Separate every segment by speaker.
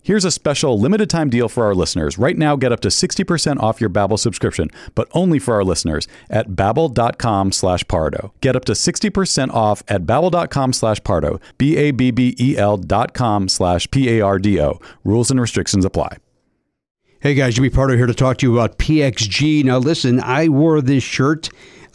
Speaker 1: Here's a special limited time deal for our listeners. Right now, get up to 60% off your Babbel subscription, but only for our listeners at babbel.com slash pardo. Get up to 60% off at babbel.com slash pardo, B-A-B-B-E-L E dot com slash P-A-R-D-O. Rules and restrictions apply.
Speaker 2: Hey guys, Jimmy Pardo here to talk to you about PXG. Now, listen, I wore this shirt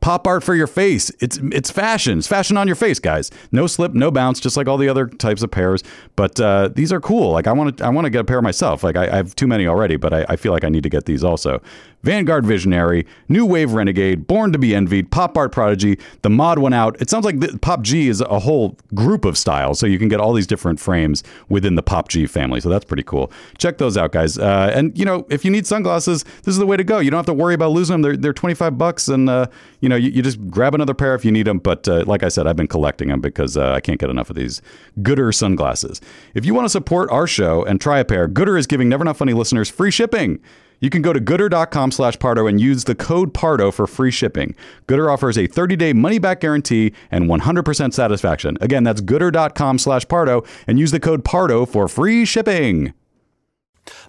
Speaker 1: pop art for your face. It's it's fashion. It's fashion on your face, guys. No slip, no bounce, just like all the other types of pairs. But uh, these are cool. Like I want to I want to get a pair myself. Like I, I have too many already, but I, I feel like I need to get these also. Vanguard Visionary, New Wave Renegade, Born to Be Envied, Pop Art Prodigy, the mod one out. It sounds like the, Pop G is a whole group of styles, so you can get all these different frames within the Pop G family. So that's pretty cool. Check those out, guys. Uh, and you know, if you need sunglasses, this is the way to go. You don't have to worry about losing them. They're, they're 25 bucks, and uh, you know, you, you, just grab another pair if you need them. But uh, like I said, I've been collecting them because uh, I can't get enough of these Gooder sunglasses. If you want to support our show and try a pair, Gooder is giving Never Not Funny listeners free shipping. You can go to gooder.com slash Pardo and use the code Pardo for free shipping. Gooder offers a 30-day money-back guarantee and 100% satisfaction. Again, that's gooder.com slash Pardo and use the code Pardo for free shipping.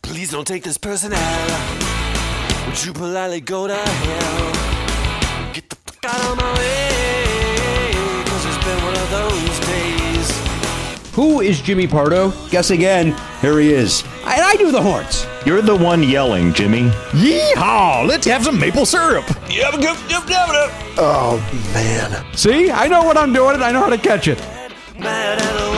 Speaker 3: Please don't take this person out. Would you politely go to hell? Get the fuck out of my way. Cause it's been one of those days.
Speaker 2: Who is Jimmy Pardo? Guess again.
Speaker 4: Here he is.
Speaker 2: And I do the horns.
Speaker 4: You're the one yelling, Jimmy.
Speaker 2: Oh,
Speaker 1: Yeehaw! Let's have some maple syrup.
Speaker 3: Yep, yep, yep, yep, yep.
Speaker 2: See, I know what I'm doing and I know how to catch it.
Speaker 3: Mad at the world.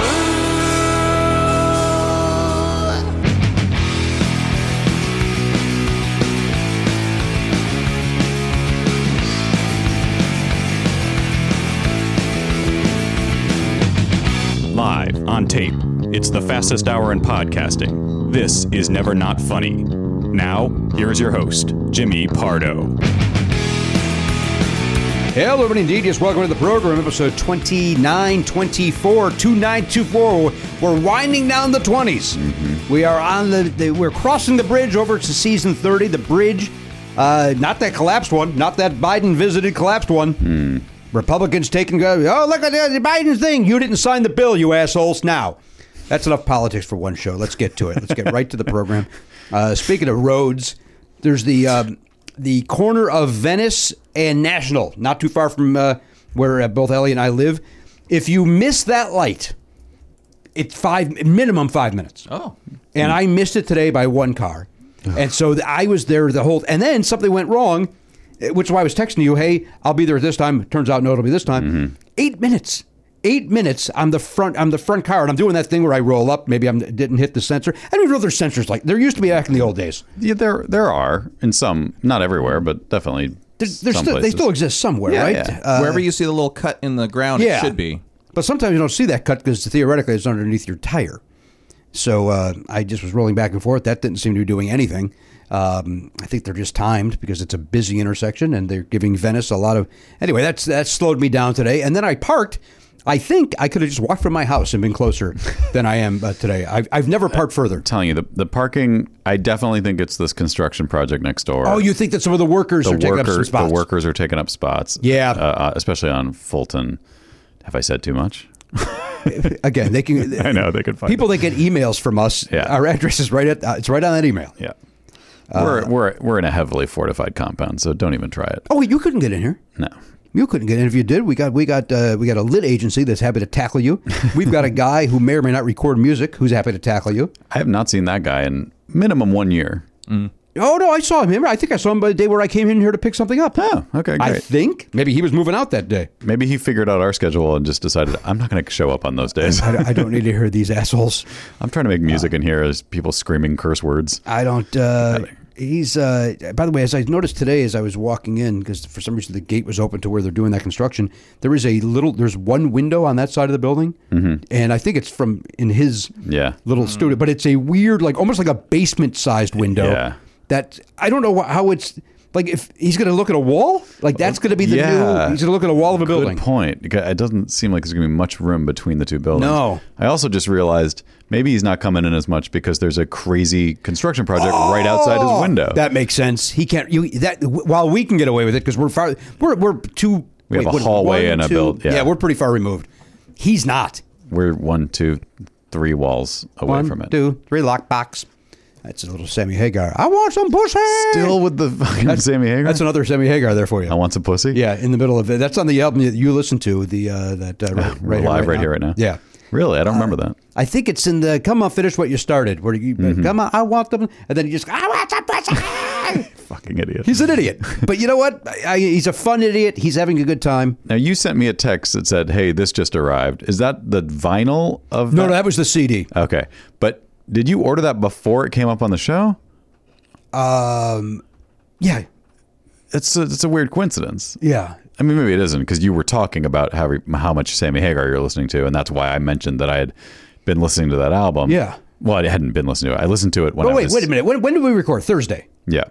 Speaker 1: Live on tape. It's the fastest hour in podcasting. This is Never Not Funny. Now, here's your host, Jimmy Pardo.
Speaker 2: Hello, everyone. Indeed, yes, welcome to the program, episode 2924, 2924. We're winding down the 20s. We are on the, the, we're crossing the bridge over to season 30, the bridge Uh, not that collapsed one. Not that Biden visited collapsed one. Republicans taking. Oh, look at the Biden thing. You didn't sign the bill, you assholes. Now, that's enough politics for one show. Let's get to it. Let's get right to the program. Uh, speaking of roads, there's the um, the corner of Venice and National, not too far from uh, where uh, both Ellie and I live. If you miss that light, it's five minimum five minutes.
Speaker 5: Oh.
Speaker 2: and I missed it today by one car, and so th- I was there the whole. And then something went wrong, eh, which is why I was texting you, "Hey, I'll be there this time." Turns out, no, it'll be this time.
Speaker 1: Mm-hmm.
Speaker 2: Eight minutes. Eight minutes. I'm the front. I'm the front car, and I'm doing that thing where I roll up. Maybe I didn't hit the sensor. I don't even know if there's sensors like there used to be back in the old days.
Speaker 1: Yeah, there there are in some, not everywhere, but definitely.
Speaker 2: There's, there's
Speaker 1: some
Speaker 2: still, they
Speaker 1: places.
Speaker 2: still exist somewhere,
Speaker 1: Yeah,
Speaker 2: right?
Speaker 1: yeah.
Speaker 5: Wherever you see the little cut in the ground,
Speaker 2: Uh, yeah.
Speaker 5: it should be.
Speaker 2: But sometimes you don't see that cut because theoretically it's underneath your tire. So uh, I just was rolling back and forth. That didn't seem to be doing anything. Um, I think they're just timed because it's a busy intersection and they're giving Venice a lot of. Anyway, that's that slowed me down today. And then I parked. I think I could have just walked from my house and been closer than I am uh, today. I've, I've never parked further.
Speaker 1: telling you the, the parking. I definitely think it's this construction project next door.
Speaker 2: Oh, you think that some of the workers
Speaker 1: the
Speaker 2: are taking up some
Speaker 1: workers
Speaker 2: spots?
Speaker 1: the workers are taking up spots.
Speaker 2: Yeah.
Speaker 1: uh, uh, especially on Fulton. Have I said too much?
Speaker 2: Again, they can.
Speaker 1: I know they could find
Speaker 2: people
Speaker 1: It.
Speaker 2: that get emails from us.
Speaker 1: Yeah.
Speaker 2: Our address is right at uh, it's right on that email.
Speaker 1: yeah,
Speaker 2: Uh,
Speaker 1: we're we're we're in a heavily fortified compound, so don't even try it.
Speaker 2: Oh wait, you couldn't get in here.
Speaker 1: No,
Speaker 2: You couldn't get in. If you did, we got we got uh, we got a lit agency that's happy to tackle you. We've got a guy who may or may not record music who's happy to tackle you.
Speaker 1: I have not seen that guy in minimum one year.
Speaker 2: Oh no, I saw him. Remember, I think I saw him by the day where I came in here to pick something up.
Speaker 1: Oh, okay,
Speaker 2: I
Speaker 1: great.
Speaker 2: think maybe he was moving out that day.
Speaker 1: Maybe he figured out our schedule and just decided I'm not going to show up on those days.
Speaker 2: I don't, I don't need to hear these assholes.
Speaker 1: I'm trying to make music in here as people screaming curse words.
Speaker 2: I don't. Uh, he's. Uh, by the way, as I noticed today, as I was walking in, because for some reason the gate was open to where they're doing that construction. There is a little. There's one window on that side of the building, and I think it's from in his
Speaker 1: Mm-hmm. Yeah.
Speaker 2: little studio. But it's a weird, like almost like a basement sized window.
Speaker 1: Yeah.
Speaker 2: That I don't know wha- how it's like. If he's going to look at a wall, like that's going to be the
Speaker 1: Yeah.
Speaker 2: new. He's going to look at a wall of a building.
Speaker 1: Good point. Because It doesn't seem like there's going to be much room between the two buildings.
Speaker 2: No.
Speaker 1: I also just realized maybe he's not coming in as much because there's a crazy construction project right outside his window.
Speaker 2: Oh! That makes sense. He can't. You that while we can get away with it because we're far. We're we're too.
Speaker 1: We have a
Speaker 2: what,
Speaker 1: hallway and a build- yeah.
Speaker 2: we're pretty far removed. He's not.
Speaker 1: We're one, two, three walls away
Speaker 2: One,
Speaker 1: from it.
Speaker 2: two, three lockbox. That's a little Sammy Hagar. I want some pussy.
Speaker 1: Still with the fucking Sammy Hagar.
Speaker 2: That's another Sammy Hagar there for you.
Speaker 1: I want some pussy.
Speaker 2: Yeah, in the middle of it. That's on the album that you listen to. The uh, that uh, right,
Speaker 1: We're live right, here, right now.
Speaker 2: Yeah.
Speaker 1: Really? I don't remember that.
Speaker 2: I think it's in the "Come on, finish what you started." Where you
Speaker 1: Mm-hmm.
Speaker 2: come on, I want them, and then you just I want some pussy.
Speaker 1: Fucking idiot.
Speaker 2: He's an idiot. But you know what? I, I, he's a fun idiot. He's having a good time.
Speaker 1: now you sent me a text that said, "Hey, this just arrived." Is that the vinyl of
Speaker 2: No, no, that was the CD.
Speaker 1: Okay. But did you order that before it came up on the show?
Speaker 2: Yeah,
Speaker 1: It's a, it's a weird coincidence.
Speaker 2: yeah.
Speaker 1: I mean, maybe it isn't because you were talking about how how much Sammy Hagar you're listening to, and that's why I mentioned that I had been listening to that album.
Speaker 2: Yeah.
Speaker 1: Well, I hadn't been listening to it. I listened to it when
Speaker 2: Oh
Speaker 1: I
Speaker 2: wait,
Speaker 1: was.
Speaker 2: wait a minute. When, when did we record? Thursday.
Speaker 1: Yeah.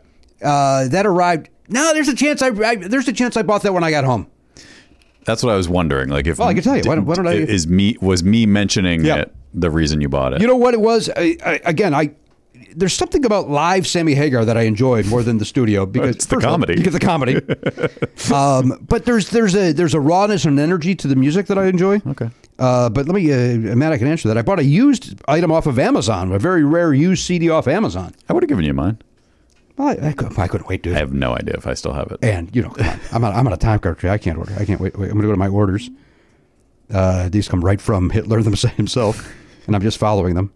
Speaker 2: Uh, that arrived. No, there's a chance. I, I there's a chance I bought that when I got home.
Speaker 1: That's what I was wondering. Like, if
Speaker 2: Well, I can tell you. Why don't- why don't I-
Speaker 1: Is me was me mentioning
Speaker 2: Yeah.
Speaker 1: it the reason you bought it?
Speaker 2: You know what it was? I, I, again, I there's something about live Sammy Hagar that I enjoyed more than the studio because
Speaker 1: It's the
Speaker 2: first of all,
Speaker 1: comedy.
Speaker 2: because the comedy. um, but there's there's a there's a rawness and energy to the music that I enjoy.
Speaker 1: Okay.
Speaker 2: Uh, but let me, uh, Matt, I can answer that. I bought a used item off of Amazon, a very rare used CD off Amazon.
Speaker 1: I would have given you mine.
Speaker 2: Well, I, I, could, I couldn't wait, dude.
Speaker 1: I have no idea if I still have it.
Speaker 2: And you know, come on, I'm on, I'm on a time card tree. I can't order. I can't wait. wait I'm going to go to my orders. Uh, these come right from Hitler themse- himself, and I'm just following them.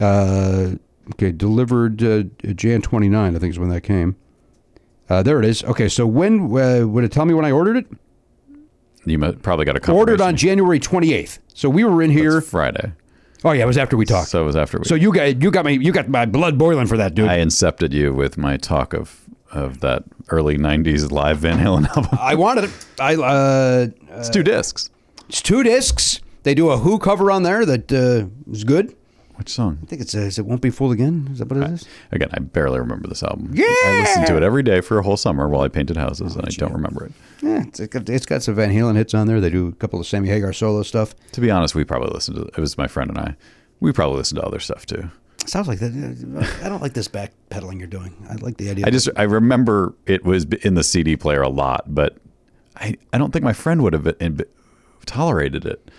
Speaker 2: Uh, okay, delivered uh, Jan 29, I think is when that came. Uh, there it is. Okay, so when uh, would it tell me when I ordered it?
Speaker 1: You mo- probably got a confirmation.
Speaker 2: Ordered on January 28th. So we were in here.
Speaker 1: It's Friday,
Speaker 2: oh yeah, it was after we talked.
Speaker 1: so it was after we.
Speaker 2: So you got you got me you got my blood boiling for that dude.
Speaker 1: I
Speaker 2: I,
Speaker 1: incepted you with my talk of of that early '90s live Van Halen album.
Speaker 2: wanted it. I uh,
Speaker 1: it's two discs.
Speaker 2: it's two discs. They do a Who cover on there that uh, is good.
Speaker 1: Which song?
Speaker 2: I think it's uh, is it won't be fooled again. Is that what it is?
Speaker 1: Again, I barely remember this album. I listened to it every day for a whole summer while I painted houses, and I don't remember it.
Speaker 2: Yeah, it's, got- it's got some Van Halen hits on there. They do a couple of Sammy Hagar solo stuff.
Speaker 1: To be honest, we probably listened to it was my friend and I. We probably listened to other stuff too.
Speaker 2: Sounds like that. uh, I don't like this backpedaling you're doing. I like the idea.
Speaker 1: I just I remember it was in the CD player a lot, but I I don't think my friend would have been, tolerated it.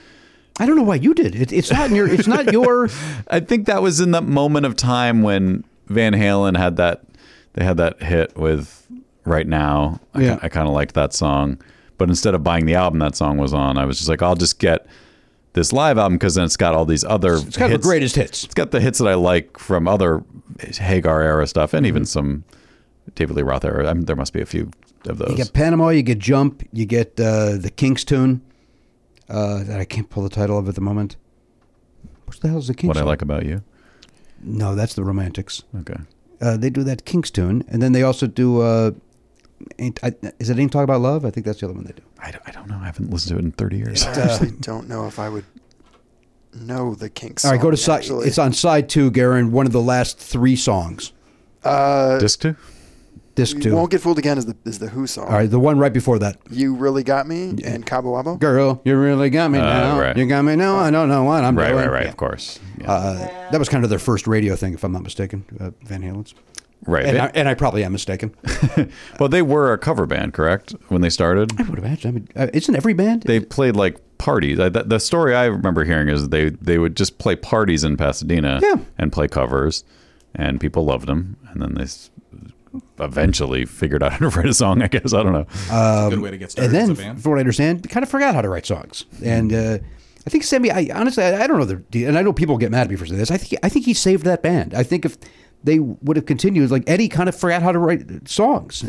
Speaker 2: I don't know why you did. It, it's not in your. It's not your.
Speaker 1: I think that was in that moment of time when Van Halen had that they had that hit with right now. I,
Speaker 2: Yeah.
Speaker 1: I kind of liked that song, but instead of buying the album that song was on, I was just like, I'll just get this live album because then it's got all these other.
Speaker 2: It's kind of
Speaker 1: hits.
Speaker 2: the greatest hits.
Speaker 1: It's got the hits that I like from other Hagar era stuff, and
Speaker 2: Mm-hmm.
Speaker 1: even some David Lee Roth era. I mean, there must be a few of those.
Speaker 2: You get Panama. You get Jump. You get uh, the Kinks tune. Uh, that I can't pull the title of at the moment. What the hell is the Kinks?
Speaker 1: what I
Speaker 2: song?
Speaker 1: like about you.
Speaker 2: No, that's the Romantics.
Speaker 1: Okay.
Speaker 2: Uh, they do that Kinks tune, and then they also do. Uh, ain't, I, is it Ain't Talk About Love? I think that's the other one they do.
Speaker 1: I don't, I don't know. I haven't listened to it in 30 years.
Speaker 6: I
Speaker 2: uh,
Speaker 6: actually don't know if I would know the Kinks.
Speaker 2: All right, go to
Speaker 6: song,
Speaker 2: side.
Speaker 6: actually.
Speaker 2: It's on side two, Garen. One of the last three songs.
Speaker 1: Disc two?
Speaker 2: Disc
Speaker 6: You
Speaker 2: two.
Speaker 6: won't get fooled again is the is the Who song.
Speaker 2: All right, the one right before that.
Speaker 6: You really got me and Cabo Wabo.
Speaker 2: Girl, you really got me
Speaker 1: Uh,
Speaker 2: now.
Speaker 1: right.
Speaker 2: You got me now. I don't know what I'm
Speaker 1: Right,
Speaker 2: doing.
Speaker 1: right, right. Of course. Yeah.
Speaker 2: Uh, that was kind of their first radio thing, if I'm not mistaken, uh, Van Halen's.
Speaker 1: right.
Speaker 2: And
Speaker 1: They-
Speaker 2: I, and I probably am mistaken.
Speaker 1: well, they were a cover band, correct? When they started,
Speaker 2: I would imagine. I mean, uh, isn't every band?
Speaker 1: they played like parties. I, the, the story I remember hearing is they they would just play parties in Pasadena
Speaker 2: Yeah.
Speaker 1: and play covers, and people loved them. And then they s- eventually figured out how to write a song. I guess I don't know.
Speaker 5: Good
Speaker 2: Um,
Speaker 5: way to get started
Speaker 2: and
Speaker 5: as
Speaker 2: then,
Speaker 5: a band.
Speaker 2: from what I understand, they kind of forgot how to write songs. And uh, I think Sammy, I honestly, I, I don't know the, de- and I know people get mad at me for saying this. I think I think he saved that band. I think if they would have continued, like Eddie, kind of forgot how to write songs.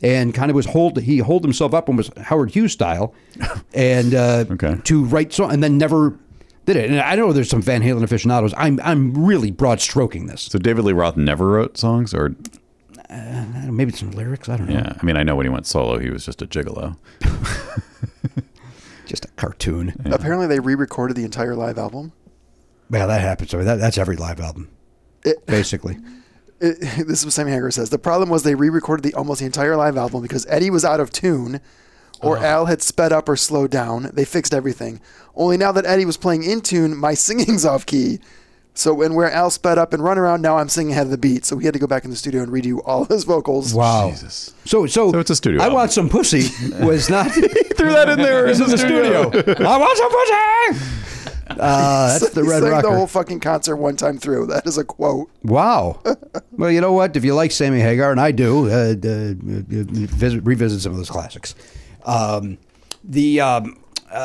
Speaker 2: And kind of was hold he hold himself up and was Howard Hughes style, and uh,
Speaker 1: Okay.
Speaker 2: to write song and then never did it. And I know there's some Van Halen aficionados. I'm I'm really broad stroking this.
Speaker 1: so David Lee Roth never wrote songs, or
Speaker 2: I don't know, maybe some lyrics. I don't know.
Speaker 1: yeah, I mean I know when he went solo, he was just a gigolo.
Speaker 2: Just a cartoon.
Speaker 6: Apparently, they re-recorded the entire live album.
Speaker 2: Yeah, that happens. I mean, that, that's every live album,
Speaker 6: It-
Speaker 2: basically.
Speaker 6: It, this is what Sammy Hagar says. The problem was they re-recorded the almost the entire live album because Eddie was out of tune, or
Speaker 2: Oh.
Speaker 6: Al had sped up or slowed down. They fixed everything. Only now that Eddie was playing in tune, my singing's off key. So when where Al sped up and run around, now I'm singing ahead of the beat. So we had to go back in the studio and redo all his vocals.
Speaker 2: Wow.
Speaker 1: Jesus.
Speaker 2: So, so,
Speaker 1: So it's a studio
Speaker 2: I
Speaker 1: album.
Speaker 2: want some pussy was not
Speaker 1: Threw that in there.
Speaker 2: in the studio. I want some pussy. Uh, that's the
Speaker 6: He
Speaker 2: Red
Speaker 6: sang
Speaker 2: Rocker.
Speaker 6: the whole fucking concert one time through. That is a quote.
Speaker 2: wow. Well, you know what? If you like Sammy Hagar, and I do, uh, d- uh, visit, revisit some of those classics. Um, the um, uh,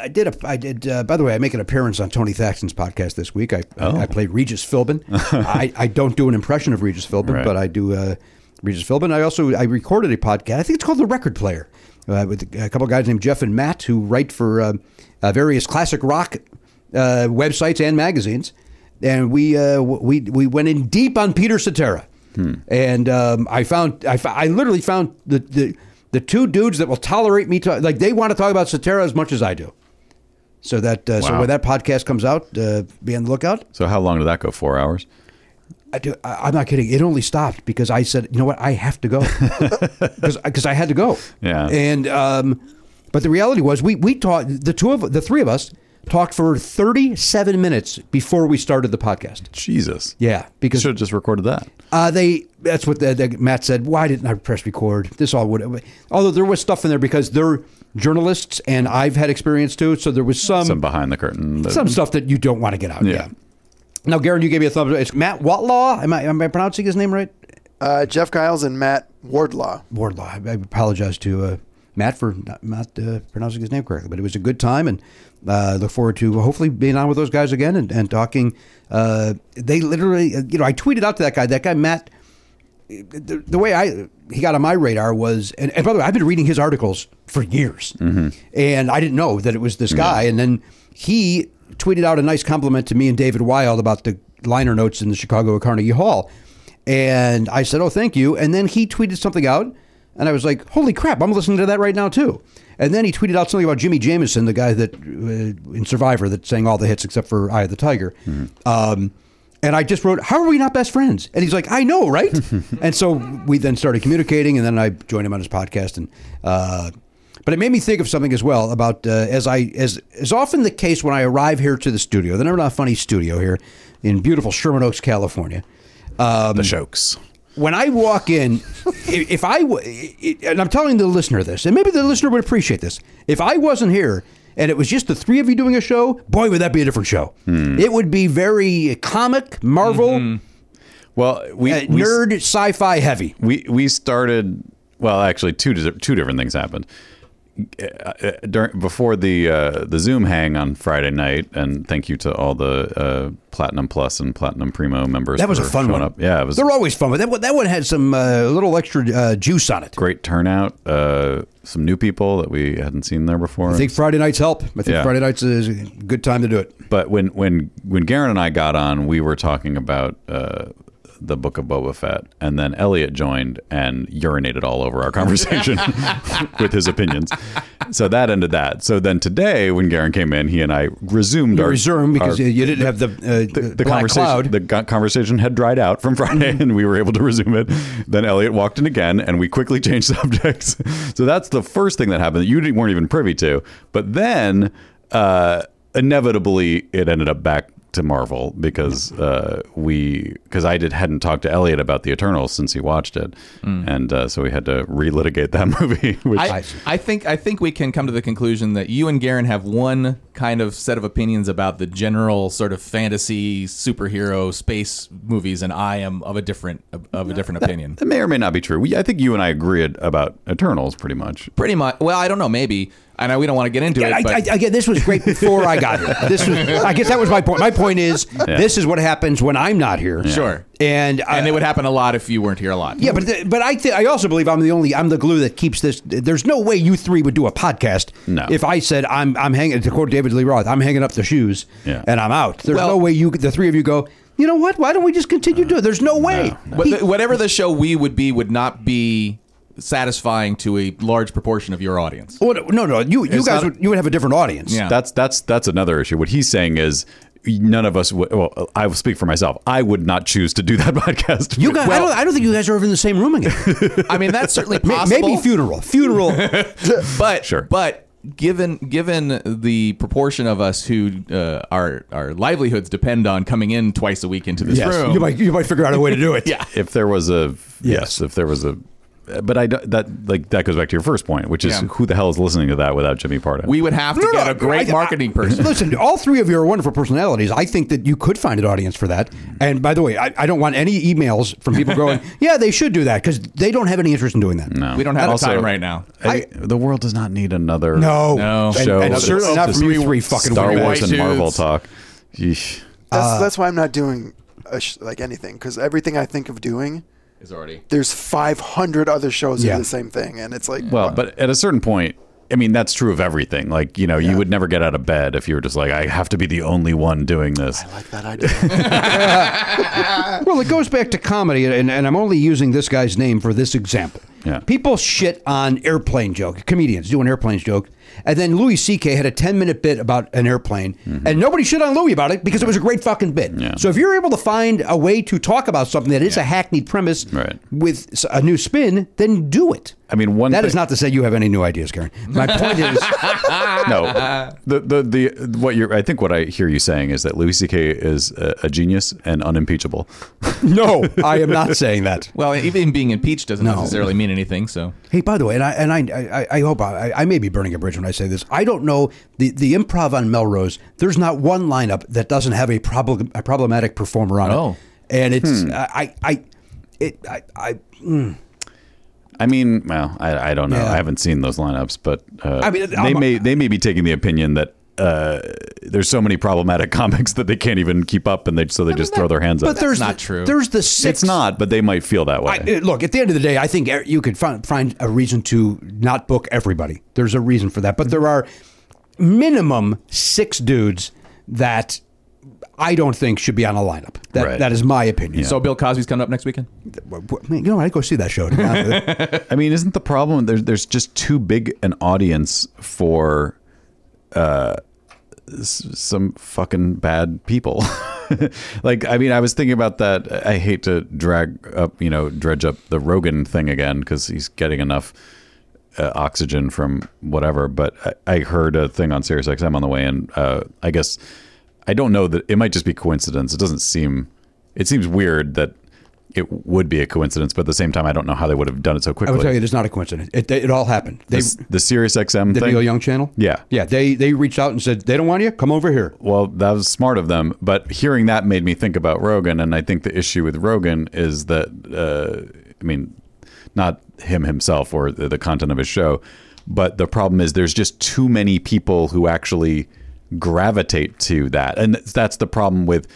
Speaker 2: I did a I did. Uh, by the way, I make an appearance on Tony Thaxton's podcast this week. I I, I played Regis Philbin. I, I don't do an impression of Regis Philbin,
Speaker 1: Right.
Speaker 2: but I do uh, Regis Philbin. I also I recorded a podcast. I think it's called The Record Player uh, with a couple of guys named Jeff and Matt who write for uh, uh, various classic rock uh, websites and magazines. And we uh, w- we we went in deep on Peter Cetera, and um, I found I, fo- I literally found the, the the two dudes that will tolerate me to, like they want to talk about Cetera as much as I do. So that uh, so
Speaker 1: Wow.
Speaker 2: when that podcast comes out, uh, be on the lookout.
Speaker 1: So how long did that go? Four hours.
Speaker 2: I do, I, I'm not kidding. It only stopped because I said, you know what, I have to go because I had to go.
Speaker 1: Yeah.
Speaker 2: And um, but the reality was, we we talked the two of the three of us talked for 37 minutes before we started the podcast.
Speaker 1: Jesus.
Speaker 2: Yeah, because
Speaker 1: Should have just recorded that.
Speaker 2: uh, they that's what the, the, Matt said. Why didn't I press record? This all would. Although there was stuff in there because they're journalists and I've had experience too. So there was
Speaker 1: Some
Speaker 2: some Um, some,
Speaker 1: behind the curtain. that-
Speaker 2: stuff that you don't want to get out.
Speaker 1: Yeah.
Speaker 2: Yeah. Now, Garen, you gave me a thumbs up. It's Matt Watlaw. Am I am I pronouncing his name right?
Speaker 6: Uh, Jeff Giles and Matt Wardlaw.
Speaker 2: Wardlaw. I, I apologize to uh, Matt for not, not uh, pronouncing his name correctly, but it was a good time, and uh, I look forward to hopefully being on with those guys again and, and talking. Uh, they literally, uh, you know, I tweeted out to that guy, that guy Matt. The, the way I he got on my radar was, and, and by the way, I've been reading his articles for years, and I didn't know that it was this guy. And then he tweeted out a nice compliment to me and David Wild about the liner notes in the Chicago at Carnegie Hall. And I said, "Oh, thank you." And then he tweeted something out, and I was like, "Holy crap! I'm listening to that right now too." And then he tweeted out something about Jimmy Jameson, the guy that uh, in Survivor that sang all the hits except for "Eye of the Tiger." Um, and I just wrote, "How are we not best friends?" And he's like, "I know, right?" and so we then started communicating, and then I joined him on his podcast, and uh, But it made me think of something as well about uh, as I as is often the case when I arrive here to the studio, the Never Not Funny studio here in beautiful Sherman Oaks, California.
Speaker 1: the jokes.
Speaker 2: When I walk in, i- if I wa- i- and I'm telling the listener this, and maybe the listener would appreciate this, if I wasn't here and it was just the three of you doing a show, boy, would that be a different show. It would be very comic, Marvel,
Speaker 1: Well, we,
Speaker 2: uh,
Speaker 1: we
Speaker 2: nerd, sci-fi heavy.
Speaker 1: we we started well actually two dis- two different things happened Uh, during before the uh, the zoom hang on friday night and thank you to all the uh, platinum plus and platinum primo members
Speaker 2: That was a
Speaker 1: for
Speaker 2: fun
Speaker 1: showing
Speaker 2: one.
Speaker 1: up. yeah it was
Speaker 2: They're always fun, but that one, that one had some uh, little extra uh, juice on it.
Speaker 1: great turnout uh, some new people that we hadn't seen there before
Speaker 2: I think Friday nights help. I think
Speaker 1: Yeah.
Speaker 2: Friday nights is a good time to do it.
Speaker 1: but when when when Garen and I got on, we were talking about uh, the book of Boba Fett, and then Elliot joined and urinated all over our conversation with his opinions. So that ended that. So then today, when Garen came in, he and I resumed our
Speaker 2: Resume because
Speaker 1: our-
Speaker 2: you didn't have the uh,
Speaker 1: the, the
Speaker 2: black
Speaker 1: conversation
Speaker 2: cloud. Mm-hmm.
Speaker 1: the go- conversation had dried out from Friday and we were able to resume it. Then Elliot walked in again and we quickly changed subjects. so that's the first thing that happened that you didn't, weren't even privy to. But then uh, inevitably it ended up back to Marvel because uh, we because I did hadn't talked to Elliot about the Eternals since he watched it,
Speaker 2: Mm.
Speaker 1: and uh, so we had to relitigate that movie. Which
Speaker 5: I, I think I think we can come to the conclusion that you and Garen have one kind of set of opinions about the general sort of fantasy superhero space movies, and I am of a different of a different opinion.
Speaker 1: that may or may not be true. We, I think you and I agree ad- about Eternals pretty much.
Speaker 5: Pretty much. Well, I don't know. Maybe. I know we don't want to get into
Speaker 2: I,
Speaker 5: it, but
Speaker 2: I, again, this was great before I got here. This was, I guess that was my point. My point is, this is what happens when I'm not here.
Speaker 5: Sure.
Speaker 2: and uh, I,
Speaker 5: and it would happen a lot if you weren't here a lot.
Speaker 2: Yeah, but the, but I th- I also believe I'm the only I'm the glue that keeps this. There's no way you three would do a podcast
Speaker 1: No.
Speaker 2: if I said I'm I'm hanging to quote David Lee Roth I'm hanging up the shoes
Speaker 1: Yeah.
Speaker 2: and I'm out. There's
Speaker 5: Well-
Speaker 2: no way you the three of you go. You know what? Why don't we just continue to do it? There's no way.
Speaker 5: But
Speaker 2: He-
Speaker 5: the- whatever the show we would be would not be satisfying to a large proportion of your audience.
Speaker 2: what- no, no. You you
Speaker 5: It's
Speaker 2: guys
Speaker 5: not-
Speaker 2: would you would have a different audience.
Speaker 5: Yeah.
Speaker 1: That's that's that's another issue. What he's saying is none of us. Would, well, I will speak for myself. I would not choose to do that podcast.
Speaker 2: You guys,
Speaker 1: Well,
Speaker 2: I, don't, I don't think you guys are ever in the same room again.
Speaker 5: I mean, that's certainly
Speaker 2: May-
Speaker 5: possible.
Speaker 2: Maybe funeral, funeral.
Speaker 5: but
Speaker 1: Sure.
Speaker 5: but given given the proportion of us who uh, our our livelihoods depend on coming in twice a week into this room,
Speaker 2: you might you might figure out a way to do it.
Speaker 5: Yeah.
Speaker 1: if there was a yes, if there was a, but I don't- that like that goes back to your first point, which is
Speaker 5: Yeah.
Speaker 1: who the hell is listening to that without Jimmy Pardo?
Speaker 5: we would have to
Speaker 2: No, no,
Speaker 5: get a great
Speaker 2: I- I-
Speaker 5: marketing person.
Speaker 2: Listen, all three of you are wonderful personalities. I think that you could find an audience for that. And by the way, I, I don't want any emails from people going, yeah, they should do that because they don't have any interest in doing that. No.
Speaker 5: we don't have
Speaker 1: Also-
Speaker 5: the time right now.
Speaker 1: I think the world does not need another
Speaker 2: No.
Speaker 5: No.
Speaker 2: And,
Speaker 1: show.
Speaker 2: and
Speaker 1: that's
Speaker 2: certainly not
Speaker 1: just
Speaker 2: from you three fucking
Speaker 1: Star
Speaker 2: weirdos.
Speaker 1: Wars and
Speaker 5: dudes.
Speaker 1: Marvel talk. Yeesh.
Speaker 6: That's, that's why I'm not doing a sh- like anything because everything I think of doing,
Speaker 5: Is already
Speaker 6: there's 500 other shows that
Speaker 2: Yeah.
Speaker 6: do the same thing, and it's like,
Speaker 1: Well, but at a certain point, I mean, that's true of everything. Like, you know, you would never get out of bed if you were just like, I have to be the only one doing this.
Speaker 6: like that idea.
Speaker 2: Well, it goes back to comedy, and, and I'm only using this guy's name for this example.
Speaker 1: Yeah.
Speaker 2: People shit on airplane joke. Comedians do an airplane joke. And then Louis C.K. had a 10 minute bit about an airplane, and nobody shit on Louis about it because it was a great fucking bit.
Speaker 1: Mm-hmm. Yeah.
Speaker 2: So if you're able to find a way to talk about something that is a hackneyed premise
Speaker 1: Right.
Speaker 2: with s- a new spin, then do it.
Speaker 1: I mean, one
Speaker 2: That is
Speaker 1: thing-
Speaker 2: not to say you have any new ideas, Karen. My point is,
Speaker 1: no, the the the what you're. I think what I hear you saying is that Louis C.K. is a, a genius and unimpeachable.
Speaker 2: no, I am not saying that.
Speaker 5: well, even being impeached doesn't necessarily mean anything. So
Speaker 2: Hey, by the way, and I and I I, I hope I, I may be burning a bridge when I say this. I don't know the, the improv on Melrose. There's not one lineup that doesn't have a problem a problematic performer on
Speaker 5: Oh.
Speaker 2: it. and it's
Speaker 1: Hmm.
Speaker 2: I I I- it I, I
Speaker 1: I mean, well, I, I don't know.
Speaker 2: Yeah.
Speaker 1: I haven't seen those lineups, but uh,
Speaker 2: I mean,
Speaker 1: they
Speaker 2: I'm-
Speaker 1: may they may be taking the opinion that. Uh, there's so many problematic comics that they can't even keep up, and they so they just throw their hands up.
Speaker 2: but there's
Speaker 5: not
Speaker 2: the-
Speaker 5: true.
Speaker 2: There's the six.
Speaker 1: it's not, but they might feel that way.
Speaker 2: I, uh, look, at the end of the day, I think er- you could find find a reason to not book everybody. There's a reason for that, but there are minimum six dudes that I don't think should be on a lineup. That
Speaker 1: Right.
Speaker 2: that is my opinion.
Speaker 5: so Bill Cosby's coming up next weekend.
Speaker 2: Well, well, man, you know, I'd go see that show. to be honest with you.
Speaker 1: I mean, isn't the problem there's there's just too big an audience for uh, s- some fucking bad people. like, I mean, I was thinking about that. I hate to drag up, you know, dredge up the Rogan thing again because he's getting enough uh, oxygen from whatever. But I, I heard a thing on SiriusXM on the way, and uh, I guess I don't know that it might just be coincidence. It doesn't seem. It seems weird that it would be a coincidence, but at the same time, I don't know how they would have done it so
Speaker 2: I
Speaker 1: quickly.
Speaker 2: will tell you, it is not a coincidence. It, it all happened. They,
Speaker 1: the, the SiriusXM
Speaker 2: the
Speaker 1: thing.
Speaker 2: Neil Young channel.
Speaker 1: Yeah.
Speaker 2: yeah. They they reached out and said they don't want you. Come over here.
Speaker 1: Well, that was smart of them, but hearing that made me think about Rogan, and I think the issue with Rogan is that, uh, I mean, not him himself or the, the content of his show, but the problem is there's just too many people who actually gravitate to that, and that's the problem with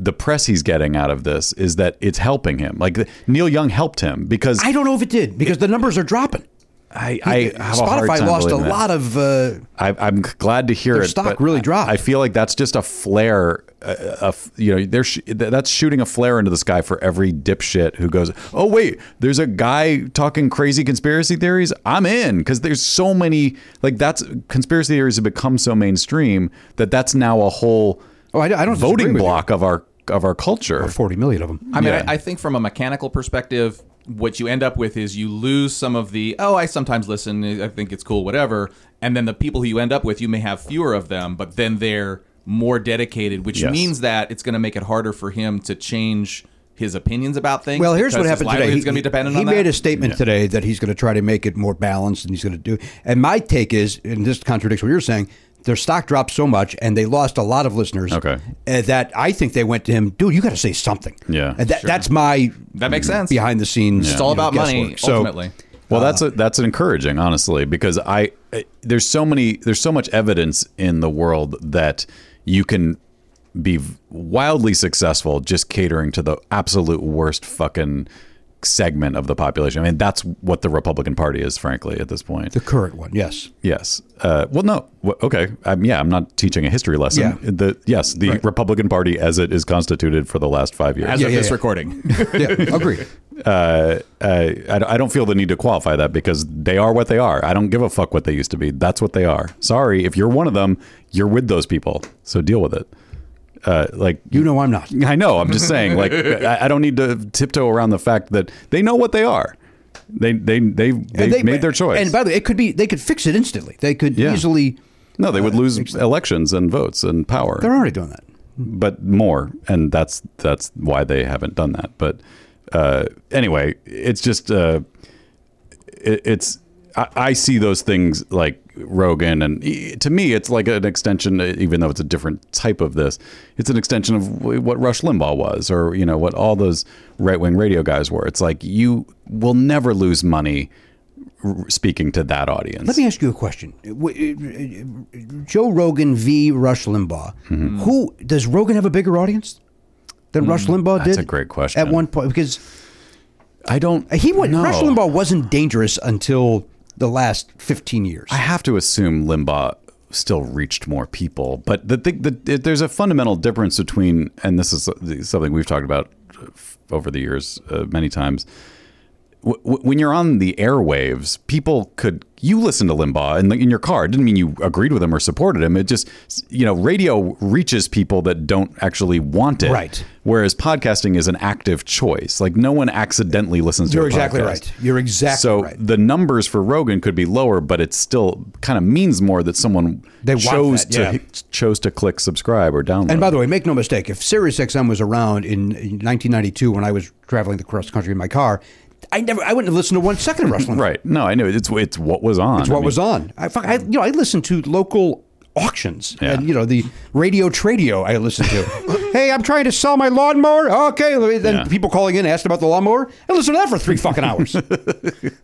Speaker 1: the press he's getting out of this is that it's helping him. Like the, Neil Young helped him because
Speaker 2: I don't know if it did because the numbers are dropping. uh,
Speaker 1: I, I have a hard
Speaker 2: Spotify
Speaker 1: time
Speaker 2: lost a
Speaker 1: believing that.
Speaker 2: lot of. Uh,
Speaker 1: I, I'm glad to hear
Speaker 2: Their
Speaker 1: it.
Speaker 2: stock
Speaker 1: but
Speaker 2: really dropped.
Speaker 1: I feel like that's just a flare. Uh, of, you know, they're sh- th- that's shooting a flare into the sky for every dipshit who goes, "Oh wait, there's a guy talking crazy conspiracy theories. I'm in." Because there's so many like that's conspiracy theories have become so mainstream that that's now a whole
Speaker 2: oh, I, I don't disagree
Speaker 1: voting
Speaker 2: with you.
Speaker 1: block of our of our culture.
Speaker 2: Forty million of them.
Speaker 5: I mean,
Speaker 1: Yeah.
Speaker 5: I, I think from a mechanical perspective, what you end up with is you lose some of the oh, I sometimes listen, I think it's cool, whatever, and then the people who you end up with, you may have fewer of them, but then they're more dedicated, which
Speaker 1: Yes.
Speaker 5: means that it's going to make it harder for him to change his opinions about things.
Speaker 2: Well, here's what
Speaker 5: because his
Speaker 2: happened today.
Speaker 5: livelihood's going to be dependent
Speaker 2: he
Speaker 5: on
Speaker 2: made
Speaker 5: that.
Speaker 2: a statement today that he's going to try to make it more balanced, and he's going to do. And my take is, and this contradicts what you're saying. Their stock dropped so much, and they lost a lot of listeners.
Speaker 1: Okay.
Speaker 2: uh, that I think they went to him, dude. You got to say something.
Speaker 1: Yeah,
Speaker 2: and that, that's my
Speaker 5: That makes sense.
Speaker 2: behind the scenes.
Speaker 5: It's all
Speaker 2: you know,
Speaker 5: about money
Speaker 2: guesswork. So-
Speaker 5: ultimately.
Speaker 1: Well,
Speaker 2: Uh.
Speaker 1: that's a, that's encouraging, honestly, because I I- there's so many there's so much evidence in the world that you can be wildly successful just catering to the absolute worst fucking segment of the population. I mean, that's what the Republican Party is, frankly, at this point.
Speaker 2: the current one, yes.
Speaker 1: Yes. Uh, well, no. Well, okay. Um, yeah, I'm not teaching a history lesson.
Speaker 2: Yeah.
Speaker 1: The yes, the Republican Party as it is constituted for the last five years.
Speaker 5: As of
Speaker 2: yeah,
Speaker 5: this
Speaker 2: yeah.
Speaker 5: recording,
Speaker 2: Yeah, agree.
Speaker 1: uh, uh, I, I don't feel the need to qualify that because they are what they are. I don't give a fuck what they used to be. That's what they are. Sorry, if you're one of them, you're with those people. So deal with it. Uh, like
Speaker 2: You know I'm not.
Speaker 1: I know. I'm just saying. Like I, I don't need to tiptoe around the fact that they know what they are. They they they they,
Speaker 2: And
Speaker 1: made their choice.
Speaker 2: And by the way, it could be they could fix it instantly. They could
Speaker 1: Yeah.
Speaker 2: easily.
Speaker 1: no, they would lose elections and votes and power.
Speaker 2: They're already doing that.
Speaker 1: but more and that's that's why they haven't done that but uh anyway it's just uh it, it's I, I see those things like rogan and e- to me it's like an extension even though it's a different type of this it's an extension of w- what rush limbaugh was or you know what all those right-wing radio guys were it's like you will never lose money r- speaking to that audience
Speaker 2: Let me ask you a question. W- uh, Joe Rogan v. Rush Limbaugh.
Speaker 1: Mm-hmm.
Speaker 2: Who does Rogan have a bigger audience than Rush Limbaugh did?
Speaker 1: Mm, that's a great question.
Speaker 2: At one point, because
Speaker 1: i don't
Speaker 2: he went.
Speaker 1: know.
Speaker 2: Rush Limbaugh wasn't dangerous until the last fifteen years.
Speaker 1: I have to assume Limbaugh still reached more people, but the, thing the, there's a fundamental difference between, and this is something we've talked about over the years uh, many times. W- w- when you're on the airwaves, people could you listen to Limbaugh in, the, in your car. It didn't mean you agreed with him or supported him. It just you know radio reaches people that don't actually want it.
Speaker 2: Right.
Speaker 1: Whereas podcasting is an active choice. Like no one accidentally listens to.
Speaker 2: You're
Speaker 1: a
Speaker 2: exactly
Speaker 1: podcast.
Speaker 2: right. You're exactly
Speaker 1: so
Speaker 2: right.
Speaker 1: the numbers for Rogan could be lower, but it still kind of means more that someone
Speaker 2: They want
Speaker 1: chose
Speaker 2: that,
Speaker 1: to
Speaker 2: yeah.
Speaker 1: chose to click subscribe or download.
Speaker 2: And by the way, make no mistake, if SiriusXM was around in in 1992 when I was traveling across country in my car, I never, I wouldn't have listened to one second of Rush Limbaugh.
Speaker 1: right? No, I know it's it's what was on.
Speaker 2: It's what was on. I, fuck, I, you know, I listened to local auctions
Speaker 1: Yeah.
Speaker 2: and you know the radio tradio I listened to. hey, I'm trying to sell my lawnmower. Okay, let me- then
Speaker 1: Yeah.
Speaker 2: people calling in asked about the lawnmower. I listened to that for three fucking hours.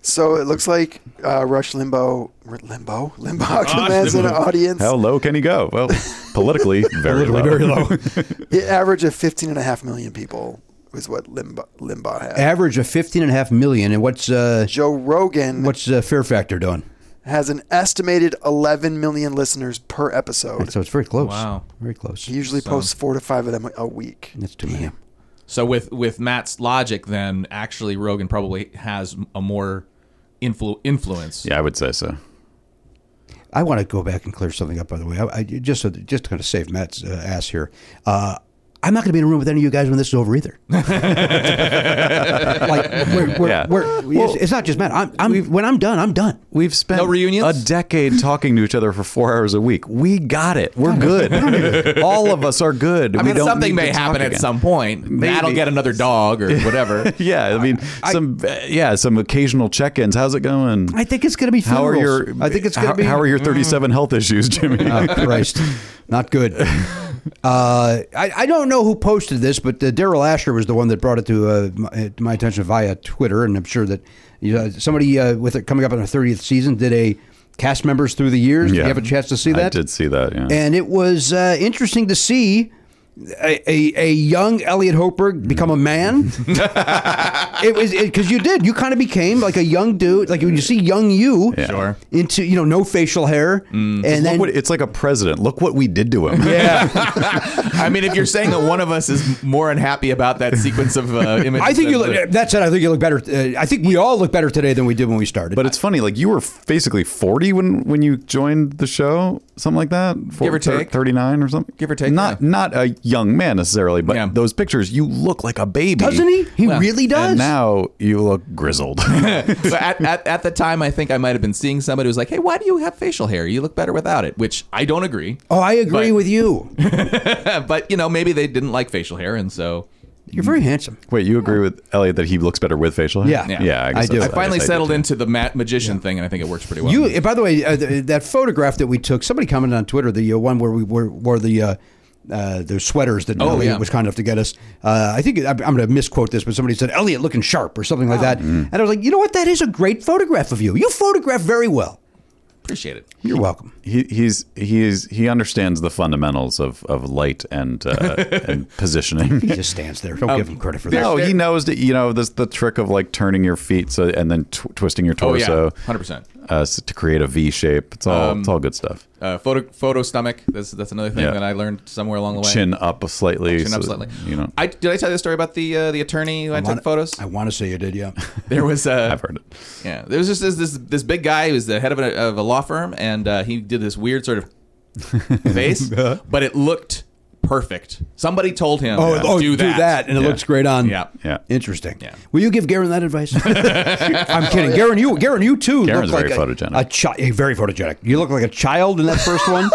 Speaker 6: So it looks like uh, Rush Limbo, R- Limbo, Limbaugh commands an audience.
Speaker 1: How low can he go? Well, politically, very low.
Speaker 2: Very low.
Speaker 6: The average of 15 and a half million people is what Limbaugh, Limbaugh had.
Speaker 2: Average of 15 and a half million. And what's uh,
Speaker 6: Joe Rogan
Speaker 2: what's uh, Fair Factor doing?
Speaker 6: has an estimated 11 million listeners per episode.
Speaker 2: So it's very close.
Speaker 5: Wow.
Speaker 2: very close.
Speaker 6: He usually posts four to five of them a week.
Speaker 2: That's too many.
Speaker 5: So with with Matt's logic, then actually Rogan probably has a more influ- influence.
Speaker 1: Yeah, I would say so.
Speaker 2: I want to go back and clear something up. By the way, I, I just so- just to kind of save Matt's uh, ass here. Uh,
Speaker 7: I'm not going to be in a room with any of you guys when this is over either. like, we're, we're,
Speaker 1: Yeah.
Speaker 7: we're, it's, it's not just Matt. I'm, I'm, when I'm done, I'm done.
Speaker 1: We've spent
Speaker 5: No reunions?
Speaker 1: a decade talking to each other for four hours a week. We got it. We're good. All of us are good.
Speaker 5: I
Speaker 1: we
Speaker 5: mean,
Speaker 1: don't
Speaker 5: something
Speaker 1: need
Speaker 5: may
Speaker 1: to talk
Speaker 5: happen at
Speaker 1: again.
Speaker 5: some point. Matt'll get another dog or whatever.
Speaker 1: Yeah, I mean, some uh, yeah, some occasional check-ins. How's it going?
Speaker 7: I think it's going to be
Speaker 1: How are
Speaker 7: funerals.
Speaker 1: your
Speaker 2: I think it's gonna
Speaker 1: how,
Speaker 2: be- Mm.
Speaker 1: how are your 37 health issues, Jimmy?
Speaker 2: Oh, Christ, not good. Uh, I, I don't know who posted this, but uh, Daryl Asher was the one that brought it to, uh, my, uh, to my attention via Twitter, and I'm sure that you know, somebody uh, with it coming up on the 30th season did a cast members through the years. Did
Speaker 1: Yeah.
Speaker 2: you have a chance to see that?
Speaker 1: I did see that. Yeah.
Speaker 2: and it was uh, interesting to see a, a, a young Elliot Hochberg become a man. it was because you did. You kind of became like a young dude. Like when you see young you,
Speaker 5: Sure.
Speaker 2: into you know no facial hair,
Speaker 1: Mm.
Speaker 2: and
Speaker 1: Look
Speaker 2: then
Speaker 1: what, it's like a president. Look what we did to him.
Speaker 5: I mean, if you're saying that one of us is more unhappy about that sequence of uh, images,
Speaker 2: I think
Speaker 5: than
Speaker 2: you
Speaker 5: the-
Speaker 2: look. That said, I think you look better. Uh, I think we all look better today than we did when we started.
Speaker 1: But it's funny, like you were basically 40 when when you joined the show, something like that, Four,
Speaker 5: Give or take.
Speaker 1: 39 or something.
Speaker 5: Give or take,
Speaker 1: Not
Speaker 5: yeah.
Speaker 1: not a young man necessarily, but
Speaker 5: Yeah.
Speaker 1: those pictures, you look like a baby,
Speaker 2: doesn't he? He
Speaker 5: Well,
Speaker 2: really does.
Speaker 1: And now you look grizzled.
Speaker 5: but at, at, at the time, I think I might have been seeing somebody who's like, "Hey, why do you have facial hair? You look better without it." Which I don't agree.
Speaker 2: oh, I agree
Speaker 5: But-
Speaker 2: with you.
Speaker 5: But you know, maybe they didn't like facial hair, and so
Speaker 2: You're very handsome.
Speaker 1: Wait, you agree with Elliot that he looks better with facial hair?
Speaker 2: Yeah.
Speaker 5: Yeah.
Speaker 1: yeah, I, guess
Speaker 2: I do.
Speaker 1: that's-
Speaker 5: I finally
Speaker 1: guess
Speaker 5: settled
Speaker 1: do.
Speaker 5: into the ma- magician thing, and I think it works pretty well.
Speaker 2: You, by the way, uh, th- that photograph that we took, somebody commented on Twitter, the uh, one where we wore, wore the uh, uh, the sweaters that
Speaker 5: Oh,
Speaker 2: Elliot
Speaker 5: yeah.
Speaker 2: was kind enough to get us. Uh, I think I, I'm going to misquote this, but somebody said Elliot looking sharp or something like that, and I was like, you know what, that is a great photograph of you. You photograph very well.
Speaker 5: appreciate it.
Speaker 2: You're welcome.
Speaker 1: He, he's he is he understands the fundamentals of, of light and uh, and positioning.
Speaker 2: He just stands there. Don't give him credit for that.
Speaker 1: No, he knows that you know this the trick of like turning your feet so and then tw- twisting your
Speaker 5: Oh yeah,
Speaker 1: torso
Speaker 5: hundred percent.
Speaker 1: uh, s- to create a V shape. It's all it's all good stuff.
Speaker 5: Uh, photo photo stomach. That's that's another thing
Speaker 1: Yeah.
Speaker 5: that I learned somewhere along the way.
Speaker 1: Chin up slightly.
Speaker 5: Chin up
Speaker 1: so that,
Speaker 5: slightly.
Speaker 1: You know,
Speaker 5: I did I tell you the story about the uh, the attorney who I took photos.
Speaker 2: I want to say you did, yeah.
Speaker 5: There was uh,
Speaker 1: I've heard it.
Speaker 5: Yeah, there was just this this, this big guy who was the head of a, of a law firm, and uh, he did this weird sort of face, but it looked perfect. Somebody told him,
Speaker 2: Oh, oh,
Speaker 5: do, that.
Speaker 2: and it
Speaker 1: Yeah.
Speaker 2: looks great on.
Speaker 5: Yeah.
Speaker 1: Yeah.
Speaker 2: Interesting.
Speaker 5: Yeah.
Speaker 2: Will you give Garen that advice? I'm kidding, Garen. You, Garen, you too.
Speaker 1: Garen's
Speaker 2: look
Speaker 1: very
Speaker 2: like a-
Speaker 1: photogenic.
Speaker 2: A chi- eh, very photogenic. You look like a child in that first one,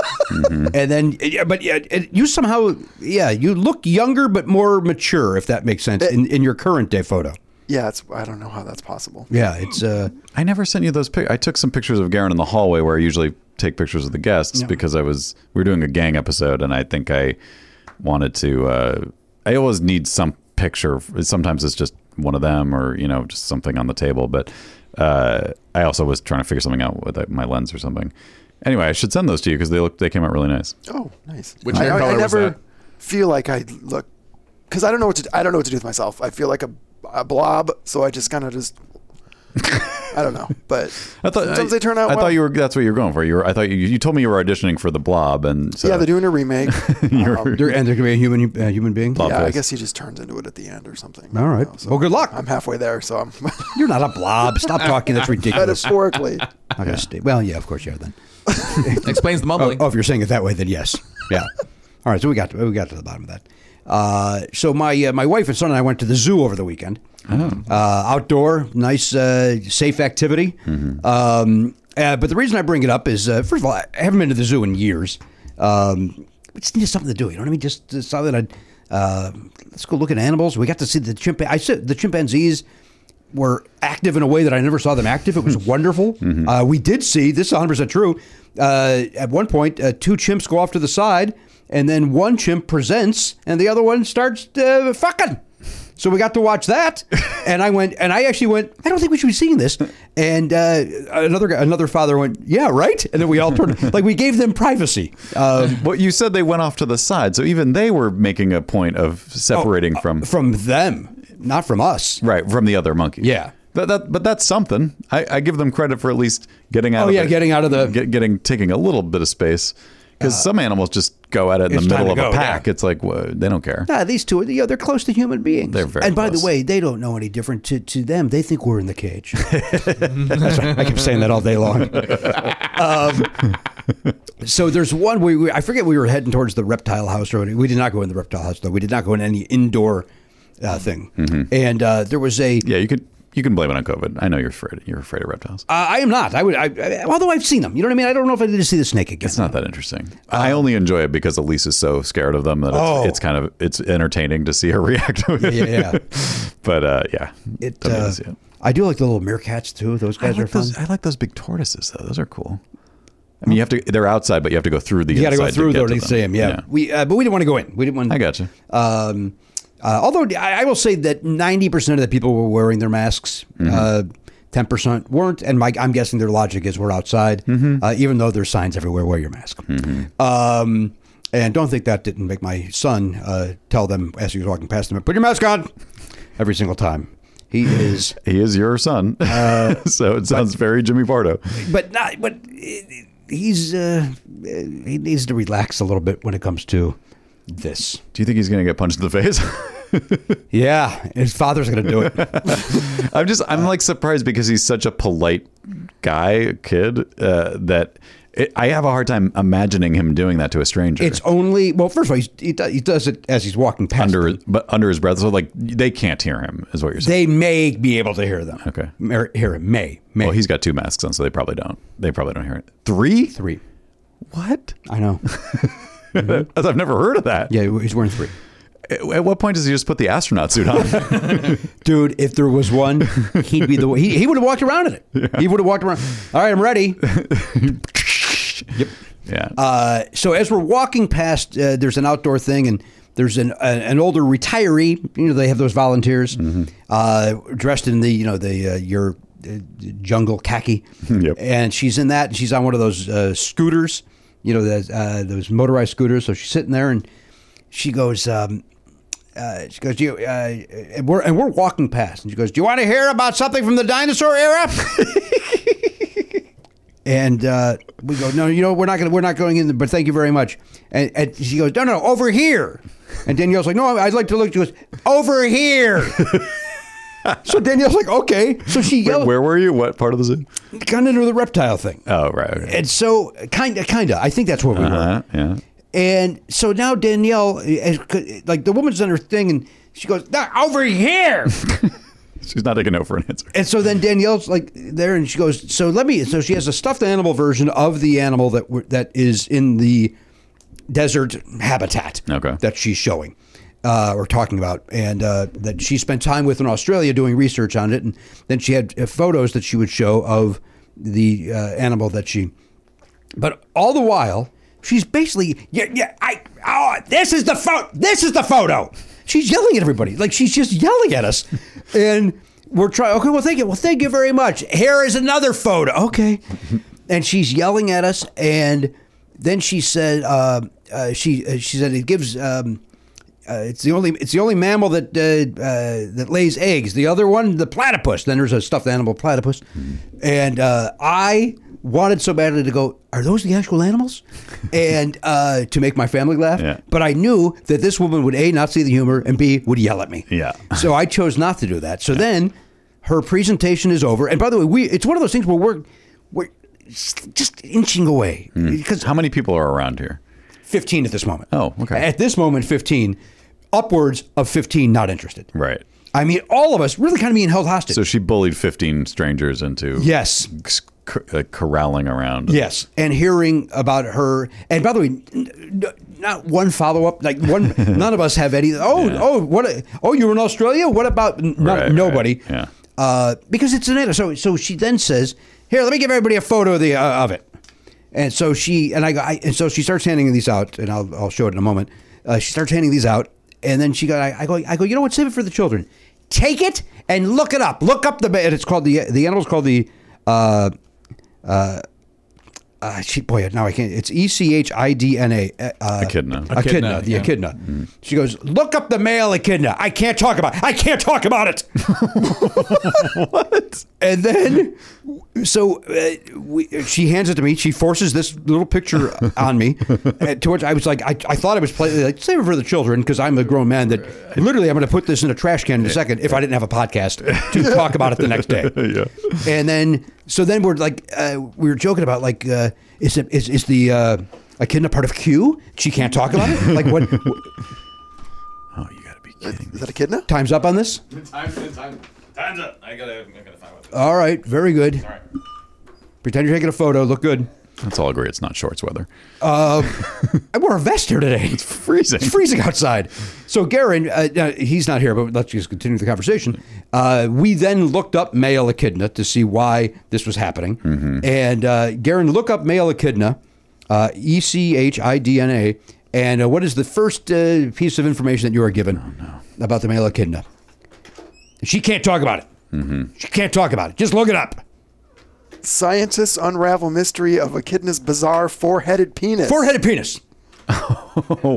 Speaker 2: and then, yeah, but yeah, it- you somehow, yeah, you look younger but more mature, if that makes sense, in, in your current day photo.
Speaker 6: Yeah, it's I don't know how that's possible.
Speaker 2: Yeah, it's. Uh,
Speaker 1: I never sent you those pictures. I took some pictures of Garen in the hallway where I usually take pictures of the guests because I was we were doing a gang episode and I think I wanted to. Uh, I always need some picture. Sometimes it's just one of them or you know just something on the table. But uh, I also was trying to figure something out with like, my lens or something. Anyway, I should send those to you because they look they came out really nice.
Speaker 6: Oh, nice.
Speaker 5: Which
Speaker 6: I,
Speaker 5: hair
Speaker 6: I- I
Speaker 5: color was
Speaker 6: never
Speaker 5: that?
Speaker 6: feel like I look because I don't know what to I don't know what to do with myself. I feel like a, a blob, so I just kind of just I don't know. But
Speaker 1: I thought
Speaker 6: sometimes
Speaker 1: I,
Speaker 6: they turn out.
Speaker 1: I
Speaker 6: well.
Speaker 1: thought you were that's what you were going for. You were I thought you you told me you were auditioning for the Blob and so
Speaker 6: yeah, they're doing a remake. Um,
Speaker 2: there- and there can be a human, uh, human being.
Speaker 6: yeah, I
Speaker 1: Obvious.
Speaker 6: guess he just turns into it at the end or something.
Speaker 2: All right.
Speaker 6: You know, so
Speaker 2: well, good luck.
Speaker 6: I'm halfway there, so I'm
Speaker 2: You're not a blob. Stop talking. That's ridiculous. I'm
Speaker 6: metaphorically.
Speaker 2: not gonna stay. Well, yeah, of course you are then.
Speaker 5: Explains the
Speaker 2: Oh,
Speaker 5: mumbling.
Speaker 2: oh, if you're saying it that way, then yes. Yeah. All right. So we got to, we got to the bottom of that. Uh, so my uh, my wife and son and I went to the zoo over the weekend. Uh, outdoor, nice, uh, safe activity. Um, uh, but the reason I bring it up is, uh, first of all, I haven't been to the zoo in years. Um, we just needed something to do. You know what I mean? Just, just something. I'd, uh, let's go look at animals. We got to see the chimpanzee. I said the chimpanzees were active in a way that I never saw them active. It was wonderful. Uh, we did see this is 100 percent true. Uh, at one point, uh, two chimps go off to the side, and then one chimp presents, and the other one starts uh, fucking. So we got to watch that, and I went, and I actually went. I don't think we should be seeing this. And uh, another guy- another father went, yeah, right. And then we all turned like we gave them privacy. Um,
Speaker 1: Well, you said they went off to the side, so even they were making a point of separating
Speaker 2: Oh,
Speaker 1: from
Speaker 2: from them, not from us.
Speaker 1: right from the other monkey.
Speaker 2: Yeah.
Speaker 1: but that but that's something. I, I give them credit for at least getting out.
Speaker 2: Oh,
Speaker 1: of
Speaker 2: yeah,
Speaker 1: the-
Speaker 2: getting out of the- Uh,
Speaker 1: get, getting taking a little bit of space because some animals just go at it in the
Speaker 2: it's time
Speaker 1: middle of
Speaker 2: to
Speaker 1: a
Speaker 2: go,
Speaker 1: pack.
Speaker 2: yeah.
Speaker 1: It's like whoa, they don't care.
Speaker 2: Nah, these two, are- you know, they're close to human beings.
Speaker 1: They're very
Speaker 2: And by
Speaker 1: close.
Speaker 2: the way, they don't know any different. To, to them, they think we're in the cage. That's right. I keep saying that all day long. um, So there's one. We, we I forget we were heading towards the reptile house, or we did not go in the reptile house though. We did not go in any indoor uh, thing.
Speaker 1: Mm-hmm.
Speaker 2: And uh, there was a.
Speaker 1: Yeah, you could you can blame it on COVID. I know you're afraid you're afraid of reptiles.
Speaker 2: Uh, I am not. I would. I, I, although I've seen them. You know what I mean. I don't know if I need to see the snake again.
Speaker 1: It's not that interesting. I only enjoy it because Elise is so scared of them that it's,
Speaker 2: Um, Oh.
Speaker 1: it's kind of it's entertaining to see her react to it.
Speaker 2: Yeah, yeah, yeah.
Speaker 1: but uh, yeah,
Speaker 2: It,
Speaker 1: I mean,
Speaker 2: uh,
Speaker 1: it's- yeah.
Speaker 2: I do like the little meerkats too. Those
Speaker 1: I
Speaker 2: guys are
Speaker 1: like
Speaker 2: fun.
Speaker 1: those. I like those big tortoises though. Those are cool. I mean, you have to. They're outside, but Oh. you have to go through the.
Speaker 2: you got
Speaker 1: got
Speaker 2: to go through though to see them. Yeah. We uh, but we didn't want to go in. We didn't want.
Speaker 1: I gotcha.
Speaker 2: Um, uh, although I, I will say that ninety percent of the people were wearing their masks. uh, Ten percent weren't, and my, I'm guessing their logic is we're outside, uh, even though there's signs everywhere. Wear your mask. Um, and don't think that didn't make my son uh, tell them as he was walking past them, "Put your mask on," every single time. He is,
Speaker 1: He is your son, so it sounds very Jimmy Pardo.
Speaker 2: but not, but he's uh, he needs to relax a little bit when it comes to this.
Speaker 1: Do you think he's going to get punched in the face?
Speaker 2: Yeah, his father's going to do it.
Speaker 1: I'm just I'm like surprised because he's such a polite guy kid uh, that it, I have a hard time imagining him doing that to a stranger.
Speaker 2: It's only well. First of all, he's, he, do, he does it as he's walking past.
Speaker 1: under
Speaker 2: them.
Speaker 1: but under his breath, so like they can't hear him is what you're saying.
Speaker 2: they may be able to hear them.
Speaker 1: Okay.
Speaker 2: Mer- hear him. May may.
Speaker 1: well, he's got two masks on, so they probably don't. They probably don't hear it. Three?
Speaker 2: three.
Speaker 1: What?
Speaker 2: I know.
Speaker 1: I've never heard of that.
Speaker 2: Yeah, he's wearing three.
Speaker 1: At at what point does he just put the astronaut suit on?
Speaker 2: Dude, if there was one, he'd be the one. He, he would have walked around in it. He would have walked around. All right, I'm ready.
Speaker 1: yeah.
Speaker 2: Uh, so as we're walking past, uh, there's an outdoor thing, and there's an an, an older retiree. You know, they have those volunteers uh, dressed in the you know the uh, your uh, jungle khaki,
Speaker 1: Yep.
Speaker 2: and she's in that. And she's on one of those uh, scooters. You know, those, uh, those motorized scooters. So she's sitting there, and she goes. Um, uh, she goes, do you, uh, and we're and we're walking past, and she goes, "Do you want to hear about something from the dinosaur era?" And uh, we go, no, you know, we're not going. We're not going in. But thank you very much. And, and she goes, no, no, over here. And Danielle's like, no, I'd like to look. She goes, over here. so Danielle's like, okay. So she
Speaker 1: Wait,
Speaker 2: yelled,
Speaker 1: where were you? What part of the zoo?
Speaker 2: kind of into the reptile thing.
Speaker 1: Oh, right. okay.
Speaker 2: And so, kind of, kind of. I think that's where we were.
Speaker 1: Uh, yeah.
Speaker 2: And so now Danielle, is- like the woman's done her thing, and she goes, "No, over here.
Speaker 1: She's not taking no for an answer.
Speaker 2: And so then Danielle's like there, and she goes, "So let me." So she has a stuffed animal version of the animal that we that is in the desert habitat
Speaker 1: Okay.
Speaker 2: that she's showing uh, or talking about, and uh, that she spent time with in Australia doing research on it, and then she had uh, photos that she would show of the uh, animal that she. But all the while, she's basically yeah yeah I oh this is the photo this is the photo. She's yelling at everybody like she's just yelling at us, and we're trying. Okay, well thank you, well thank you very much. Here is another photo. Okay, and she's yelling at us, and then she said uh, uh, she uh, she said it gives. Um, uh, it's the only it's the only mammal that uh, uh, that lays eggs. The other one, the platypus. Then there's a stuffed animal platypus, and uh, I wanted so badly to go. Are those the actual animals? and uh, to make my family laugh,
Speaker 1: Yeah.
Speaker 2: but I knew that this woman would a not see the humor and b would yell at me.
Speaker 1: Yeah.
Speaker 2: so I chose not to do that. So then her presentation is over. And by the way, we it's one of those things where we're we're just inching away
Speaker 1: Mm.
Speaker 2: because
Speaker 1: How many people are around here?
Speaker 2: 15 at this moment.
Speaker 1: Oh, okay.
Speaker 2: At this moment, 15, upwards of 15 not interested.
Speaker 1: Right.
Speaker 2: I mean, all of us really kind of being held hostage.
Speaker 1: So she bullied 15 strangers into
Speaker 2: yes.
Speaker 1: c- c- uh, corralling around.
Speaker 2: Yes. And hearing about her. And by the way, n- n- not one follow up, like one, none of us have any. Oh, oh, what? A, oh, you were in Australia? What about n- no-
Speaker 1: Right, right.
Speaker 2: nobody?
Speaker 1: Yeah.
Speaker 2: Uh, because it's an editor. So, so she then says, here, let me give everybody a photo of, the, uh, of it. And so she, and I, go- I, and so she starts handing these out, and I'll, I'll show it in a moment. Uh, she starts handing these out, and then she go, I, I go, I go, you know what? Save it for the children. Take it and look it up. Look up the, and it's called the, the animal's called the, uh, uh, she, boy, now I can't. It's E C H I D N A. uh,
Speaker 1: Echidna.
Speaker 2: Echidna.
Speaker 5: Echidna,
Speaker 2: the
Speaker 5: yeah.
Speaker 2: echidna. She goes, look up the male echidna. I can't talk about. I can't talk about it. what? And then, so uh, we, she hands it to me. She forces this little picture on me. uh, to which I was like, I, I thought I was playing like save it for the children because I'm a grown man that literally I'm going to put this in a trash can in a second if I didn't have a podcast to talk about it the next day.
Speaker 1: Yeah.
Speaker 2: And then So then we're like, uh, we were joking about like, uh, is it is is the uh, echidna part of Q? She can't talk about it. Like what? what-
Speaker 1: Oh, you gotta be kidding
Speaker 6: Is
Speaker 1: me.
Speaker 6: that echidna?
Speaker 2: time's up on this.
Speaker 5: Time's, time, time's up. I gotta, I gotta find one.
Speaker 2: All right, very good. Pretend you're taking a photo. Look good.
Speaker 1: Let's all agree it's not shorts weather.
Speaker 2: I wore a vest here today.
Speaker 1: Freezing.
Speaker 2: It's freezing outside. So Garen, uh, uh, he's not here, but let's just continue the conversation. Uh, we then looked up male echidna to see why this was happening. And uh, Garen, look up male echidna, uh, E C H I D N A, and uh, what is the first uh, piece of information that you are given about the male echidna? She can't talk about it. She can't talk about it. Just look it up.
Speaker 6: Scientists unravel mystery of echidna's bizarre four-headed penis.
Speaker 2: Four-headed penis.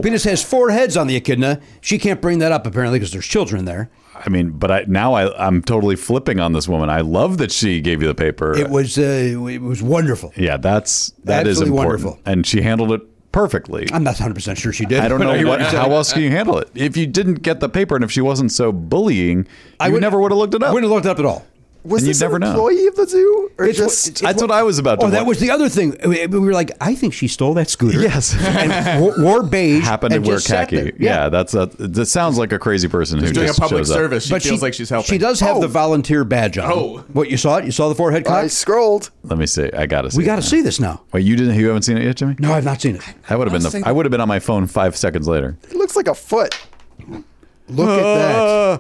Speaker 2: Penis has four heads on the echidna. She can't bring that up apparently because there's children there.
Speaker 1: I mean, but I now I, I'm totally flipping on this woman. I love that she gave you the paper.
Speaker 2: It was uh, it was wonderful.
Speaker 1: yeah, that's that is
Speaker 2: Absolutely
Speaker 1: important.
Speaker 2: wonderful.
Speaker 1: And she handled it perfectly.
Speaker 2: I'm not 100 percent sure she did.
Speaker 1: I don't
Speaker 2: but
Speaker 1: know
Speaker 2: hear
Speaker 1: what,
Speaker 2: you're saying.
Speaker 1: how else can you handle it. If you didn't get the paper and if she wasn't so bullying, I you never would have looked it up.
Speaker 2: Wouldn't have looked it up at all.
Speaker 6: Was
Speaker 1: and you'd
Speaker 6: this
Speaker 1: never
Speaker 6: an
Speaker 1: know.
Speaker 6: employee of the zoo or
Speaker 2: It's-
Speaker 6: just?
Speaker 2: it's-
Speaker 1: That's what I was about to
Speaker 2: Oh, that
Speaker 1: wa-
Speaker 2: was the other thing. We we were like, I think she stole that scooter.
Speaker 1: Yes.
Speaker 2: and wore, wore beige.
Speaker 1: happened to
Speaker 2: and
Speaker 1: wear
Speaker 2: just sat
Speaker 1: khaki. Yeah.
Speaker 2: there.
Speaker 1: that's a. That sounds like a crazy person who
Speaker 5: Doing a
Speaker 1: just
Speaker 5: public
Speaker 1: shows up.
Speaker 5: service, she
Speaker 2: but
Speaker 5: feels
Speaker 2: she,
Speaker 5: like she's helping.
Speaker 2: She does have
Speaker 6: Oh.
Speaker 2: the volunteer badge on.
Speaker 5: Oh.
Speaker 2: what you saw it? You saw the forehead
Speaker 6: I
Speaker 2: clap.
Speaker 6: scrolled.
Speaker 1: Let me see. I gotta see.
Speaker 2: We got to
Speaker 1: it now.
Speaker 2: see this now.
Speaker 1: Wait, you didn't? You haven't seen it yet, Jimmy?
Speaker 2: No, I've not seen it.
Speaker 1: I would have been. The, I would have been on my phone five seconds later.
Speaker 6: It looks like a foot.
Speaker 2: Look at that.
Speaker 1: Uh,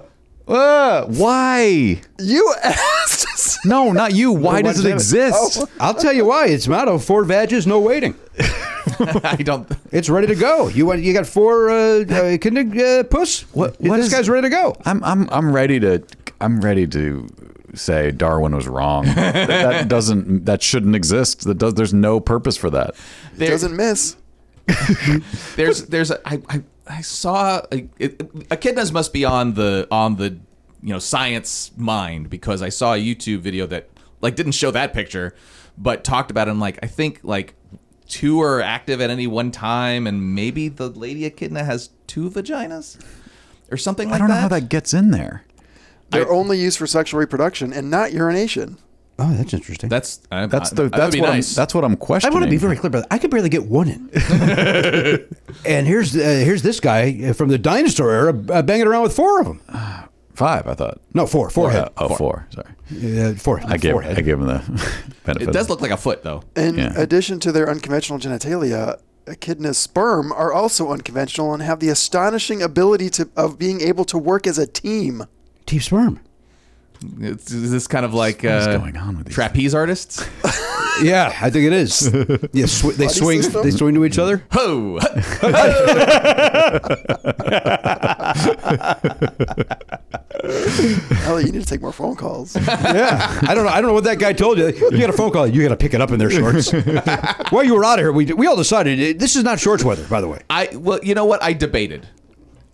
Speaker 1: uh, why?
Speaker 6: You asked.
Speaker 1: No, not you. Why
Speaker 2: what
Speaker 1: does
Speaker 2: is
Speaker 1: it
Speaker 2: that?
Speaker 1: exist?
Speaker 2: I'll tell you why. It's motto: four badges, no waiting.
Speaker 5: I don't.
Speaker 2: It's ready to go. You want? You got four? Uh, uh, can uh, puss?
Speaker 1: What-
Speaker 2: This
Speaker 1: what is-
Speaker 2: guy's ready to go.
Speaker 1: I'm. I'm. I'm ready to. I'm ready to say Darwin was wrong. that, that doesn't. That shouldn't exist. That does. There's no purpose for that.
Speaker 5: There-
Speaker 6: Doesn't miss.
Speaker 5: there's there's a, I, I I saw a, it, echidnas must be on the on the you know science mind because I saw a YouTube video that like didn't show that picture but talked about it and like I think like two are active at any one time and maybe the lady echidna has two vaginas or something like
Speaker 1: I don't
Speaker 5: that.
Speaker 1: know how that gets in there.
Speaker 6: They're only used for sexual reproduction and not urination.
Speaker 2: Oh, that's interesting.
Speaker 5: that's I,
Speaker 1: That's
Speaker 5: I,
Speaker 1: the.
Speaker 5: that would
Speaker 1: That's
Speaker 5: be
Speaker 1: what.
Speaker 5: nice.
Speaker 1: I'm, that's what I'm
Speaker 2: I
Speaker 1: questioning.
Speaker 2: want to be very clear, brother. I could barely get one in. and here's uh, here's this guy uh, from the dinosaur era uh, banging around with four of them.
Speaker 1: five. I thought.
Speaker 2: No, four,
Speaker 1: Uh,
Speaker 2: forehead,
Speaker 1: oh, four. Sorry.
Speaker 2: uh, four.
Speaker 1: I gave,
Speaker 2: forehead.
Speaker 1: I gave him the benefit.
Speaker 5: it does look like a foot though.
Speaker 6: In
Speaker 1: Yeah.
Speaker 6: addition to their unconventional genitalia, echidna's sperm are also unconventional and have the astonishing ability to of being able to work as a team.
Speaker 2: Deep sperm.
Speaker 5: It's, is this kind of like
Speaker 1: is
Speaker 5: uh,
Speaker 1: going on with these
Speaker 5: trapeze artists?
Speaker 2: Yeah, I think it is. yeah, sw- they swing.
Speaker 6: system?
Speaker 2: They swing to each other.
Speaker 5: Ho!
Speaker 6: Ellie, you need to take more phone calls.
Speaker 2: Yeah, I don't know. I don't know what that guy told you. You got a phone call. You got to pick it up in their shorts. While you were out of here, we we all decided eh, this is not shorts weather. By the way,
Speaker 5: I well, you know what? I debated.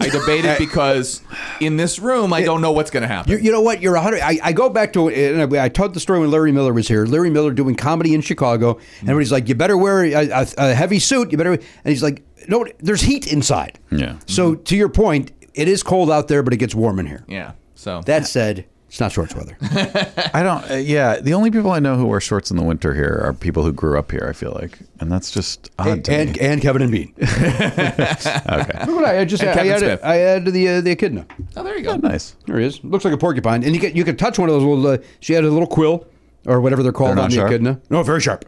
Speaker 5: I debated because in this room, I don't know what's going to happen.
Speaker 2: You, you know what? You're a hundred. I, I go back to and I, I told the story when Larry Miller was here. Larry Miller doing comedy in Chicago,
Speaker 1: Mm.
Speaker 2: and everybody's like, "You better wear a, a, a heavy suit. You better." And he's like, "No, there's heat inside."
Speaker 1: Yeah. Mm-hmm.
Speaker 2: So to your point, it is cold out there, but it gets warm in here.
Speaker 5: yeah. So
Speaker 2: That said, it's not shorts weather.
Speaker 1: I don't. Uh, yeah, the only people I know who wear shorts in the winter here are people who grew up here. I feel like, and that's just odd to
Speaker 2: and
Speaker 1: me.
Speaker 2: and Kevin and Bean. okay. Look what I, I just
Speaker 5: And
Speaker 2: I
Speaker 5: Kevin
Speaker 2: added.
Speaker 5: Smith.
Speaker 2: I added the uh, the echidna.
Speaker 5: oh, there you go.
Speaker 1: nice.
Speaker 2: There he is. Looks like a porcupine, and you get you could touch one of those little. Uh, she had a little quill or whatever they're called
Speaker 1: They're not
Speaker 2: on the
Speaker 1: sharp?
Speaker 2: echidna. No, very sharp.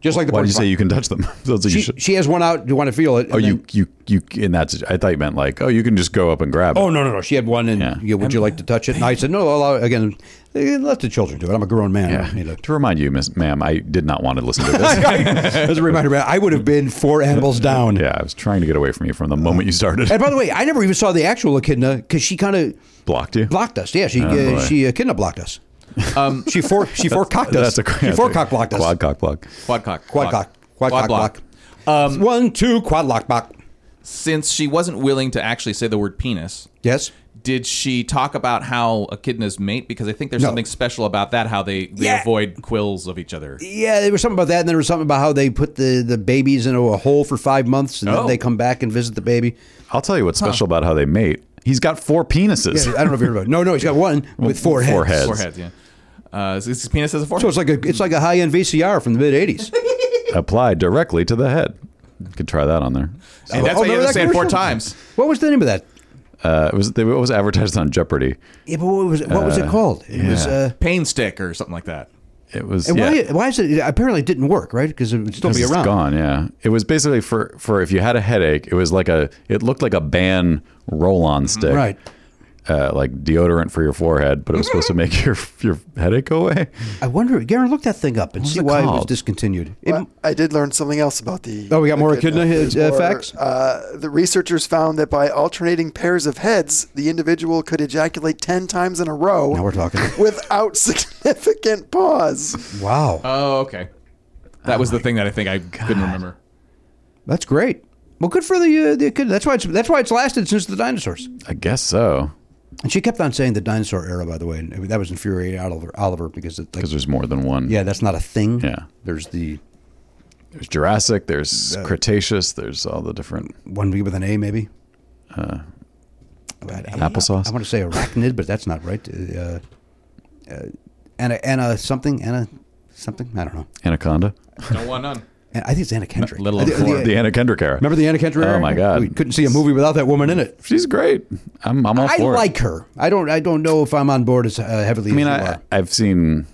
Speaker 2: Just like the
Speaker 1: Why do you
Speaker 2: porcupine.
Speaker 1: say you can touch them? That's what you
Speaker 2: she,
Speaker 1: should-
Speaker 2: she has one out. You want to feel it? and
Speaker 1: oh, you
Speaker 2: then-
Speaker 1: you you. And that's. I thought you meant like, oh, you can just go up and grab.
Speaker 2: Oh
Speaker 1: it.
Speaker 2: no, no, no. She had one, and
Speaker 1: Yeah.
Speaker 2: yeah, would you like to touch it? And I said, no. Allow, again, eh, let the children do it. I'm a grown man. I
Speaker 1: Yeah.
Speaker 2: don't need to-
Speaker 1: To remind you, Miss Ma'am, I did not want to listen to this.
Speaker 2: As a reminder, I would have been four animals down.
Speaker 1: yeah, I was trying to get away from you from the moment you started.
Speaker 2: And by the way, I never even saw the actual echidna because she kind of
Speaker 1: Blocked you.
Speaker 2: blocked us. Yeah, she
Speaker 1: Oh,
Speaker 2: uh,
Speaker 1: boy.
Speaker 2: she echidna blocked us. Um, she four she four cocked us.
Speaker 1: That's a
Speaker 2: she four cock blocked us.
Speaker 1: Quad cock block.
Speaker 5: Quad cock.
Speaker 2: quad cock quad, cock block.
Speaker 5: Um,
Speaker 2: one two quad lock block.
Speaker 5: since she wasn't willing to actually say the word penis,
Speaker 2: Yes.
Speaker 5: did she talk about how echidnas mate? Because I think there's
Speaker 2: No.
Speaker 5: something special about that, how they, they
Speaker 2: Yeah.
Speaker 5: avoid quills of each other.
Speaker 2: Yeah, there was something about that, and there was something about how they put the, the babies in a, a hole for five months, and then
Speaker 5: Oh.
Speaker 2: they come back and visit the baby.
Speaker 1: I'll tell you what's special about how they mate. He's got four
Speaker 2: Yeah,
Speaker 1: penises.
Speaker 2: I don't know if you heard about. It. No, no, he's got one with four heads.
Speaker 1: Four heads.
Speaker 5: Foreheads, yeah. Uh, so his penis has a fork.
Speaker 2: So it's like a it's like a high end VCR from the mid '80s.
Speaker 1: Applied directly to the head. You could try that on there.
Speaker 5: and that's
Speaker 2: Oh,
Speaker 5: why
Speaker 2: remember
Speaker 5: you have to
Speaker 2: that
Speaker 5: say it four
Speaker 2: commercial?
Speaker 5: times.
Speaker 2: What was the name of that?
Speaker 1: Uh, it was they, it was advertised on Jeopardy.
Speaker 2: Yeah, but what was it, what was it called? It was.
Speaker 1: yeah.
Speaker 2: Uh,
Speaker 5: Pain stick or something like that.
Speaker 1: It was
Speaker 2: and
Speaker 1: yeah.
Speaker 2: why, why is it? It apparently didn't work, right? Because it would still be
Speaker 1: It's
Speaker 2: around.
Speaker 1: gone. Yeah, it was basically for for if you had a headache, it was like a it looked like a ban roll on stick,
Speaker 2: Right.
Speaker 1: Uh, like deodorant for your forehead, but it was supposed to make your your headache go away.
Speaker 2: I wonder, Garen, look that thing up and see
Speaker 1: it
Speaker 2: why it was
Speaker 1: called?
Speaker 2: discontinued. It-
Speaker 6: Well, I did learn something else about the.
Speaker 2: Oh, we got more echidna,
Speaker 6: There's
Speaker 2: uh,
Speaker 6: more.
Speaker 2: facts?
Speaker 6: Uh, the researchers found that by alternating pairs of heads, the individual could ejaculate ten times in a row.
Speaker 2: Now we're talking.
Speaker 6: Without significant pause.
Speaker 2: wow,
Speaker 5: Oh, okay. Oh That was the thing that I think I couldn't remember.
Speaker 2: that's great. Well, good for the uh, the echidna. That's why it's that's why it's lasted since the dinosaurs.
Speaker 1: I guess so,
Speaker 2: And she kept on saying the dinosaur era, by the way, and that was infuriating Oliver, Oliver because it, like,
Speaker 1: because there's more than one.
Speaker 2: yeah, that's not a thing.
Speaker 1: Yeah.
Speaker 2: there's the
Speaker 1: there's Jurassic, there's Cretaceous, there's all the different
Speaker 2: one with an A, maybe. Uh,
Speaker 1: applesauce.
Speaker 2: I want to say arachnid, but that's not right. Uh, uh, Anna, Anna something, Anna something. I don't know.
Speaker 1: anaconda,
Speaker 5: Don't want none.
Speaker 2: And I think it's Anna Kendrick.
Speaker 5: Little
Speaker 2: I thi-
Speaker 5: Old Four.
Speaker 1: the Anna Kendrick era.
Speaker 2: Remember the Anna Kendrick?
Speaker 1: Oh
Speaker 2: era?
Speaker 1: my god,
Speaker 2: we couldn't see a movie without that woman in it.
Speaker 1: She's great. I'm I'm all
Speaker 2: I
Speaker 1: for it.
Speaker 2: like her. I don't. I don't know if I'm on board as uh, heavily.
Speaker 1: I mean,
Speaker 2: as you
Speaker 1: I,
Speaker 2: are.
Speaker 1: I've seen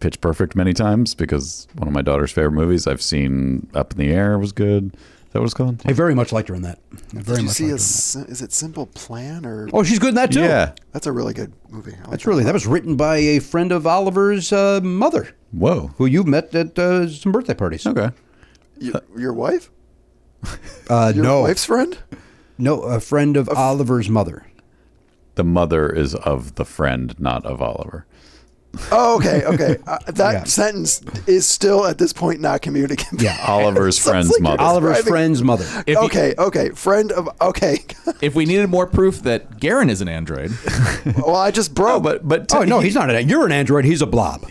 Speaker 1: Pitch Perfect many times because one of my daughter's favorite movies. I've seen Up in the Air was good. Is that what it's called?
Speaker 2: I very much liked her in that. I very
Speaker 6: Did you
Speaker 2: much
Speaker 6: see
Speaker 2: liked
Speaker 6: a,
Speaker 2: her in that.
Speaker 6: s- is it Simple Plan or
Speaker 2: Oh, she's good in that too.
Speaker 1: Yeah.
Speaker 6: that's a really good movie. I like
Speaker 2: that's
Speaker 6: that.
Speaker 2: really that was written by a friend of Oliver's uh, mother,
Speaker 1: Whoa.
Speaker 2: who you met at uh, some birthday parties.
Speaker 1: Okay.
Speaker 6: Your, your wife?
Speaker 2: Uh,
Speaker 6: Your
Speaker 2: no,
Speaker 6: wife's friend?
Speaker 2: no, a friend of Oliver's mother.
Speaker 1: The mother is of the friend, not of Oliver.
Speaker 6: Oh, okay, okay. Uh, that
Speaker 2: Yeah.
Speaker 6: sentence is still at this point not communicable.
Speaker 2: Yeah.
Speaker 1: Oliver's
Speaker 6: Sounds
Speaker 1: friend's
Speaker 6: like
Speaker 1: mother.
Speaker 6: you're
Speaker 2: Oliver's
Speaker 6: describing-
Speaker 2: friend's mother.
Speaker 5: If you-
Speaker 6: okay, okay. Friend of okay.
Speaker 5: if we needed more proof that Garen is an android,
Speaker 6: well, I just broke.
Speaker 1: Oh, but but
Speaker 2: Oh no, he's not an. You're an android. He's a blob.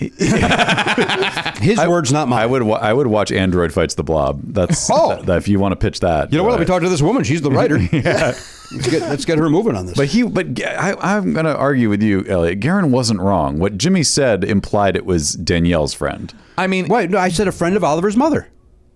Speaker 2: His word's not mine.
Speaker 1: I would wa- I would watch Android fights the Blob. That's
Speaker 2: Oh.
Speaker 1: that, that- if you want to pitch that.
Speaker 2: you know what? Let
Speaker 1: uh,
Speaker 2: me talk to this woman. She's the writer. let's, get, let's get her moving on this.
Speaker 1: But he, but Ga- I, I'm going to argue with you, Elliot. Garen wasn't wrong. What Jimmy said implied it was Danielle's friend.
Speaker 5: I mean,
Speaker 2: Wait, no, I said a friend of Oliver's mother.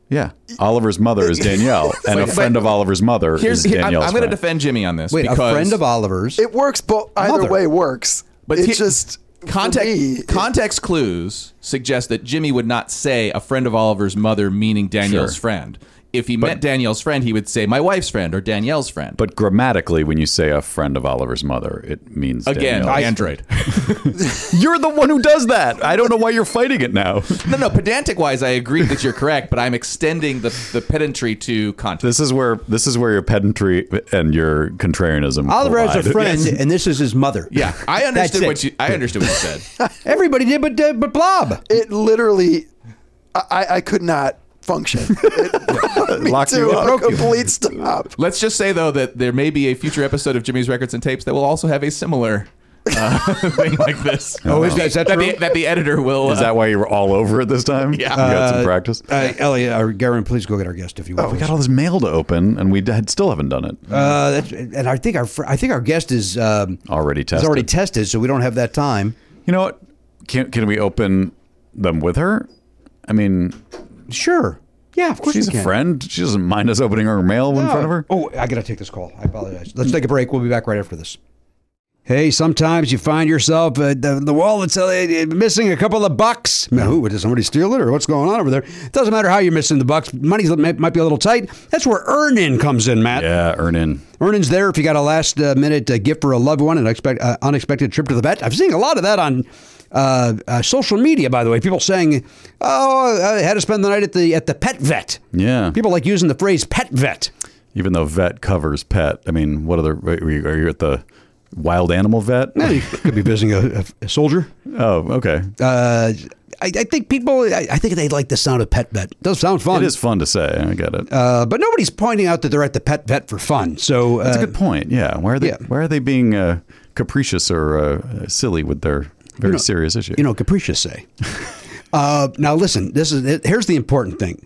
Speaker 1: Yeah, Oliver's mother is Danielle, and a
Speaker 5: But-
Speaker 1: friend of Oliver's mother
Speaker 5: here's
Speaker 1: is
Speaker 5: here- I'm,
Speaker 1: Danielle's.
Speaker 5: going to
Speaker 1: friend.
Speaker 5: defend Jimmy on this
Speaker 2: Wait,
Speaker 5: because
Speaker 2: a friend of Oliver's.
Speaker 6: it works, but either
Speaker 2: Mother.
Speaker 6: way works. But it's
Speaker 5: he-
Speaker 6: just for
Speaker 5: context
Speaker 6: me, it-
Speaker 5: context clues suggest that Jimmy would not say a friend of Oliver's mother, meaning Danielle's
Speaker 1: Sure.
Speaker 5: friend. If he met Danielle's friend, he would say my wife's friend or Danielle's friend.
Speaker 1: But grammatically, when you say a friend of Oliver's mother, it means
Speaker 5: again,
Speaker 1: Danielle's.
Speaker 5: android.
Speaker 1: you're the one who does that. I don't know why you're fighting it now.
Speaker 5: no, no. Pedantic wise, I agree that you're correct, but I'm extending the the pedantry to context.
Speaker 1: This is where this is where your pedantry and your contrarianism.
Speaker 2: Oliver has
Speaker 1: collide.
Speaker 2: a friend, and this is his mother.
Speaker 5: Yeah, I
Speaker 2: That's
Speaker 5: understood
Speaker 2: it.
Speaker 5: what you. I understood what you said.
Speaker 2: Everybody did, but uh, but Blob.
Speaker 6: It literally, I- I, I could not function. It brought me
Speaker 1: Locked
Speaker 6: to
Speaker 1: you up.
Speaker 6: a
Speaker 1: Broke you.
Speaker 6: complete stop.
Speaker 5: Let's just say though that there may be a future episode of Jimmy's Records and Tapes that will also have a similar uh, thing like this.
Speaker 2: Oh, is that- is that
Speaker 5: that
Speaker 2: true?
Speaker 5: the, that the editor will? uh,
Speaker 1: Is that why you were all over it this time? Yeah, you got some practice.
Speaker 2: Uh, Elliot, or Garen, please go get our guest if you want.
Speaker 1: Oh, we got all this mail to open, and we had, still haven't done it.
Speaker 2: uh, that's, and I think our fr- I think our guest is um,
Speaker 1: Already
Speaker 2: is
Speaker 1: tested.
Speaker 2: already tested, so we don't have that time.
Speaker 1: you know what? Can can we open them with her? I mean,
Speaker 2: Sure. Yeah, of course.
Speaker 1: she's
Speaker 2: we
Speaker 1: a
Speaker 2: can.
Speaker 1: friend. She doesn't mind us opening our mail in front of her.
Speaker 2: Oh, I got to take this call. I apologize. Let's take a break. We'll be back right after this. Hey, sometimes you find yourself uh, the, the wallet's uh, missing a couple of bucks. Now, who, did somebody steal it or what's going on over there? It doesn't matter how you're missing the bucks. Money might be a little tight. That's where earn in comes in, Matt.
Speaker 1: Yeah, earn in.
Speaker 2: Earnings there if you got a last uh, minute uh, gift for a loved one and expect uh, unexpected trip to the vet. I've seen a lot of that on uh, uh, social media, by the way. People saying, "Oh, I had to spend the night at the at the pet vet."
Speaker 1: Yeah.
Speaker 2: People like using the phrase "pet vet."
Speaker 1: Even though vet covers pet, I mean, what other? Are you, are you at the wild animal vet?
Speaker 2: You could be visiting a, a- a soldier.
Speaker 1: oh, okay.
Speaker 2: Uh, I, I think people. I, I think they like the sound of pet vet. does sound fun.
Speaker 1: it is fun to say. I get it.
Speaker 2: Uh, but nobody's pointing out that they're at the pet vet for fun. So uh,
Speaker 1: That's a good point. Yeah. Why are they?
Speaker 2: yeah.
Speaker 1: Why are they being uh, capricious or uh, silly with their very serious issue?
Speaker 2: You know, capricious say. uh, now listen, this is here's the important thing.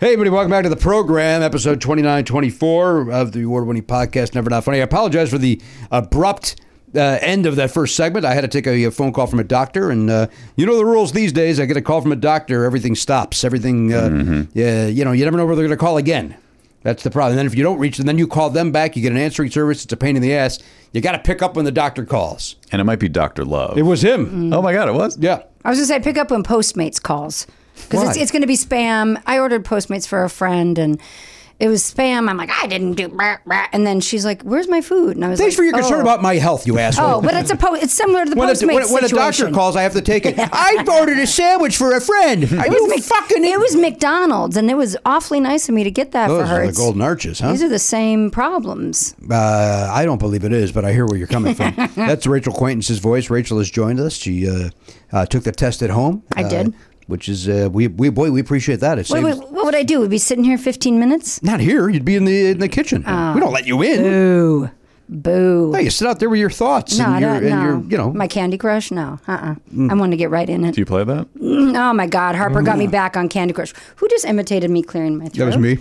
Speaker 8: Hey, everybody, welcome back to the program, episode 2924 of the award winning podcast, Never Not Funny. I apologize for the abrupt uh, end of that first segment. I had to take a, a phone call from a doctor, and uh, you know the rules these days. I get a call from a doctor, everything stops. Everything, uh,
Speaker 9: Mm-hmm.
Speaker 8: yeah, you know, you never know where they're going to call again. That's the problem. And then if you don't reach them, then you call them back, you get an answering service. It's a pain in the ass. You got to pick up when the doctor calls.
Speaker 1: And it might be Dr. Love.
Speaker 8: It was
Speaker 9: Mm.
Speaker 8: him.
Speaker 1: oh my God, it was?
Speaker 8: Yeah.
Speaker 9: I was gonna say pick up when Postmates calls because it's
Speaker 8: Why?
Speaker 9: it's gonna be spam. I ordered Postmates for a friend and. It was spam. I'm like, I didn't do, brah, brah." and then she's like, "Where's my food?" And I was
Speaker 8: Thanks for
Speaker 9: like,
Speaker 8: your concern
Speaker 9: "Oh."
Speaker 8: about my health, you asshole.
Speaker 9: Oh, but it's a po- it's similar to the
Speaker 8: When a,
Speaker 9: Postmates
Speaker 8: when, a- when a doctor
Speaker 9: situation.
Speaker 8: calls, I have to take it. I ordered a sandwich for a friend. Are
Speaker 9: It
Speaker 8: you
Speaker 9: was Mc-
Speaker 8: fucking
Speaker 9: It was McDonald's, and it was awfully nice of me to get that for
Speaker 2: Those
Speaker 9: her.
Speaker 2: are the
Speaker 9: It's-
Speaker 2: golden arches, huh?
Speaker 9: These are the same problems.
Speaker 2: Uh, I don't believe it is, but I hear where you're coming from.
Speaker 8: That's Rachel Quaintance's voice. Rachel has joined us. She uh, uh, took the test at home.
Speaker 9: I
Speaker 8: uh,
Speaker 9: did.
Speaker 8: Which is uh, we we boy we appreciate that. It
Speaker 9: What,
Speaker 8: saves,
Speaker 9: what, what would I do? Would be sitting here 15 minutes?
Speaker 8: not here. You'd be in the in the kitchen. we don't let you in.
Speaker 9: Boo, boo.
Speaker 8: No, you sit out there with your thoughts
Speaker 9: no,
Speaker 8: and,
Speaker 9: I
Speaker 8: your,
Speaker 9: don't.
Speaker 8: and
Speaker 9: no.
Speaker 8: your you know. Mm.
Speaker 9: my Candy Crush. No, uh, uh I want to get right in it.
Speaker 1: Do you play that?
Speaker 9: Oh my God, Harper got me back on Candy Crush. Who just imitated me clearing my throat?
Speaker 8: that was me.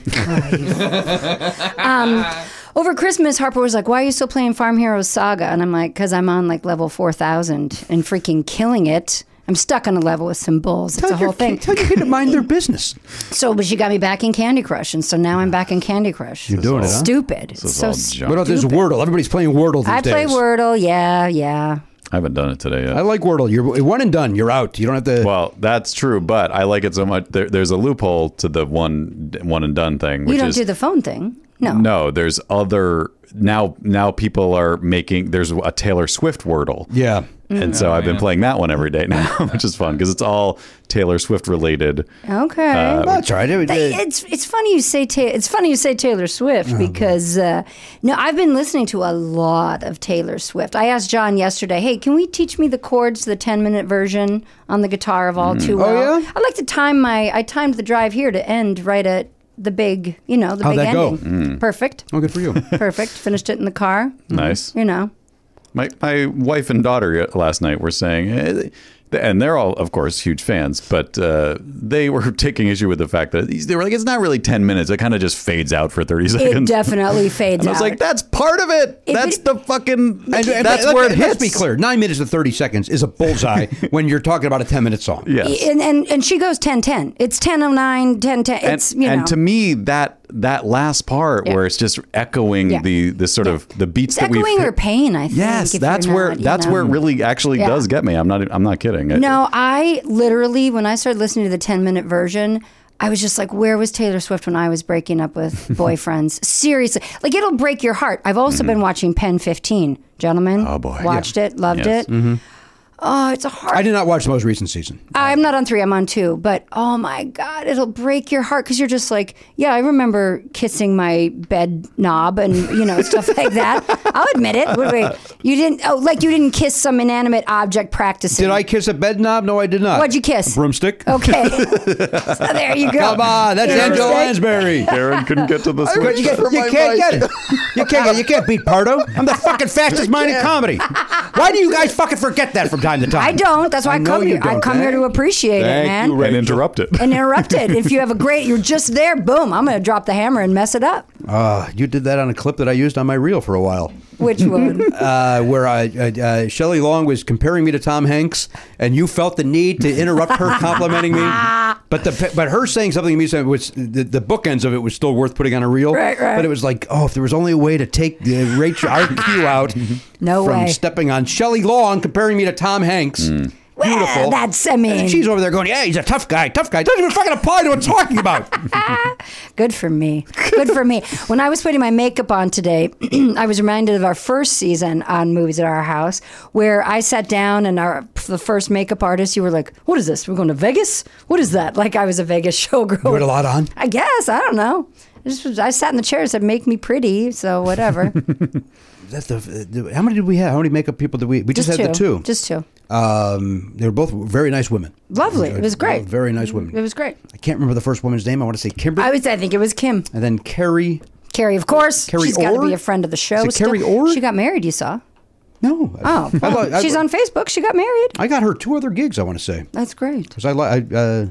Speaker 9: Over Christmas, Harper was like, "Why are you still playing Farm Heroes Saga?" And I'm like, "Cause I'm on like level four thousand and freaking killing it." I'm stuck on a level with some bulls. It's a
Speaker 2: Tell your
Speaker 9: whole thing.
Speaker 2: kid- Tell your kid to mind their business.
Speaker 9: So, but she got me back in Candy Crush, and so now I'm back in Candy Crush. You're
Speaker 2: doing it, huh?
Speaker 9: Stupid.
Speaker 1: This is
Speaker 9: so
Speaker 1: all
Speaker 9: stupid.
Speaker 1: junk.
Speaker 2: What about this Wordle? Everybody's playing Wordle these
Speaker 9: I play
Speaker 2: days.
Speaker 9: Wordle. Yeah, yeah.
Speaker 1: I haven't done it today
Speaker 2: I
Speaker 1: yet.
Speaker 2: like Wordle. You're one and done. You're out. You don't have to.
Speaker 1: Well, that's true, but I like it so much. There, there's a loophole to the one one and done thing. Which
Speaker 9: you don't
Speaker 1: is,
Speaker 9: do the phone thing. No.
Speaker 1: No, there's other now. Now people are making there's a Taylor Swift Wordle.
Speaker 2: yeah.
Speaker 1: And so I've been playing that one every day now, which is fun because it's all Taylor Swift related.
Speaker 9: Okay.
Speaker 2: Well, that's all right. It-
Speaker 9: They-
Speaker 2: it-
Speaker 9: it's it's funny you say ta- it's funny you say Taylor Swift
Speaker 1: Uh-huh.
Speaker 9: because uh, no, I've been listening to a lot of Taylor Swift. I asked John yesterday, "Hey, can we teach me the chords to the ten minute version on the guitar of All
Speaker 1: Mm. Oh,
Speaker 9: Too Well?"
Speaker 2: yeah?
Speaker 9: I like to time my I timed the drive here to end right at the big you know the
Speaker 2: How'd
Speaker 9: big
Speaker 2: that go?
Speaker 9: ending.
Speaker 1: Mm.
Speaker 9: Perfect,
Speaker 2: Oh, good for you.
Speaker 9: perfect. Finished it in the car.
Speaker 1: Nice.
Speaker 9: You know,
Speaker 1: My my wife and daughter last night were saying, eh, they- and they're all of course huge fans, but uh, they were taking issue with the fact that these- they were like, it's not really ten minutes; it kind of just fades out for thirty
Speaker 9: it
Speaker 1: seconds.
Speaker 9: definitely fades
Speaker 1: and I was
Speaker 9: out.
Speaker 1: like, that's part of it.
Speaker 9: If
Speaker 1: that's
Speaker 9: it-
Speaker 1: the fucking.
Speaker 2: And- and
Speaker 1: that's
Speaker 2: let-
Speaker 1: where it
Speaker 2: Let's
Speaker 1: hits.
Speaker 2: be clear. Nine minutes and 30 seconds is a bullseye when you're talking about a 10 minute song.
Speaker 1: Yes.
Speaker 9: and, and and she goes 10-10. It's 10-09, 10-10.
Speaker 1: and,
Speaker 9: It's you
Speaker 1: and
Speaker 9: know.
Speaker 1: to me that that last part
Speaker 9: Yeah.
Speaker 1: where it's just echoing
Speaker 9: Yeah.
Speaker 1: the the sort of the beats
Speaker 9: It's
Speaker 1: that we
Speaker 9: echoing or pain, I think.
Speaker 1: yes
Speaker 9: if
Speaker 1: that's
Speaker 9: you're
Speaker 1: where
Speaker 9: not, you
Speaker 1: that's
Speaker 9: know.
Speaker 1: where it really actually
Speaker 9: Yeah.
Speaker 1: does get me i'm not i'm not kidding It-
Speaker 9: No, I literally, when I started listening to the 10 minute version, I was just like, where was Taylor Swift when I was breaking up with boyfriends? Seriously. Like, it'll break your heart. I've also been watching Pen 15, gentlemen. Oh,
Speaker 1: Mm-hmm. boy.
Speaker 9: Watched it, loved
Speaker 1: Yes. Mm-hmm.
Speaker 9: it. Oh, it's a hard
Speaker 2: I did not watch the most recent season.
Speaker 9: I'm not on three. I'm on two. But oh my god, it'll break your heart because you're just like, yeah, I remember kissing my bed knob and you know stuff like that. I'll admit it. Wait, wait, you didn't. Oh, like you didn't kiss some inanimate object practicing.
Speaker 2: Did I kiss a bed knob? No, I did not.
Speaker 9: What'd you kiss?
Speaker 2: A broomstick.
Speaker 9: Okay. so there you go.
Speaker 2: Come on, that's
Speaker 9: You know what I'm
Speaker 2: Angela
Speaker 9: saying?
Speaker 2: Lansbury.
Speaker 1: Aaron couldn't get to the
Speaker 2: You
Speaker 1: switch.
Speaker 2: can't,
Speaker 6: for
Speaker 2: you
Speaker 6: my
Speaker 2: can't
Speaker 6: mic.
Speaker 2: get it. You can't get it. You can't beat Pardo. I'm the fucking fastest mind in comedy. Why do you guys fucking forget that from time to time?
Speaker 9: I don't. That's why I,
Speaker 2: know
Speaker 9: come
Speaker 2: you
Speaker 9: here. I
Speaker 2: don't. eh?
Speaker 9: come here to appreciate
Speaker 2: Thank
Speaker 9: it, man.
Speaker 2: you,
Speaker 1: and interrupt it
Speaker 9: and interrupt it. If you have a great, you're just there. Boom! I'm gonna drop the hammer and mess it up.
Speaker 2: Uh, you did that on a clip that I used on my reel for a while.
Speaker 9: Which would
Speaker 2: uh, where I, I uh, Shelley Long was comparing me to Tom Hanks, and you felt the need to interrupt her complimenting me. But the but her saying something to me so it was the, the bookends of it was still worth putting on a reel.
Speaker 9: Right, right.
Speaker 2: But it was like, oh, if there was only a way to take the Rachel our cue out
Speaker 9: No
Speaker 2: from
Speaker 9: way.
Speaker 2: stepping on Shelley Long, comparing me to Tom Hanks. Beautiful.
Speaker 9: Well, that's- I mean-
Speaker 2: And she's over there going, yeah, he's a tough guy, tough guy. Doesn't even fucking apply to what I'm talking about.
Speaker 9: Good for me. Good for me. When I was putting my makeup on today, I was reminded of our first season on Movies at Our House, where I sat down and our the first makeup artist, you were like, "What is this? We're going to Vegas? What is that?" Like I was a Vegas showgirl.
Speaker 2: you had a lot on.
Speaker 9: I guess I don't know. I just was- I sat in the chair and said, "Make me pretty," so whatever.
Speaker 2: That's the, how many did we have? How many makeup people did we? We just,
Speaker 9: just
Speaker 2: had
Speaker 9: two.
Speaker 2: the two.
Speaker 9: Just two.
Speaker 2: Um, they were both very nice women.
Speaker 9: Lovely. It was great.
Speaker 2: Very nice
Speaker 9: It
Speaker 2: women.
Speaker 9: was great.
Speaker 2: I can't remember the first woman's name. I want to say Kimberly,
Speaker 9: I was. I think it was Kim
Speaker 2: and then Carrie.
Speaker 9: Carrie, of course.
Speaker 2: Carrie
Speaker 9: She's got to
Speaker 2: Orr?
Speaker 9: be a friend of the show.
Speaker 2: Is it
Speaker 9: still.
Speaker 2: Carrie Orr?
Speaker 9: She got married. You saw.
Speaker 2: No.
Speaker 9: Oh,
Speaker 2: I, lo- I-
Speaker 9: she's on Facebook. She got married.
Speaker 2: I got her two other gigs. I want to say
Speaker 9: That's great.
Speaker 2: because I, li- I, uh,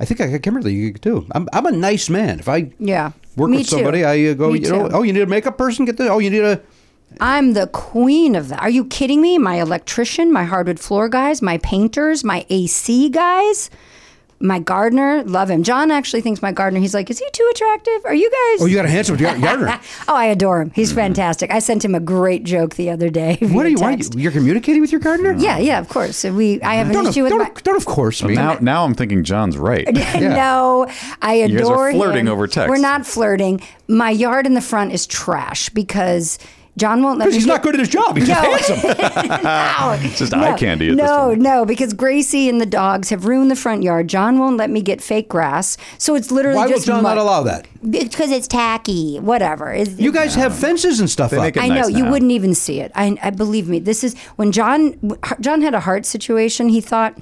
Speaker 2: I think I got Kimberly a gig too. I'm, I'm a nice man. If I
Speaker 9: Yeah.
Speaker 2: work
Speaker 9: Me
Speaker 2: with somebody,
Speaker 9: too.
Speaker 2: I uh, go.
Speaker 9: Me
Speaker 2: you know,
Speaker 9: too.
Speaker 2: oh, you need a makeup person. Get the. Oh, you need a.
Speaker 9: I'm the queen of that. Are you kidding me? My electrician, my hardwood floor guys, my painters, my AC guys, my gardener. Love him. John actually thinks my gardener. He's like, is he too attractive? Are you guys?
Speaker 2: Oh, you got a handsome gar- gardener.
Speaker 9: Oh, I adore him. He's fantastic. I sent him a great joke the other day.
Speaker 2: What are
Speaker 9: via
Speaker 2: you? Why,
Speaker 9: text.
Speaker 2: you're communicating with your gardener?
Speaker 9: Yeah, yeah, of course. We. I have an
Speaker 2: Don't of,
Speaker 9: issue with
Speaker 2: don't,
Speaker 9: my.
Speaker 2: of- don't of course me.
Speaker 1: now now i'm thinking john's right
Speaker 9: no, I
Speaker 1: guys are
Speaker 9: adore
Speaker 1: flirting
Speaker 9: him.
Speaker 1: over text.
Speaker 9: We're not flirting. My yard in the front is trash because John won't let me.
Speaker 2: Because he's
Speaker 9: get-
Speaker 2: not good at his job. He's just
Speaker 9: No.
Speaker 2: handsome.
Speaker 9: Oh, no. It's
Speaker 1: just eye candy at this
Speaker 9: no,
Speaker 1: point.
Speaker 9: no, because Gracie and the dogs have ruined the front yard. John won't let me get fake grass, so it's literally
Speaker 2: Why will
Speaker 9: just
Speaker 2: John
Speaker 9: mud.
Speaker 2: not allow that?
Speaker 9: It's because it's tacky. Whatever. It's-
Speaker 2: You guys have fences and stuff up.
Speaker 1: make it-
Speaker 9: I
Speaker 1: nice
Speaker 9: know you
Speaker 1: now.
Speaker 9: wouldn't even see it. I, I believe me. This is when John John had a heart situation. He thought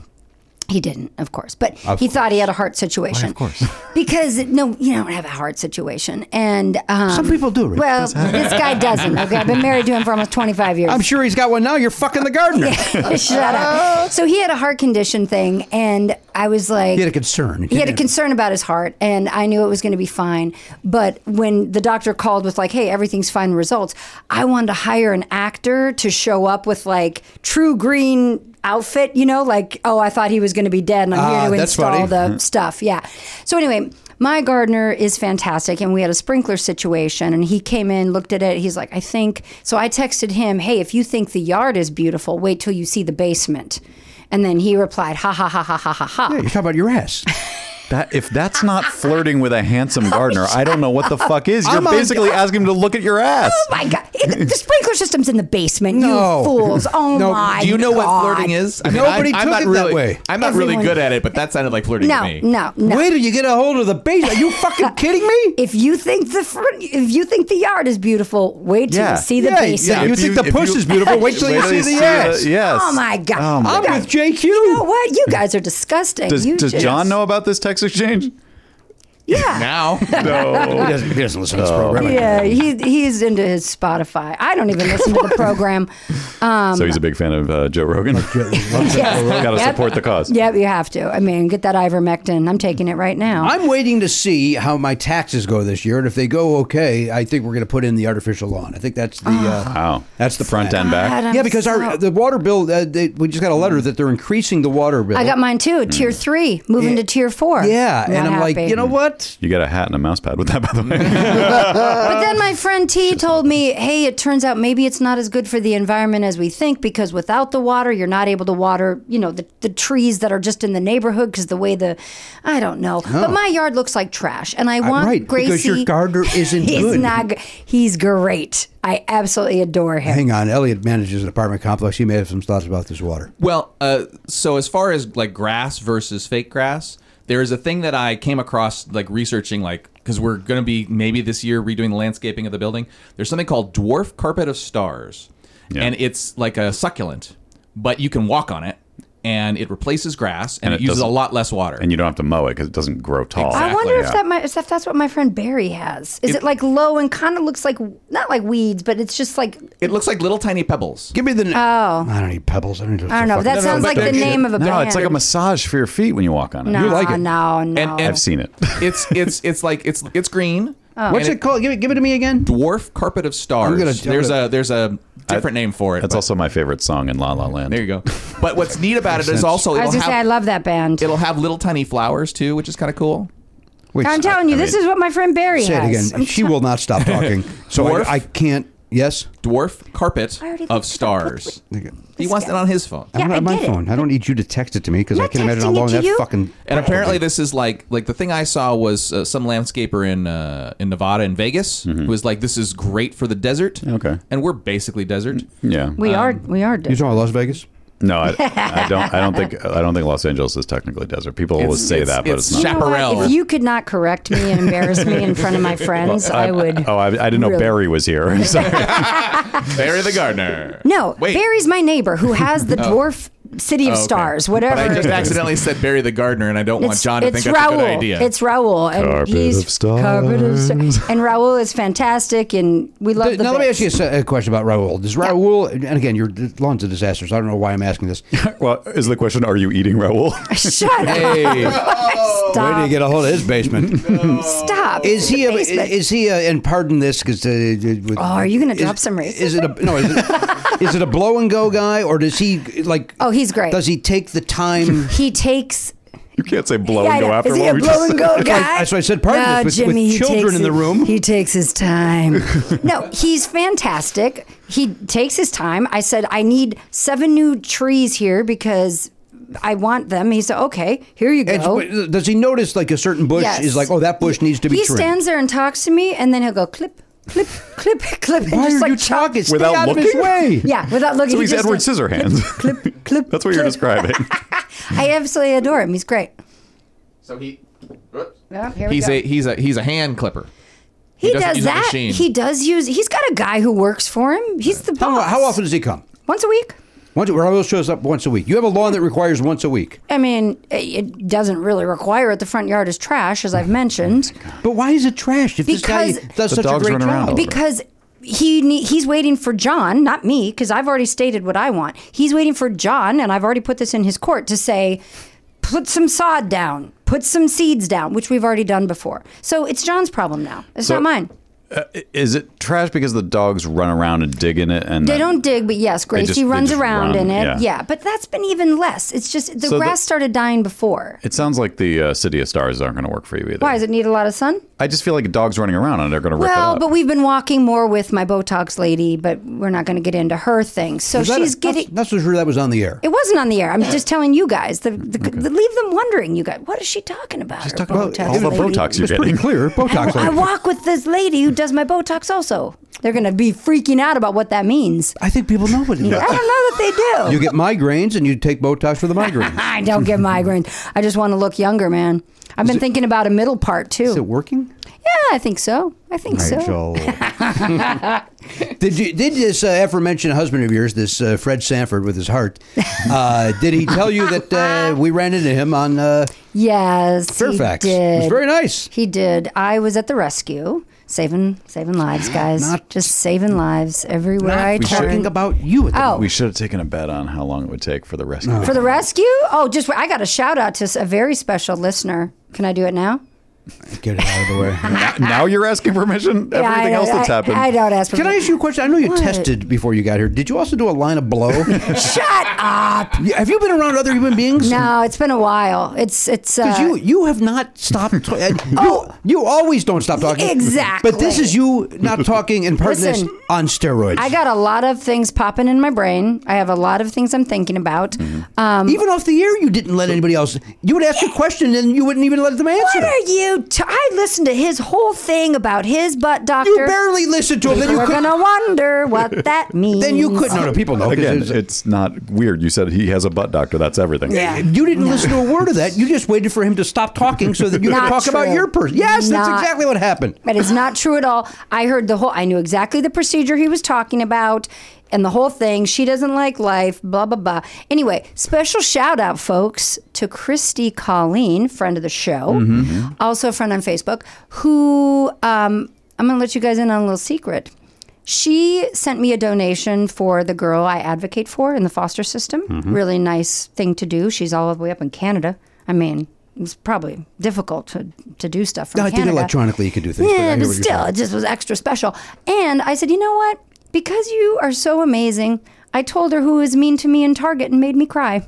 Speaker 9: he didn't, of course, but he thought he had a heart situation. of course, because no, you don't have a heart situation, and um,
Speaker 2: Some people do, Rick.
Speaker 9: Well, this guy doesn't. Okay, I've been married to him for almost twenty five years.
Speaker 2: I'm sure he's got one now. You're fucking the gardener.
Speaker 9: Shut up. So he had a heart condition thing, and I was like,
Speaker 2: He had a concern.
Speaker 9: he had a concern about his heart, and I knew it was going to be fine. But when the doctor called with like, "Hey, everything's fine," results, I wanted to hire an actor to show up with like true green outfit, you know, like, oh, I thought he was going to be dead and I'm
Speaker 2: Ah,
Speaker 9: here to
Speaker 2: that's
Speaker 9: install
Speaker 2: funny.
Speaker 9: the stuff. Yeah. So, anyway, my gardener is fantastic and we had a sprinkler situation and he came in, looked at it. He's like, I think. So I texted him, hey, if you think the yard is beautiful, wait till you see the basement. And then he replied, ha ha ha ha ha ha ha.
Speaker 2: You're talking about your ass.
Speaker 1: That if that's not flirting with a handsome gardener, I don't know what the fuck is. You're
Speaker 2: I'm on-
Speaker 1: basically asking him to look at your ass.
Speaker 9: Oh my god! It- the sprinkler system's in the basement.
Speaker 2: No.
Speaker 9: You fools! Oh
Speaker 2: No.
Speaker 9: my!
Speaker 5: Do you know
Speaker 9: God.
Speaker 5: what flirting is? I
Speaker 2: Nobody took
Speaker 5: I'm, I'm not
Speaker 2: it that
Speaker 5: really,
Speaker 2: way.
Speaker 5: I'm not really
Speaker 9: Everyone-
Speaker 5: good at it, but that sounded like flirting
Speaker 9: No,
Speaker 5: to me.
Speaker 9: no, no.
Speaker 2: Where did you get a hold of the base? Are you fucking kidding me?
Speaker 9: If you think the fr- if you think the yard is beautiful, wait till
Speaker 1: Yeah.
Speaker 9: you see the
Speaker 2: Yeah,
Speaker 9: basement.
Speaker 2: yeah, you
Speaker 1: If
Speaker 2: think the
Speaker 1: if
Speaker 2: push is beautiful, wait till you see the ass.
Speaker 1: yes.
Speaker 9: Oh my god!
Speaker 1: Oh my
Speaker 9: You
Speaker 2: I'm
Speaker 9: guys-
Speaker 2: with JQ.
Speaker 9: You know what? You guys are disgusting.
Speaker 1: Does,
Speaker 9: You
Speaker 1: does
Speaker 9: just-
Speaker 1: John know about this text exchange?
Speaker 9: Yeah.
Speaker 5: Now,
Speaker 2: He doesn't, he doesn't listen to this program.
Speaker 9: Yeah, he, he's into his Spotify. I don't even listen to the program.
Speaker 1: so he's a big fan of uh, Joe Rogan. Got to
Speaker 9: Um, Yep.
Speaker 1: support the cause.
Speaker 9: Yep, you have to. I mean, get that ivermectin. I'm taking it right now.
Speaker 2: I'm waiting to see how my taxes go this year, and if they go okay, I think we're going to put in the artificial lawn. I think that's the uh,
Speaker 9: Ah,
Speaker 1: Wow.
Speaker 2: That's the
Speaker 1: front
Speaker 2: plan.
Speaker 1: and back.
Speaker 9: God, I'm
Speaker 2: yeah, because
Speaker 9: so-
Speaker 2: our the water bill. Uh, they, we just got a letter that they're increasing the water bill.
Speaker 9: I got mine too.
Speaker 1: Mm.
Speaker 9: Tier three, moving to tier four.
Speaker 2: Mm. yeah,
Speaker 9: Not
Speaker 2: and I'm like,
Speaker 9: happy.
Speaker 2: you know what?
Speaker 1: You got a hat and a mouse pad with that, by the
Speaker 9: Mm-hmm.
Speaker 1: way.
Speaker 9: But then my friend T told me, hey, it turns out maybe it's not as good for the environment as we think because without the water, you're not able to water, you know, the, the trees that are just in the neighborhood because the way the, I don't know. But my yard looks like trash. And I want
Speaker 2: right, because
Speaker 9: Gracie.
Speaker 2: your gardener isn't
Speaker 9: he's
Speaker 2: good.
Speaker 9: Not, g- he's great. I absolutely adore him.
Speaker 2: Hang on, Elliot manages an apartment complex. He may have some thoughts about this water.
Speaker 5: well, uh, so as far as like grass versus fake grass, there is a thing that I came across like researching, like because we're going to be maybe this year redoing the landscaping of the building. There's something called dwarf carpet of stars,
Speaker 1: Yeah.
Speaker 5: and it's like a succulent, but you can walk on it, and it replaces grass, and,
Speaker 1: And
Speaker 5: it,
Speaker 1: it
Speaker 5: uses a
Speaker 1: doesn't-
Speaker 5: lot less water.
Speaker 1: and you don't have to mow it because it doesn't grow tall.
Speaker 5: Exactly.
Speaker 9: I wonder if
Speaker 1: Yeah.
Speaker 9: that might, if that's what my friend Barry has. Is it, like low and kind of looks like not like weeds, but it's just like
Speaker 5: it looks like little tiny pebbles.
Speaker 2: Give me the.
Speaker 9: oh,
Speaker 2: I don't need pebbles. I don't need. those
Speaker 9: I don't know.
Speaker 2: fucking-
Speaker 9: That sounds
Speaker 5: but
Speaker 9: like the
Speaker 5: don't you-
Speaker 9: name of a
Speaker 1: No,
Speaker 9: band.
Speaker 1: it's like a massage for your feet when you walk on it.
Speaker 9: no,
Speaker 2: You like it.
Speaker 9: No, no.
Speaker 5: and-
Speaker 1: I've seen it.
Speaker 5: it's it's it's like it's it's green.
Speaker 9: Oh.
Speaker 2: What's it called? Give it, give it to me again.
Speaker 5: Dwarf carpet of stars.
Speaker 2: I'm gonna- I'm
Speaker 5: there's
Speaker 2: gonna-
Speaker 5: a there's a different name for it.
Speaker 1: That's
Speaker 5: but-
Speaker 1: also my favorite song in La La Land.
Speaker 5: there you go. But what's neat about it is also
Speaker 9: I
Speaker 5: it'll
Speaker 9: was gonna
Speaker 5: have
Speaker 9: say I love that band.
Speaker 5: it'll have little tiny flowers too, which is kind of cool.
Speaker 2: Wait,
Speaker 9: I'm telling you, this is what my friend Barry
Speaker 2: say it
Speaker 9: has.
Speaker 2: again. She will not stop talking. So
Speaker 5: Dwarf?
Speaker 2: I, I can't. Yes.
Speaker 5: Dwarf carpet
Speaker 9: I already looked it up.
Speaker 5: of stars. He wants
Speaker 9: guy.
Speaker 5: it on his phone.
Speaker 2: I
Speaker 9: Yeah,
Speaker 2: don't have
Speaker 9: I
Speaker 2: my
Speaker 9: get it.
Speaker 2: phone. I don't need you to text it to me because I
Speaker 9: Not
Speaker 2: can't imagine how
Speaker 9: texting it
Speaker 2: long
Speaker 9: to
Speaker 2: that
Speaker 9: you?
Speaker 2: fucking.
Speaker 5: And apparently, this is like like the thing I saw was uh, some landscaper in uh, in Nevada in Vegas who was like, "This is great for the desert."
Speaker 1: Okay.
Speaker 5: and we're basically desert.
Speaker 1: Yeah.
Speaker 9: We
Speaker 5: Um,
Speaker 9: are we are
Speaker 2: You
Speaker 9: different.
Speaker 2: talking about Las Vegas?
Speaker 1: No, I, I don't. I don't think. I don't think Los Angeles is technically desert. People always say
Speaker 5: it's-
Speaker 1: that, but
Speaker 5: it's
Speaker 1: it's, not.
Speaker 5: shallow.
Speaker 9: You know what?
Speaker 5: Chaparral.
Speaker 9: If you could not correct me and embarrass me in front of my friends, I
Speaker 5: uh,
Speaker 9: would.
Speaker 1: Oh, I, I didn't know
Speaker 9: Really?
Speaker 1: Barry was here. Sorry.
Speaker 5: Barry the gardener.
Speaker 9: No,
Speaker 5: Wait. Oh.
Speaker 9: Barry's my neighbor who has the dwarf city of
Speaker 5: okay.
Speaker 9: stars, whatever.
Speaker 5: But I just
Speaker 9: it is.
Speaker 5: accidentally said Barry the gardener, and I don't want
Speaker 9: It's,
Speaker 5: John to
Speaker 9: it's
Speaker 5: think that's
Speaker 9: Raul.
Speaker 5: a good idea.
Speaker 9: It's Raoul, and
Speaker 1: Carpet
Speaker 9: he's
Speaker 1: of stars.
Speaker 9: carpet of sta- and Raoul is fantastic, and we love the.
Speaker 2: now let me
Speaker 9: bits.
Speaker 2: ask you a se- a, question about Raul. Does Raul, and again, your lawn's a disaster, so I don't know why I'm asking this.
Speaker 1: well, is the question: Are you eating Raoul?
Speaker 9: Shut up!
Speaker 2: Where do you
Speaker 9: Stop!
Speaker 2: get a hold of his basement?
Speaker 9: Stop!
Speaker 2: Is he? A,
Speaker 9: Basement.
Speaker 2: is he? A, and pardon this, because uh, oh,
Speaker 9: are you gonna drop some racism?
Speaker 2: Is it a no? Is it, is it a blow and go guy, or does he like?
Speaker 9: Oh, he's great.
Speaker 2: Does he take the time?
Speaker 9: he takes
Speaker 1: you can't say blow
Speaker 9: Yeah,
Speaker 1: and
Speaker 9: I
Speaker 1: go
Speaker 9: know.
Speaker 1: after
Speaker 9: Is he
Speaker 1: what
Speaker 9: a
Speaker 1: we
Speaker 9: blow
Speaker 1: just said.
Speaker 9: and go guy?
Speaker 2: that's why I said part of
Speaker 9: no,
Speaker 2: this, with- with
Speaker 9: Jimmy, he
Speaker 2: children
Speaker 9: takes
Speaker 2: in the
Speaker 9: his-
Speaker 2: room.
Speaker 9: He takes his time. no, he's fantastic. He takes his time. I said, I need seven new trees here because I want them. He said, okay, here you
Speaker 2: It's-
Speaker 9: go.
Speaker 2: does he notice like a certain bush
Speaker 9: Yes.
Speaker 2: is like, oh, that bush needs to be
Speaker 9: he
Speaker 2: trimmed?
Speaker 9: stands there and talks to me, and then he'll go clip, clip, clip, clip. and
Speaker 2: why
Speaker 9: just
Speaker 2: are
Speaker 9: like
Speaker 2: you
Speaker 9: chop-
Speaker 2: talking? Stay
Speaker 1: Without
Speaker 2: out of his
Speaker 1: looking?
Speaker 2: way.
Speaker 9: Yeah, without looking.
Speaker 1: So
Speaker 9: He
Speaker 1: he's
Speaker 9: just
Speaker 1: Edward
Speaker 9: does
Speaker 1: Scissorhands.
Speaker 9: Clip, clip, clip.
Speaker 1: That's what you're
Speaker 9: clip.
Speaker 1: describing.
Speaker 9: I absolutely adore him. He's great.
Speaker 5: so he.
Speaker 9: Yeah, here we
Speaker 5: He's
Speaker 9: go.
Speaker 5: a he's a he's a hand clipper.
Speaker 9: He,
Speaker 5: doesn't
Speaker 9: does
Speaker 5: use a
Speaker 9: that.
Speaker 5: machine.
Speaker 9: He does use. He's got a guy who works for him. He's the
Speaker 2: How,
Speaker 9: boss.
Speaker 2: how often does he come?
Speaker 9: Once a week.
Speaker 2: Once Raul shows up once a week. You have a lawn that requires once a week.
Speaker 9: I mean, it- it doesn't really require it. The front yard is trash, as I've mentioned,
Speaker 1: Oh
Speaker 2: But why is it trashed if this guy
Speaker 9: Because-
Speaker 2: does
Speaker 1: The
Speaker 2: such a
Speaker 1: dogs
Speaker 2: great
Speaker 1: run around.
Speaker 2: job?
Speaker 1: Be-
Speaker 9: because he nee- he's waiting for John, not me, because I've already stated what I want. He's waiting for John, and I've already put this in his court to say, put some sod down, put some seeds down, which we've already done before. So it's John's problem now. It's
Speaker 1: So-
Speaker 9: not mine.
Speaker 1: Uh, Is it trash because the dogs run around and dig in it? And
Speaker 9: They
Speaker 1: that-
Speaker 9: don't dig, but yes, Gracie
Speaker 1: just- they
Speaker 9: runs
Speaker 1: just
Speaker 9: around
Speaker 1: run,
Speaker 9: in it.
Speaker 1: yeah.
Speaker 9: Yeah. but that's been even less. It's just the
Speaker 1: So the-
Speaker 9: grass started dying before.
Speaker 1: It sounds like the uh, City of Stars aren't going to work for you either.
Speaker 9: Why does it need a lot of sun?
Speaker 1: I just feel like dogs running around and they're going to rip it
Speaker 9: Well,
Speaker 1: up.
Speaker 9: but we've been walking more with my Botox lady, but we're not going to get into her thing. So
Speaker 2: Is that
Speaker 9: she's
Speaker 2: a-
Speaker 9: getting.
Speaker 2: That's, that's for sure. That was on the air.
Speaker 9: It wasn't on the air. I'm just telling you guys. The, the, the- leave them wondering. You guys, what is she talking about? She's talking
Speaker 1: all the Botox
Speaker 2: It
Speaker 1: you're
Speaker 2: was pretty
Speaker 1: getting.
Speaker 2: clear. Botox.
Speaker 9: I walk with this lady who does my Botox. Also, they're gonna be freaking out about what that means.
Speaker 2: I think people know what it
Speaker 9: I don't
Speaker 2: is.
Speaker 9: know that they do.
Speaker 2: You get migraines and you take Botox for the migraines.
Speaker 9: I don't get migraines. I just want to look younger, man. I've been thinking about a middle part too.
Speaker 2: Is it working?
Speaker 9: yeah, I think so. I think so.
Speaker 2: did you did this uh, aforementioned husband of yours, this uh, Fred Sanford with his heart? Uh, did he tell you that uh, we ran into him on? Uh,
Speaker 9: Yes,
Speaker 2: Fairfax.
Speaker 9: He did.
Speaker 2: It was very nice.
Speaker 9: He did. I was at the rescue, saving saving lives, guys.
Speaker 2: not-
Speaker 9: just saving lives everywhere I
Speaker 2: we
Speaker 9: turn.
Speaker 2: talking about you. At the
Speaker 9: Oh.
Speaker 1: we should have taken a bet on how long it would take for the rescue.
Speaker 9: For the rescue? Oh, just I got a shout out to s- a very special listener. Can I do it now?
Speaker 2: Get it out of the way.
Speaker 1: now you're asking permission?
Speaker 9: Yeah,
Speaker 1: Everything
Speaker 9: I-
Speaker 1: else that's
Speaker 9: I-
Speaker 1: happened.
Speaker 9: I, don't ask. for-
Speaker 2: Can I ask you a question? I know you
Speaker 9: What?
Speaker 2: tested before you got here. Did you also do a line of blow?
Speaker 9: Shut up!
Speaker 2: Yeah, have you been around other human beings?
Speaker 9: No, it's been a while. It's it's. Uh,
Speaker 2: Because you you have not stopped. To- and you, you always don't stop talking.
Speaker 9: Exactly.
Speaker 2: But this is you not talking and pertinence
Speaker 9: Listen,
Speaker 2: on steroids.
Speaker 9: I got a lot of things popping in my brain. I have a lot of things I'm thinking about.
Speaker 1: Mm-hmm.
Speaker 9: Um,
Speaker 2: even off the air. You didn't let anybody else. You would ask a question and you wouldn't even let them answer.
Speaker 9: what are you? T- I listened to his whole thing about his butt doctor.
Speaker 2: You barely listened to him. Then you
Speaker 9: We're
Speaker 2: could.
Speaker 9: gonna wonder what that means.
Speaker 2: Then you could. No, no, people know. 'cause
Speaker 1: Again,
Speaker 2: it's-
Speaker 1: it's not weird. You said he has a butt doctor. That's everything.
Speaker 9: Yeah.
Speaker 2: You didn't listen to a word of that. You just waited for him to stop talking so that you could
Speaker 9: Not
Speaker 2: talk about
Speaker 9: true.
Speaker 2: your person. Yes, that's
Speaker 9: Not-
Speaker 2: exactly what happened.
Speaker 9: That is not true at all. I heard the whole. I knew exactly the procedure he was talking about, and the whole thing. She doesn't like life. Blah blah blah. Anyway, special shout out, folks, to Christy Colleen, friend of the show,
Speaker 2: Mm-hmm.
Speaker 9: also a friend on Facebook, who um, I'm gonna let you guys in on a little secret. She sent me a donation for the girl I advocate for in the foster system.
Speaker 2: Mm-hmm.
Speaker 9: Really nice thing to do. She's all the way up in Canada. I mean, it's probably difficult to, to do stuff from
Speaker 2: No, I think
Speaker 9: Canada.
Speaker 2: electronically you could do things.
Speaker 9: Yeah,
Speaker 2: I hear
Speaker 9: but
Speaker 2: what you're
Speaker 9: still,
Speaker 2: saying.
Speaker 9: it just was extra special. And I said, you know what? Because you are so amazing, I told her who was mean to me in Target and made me cry.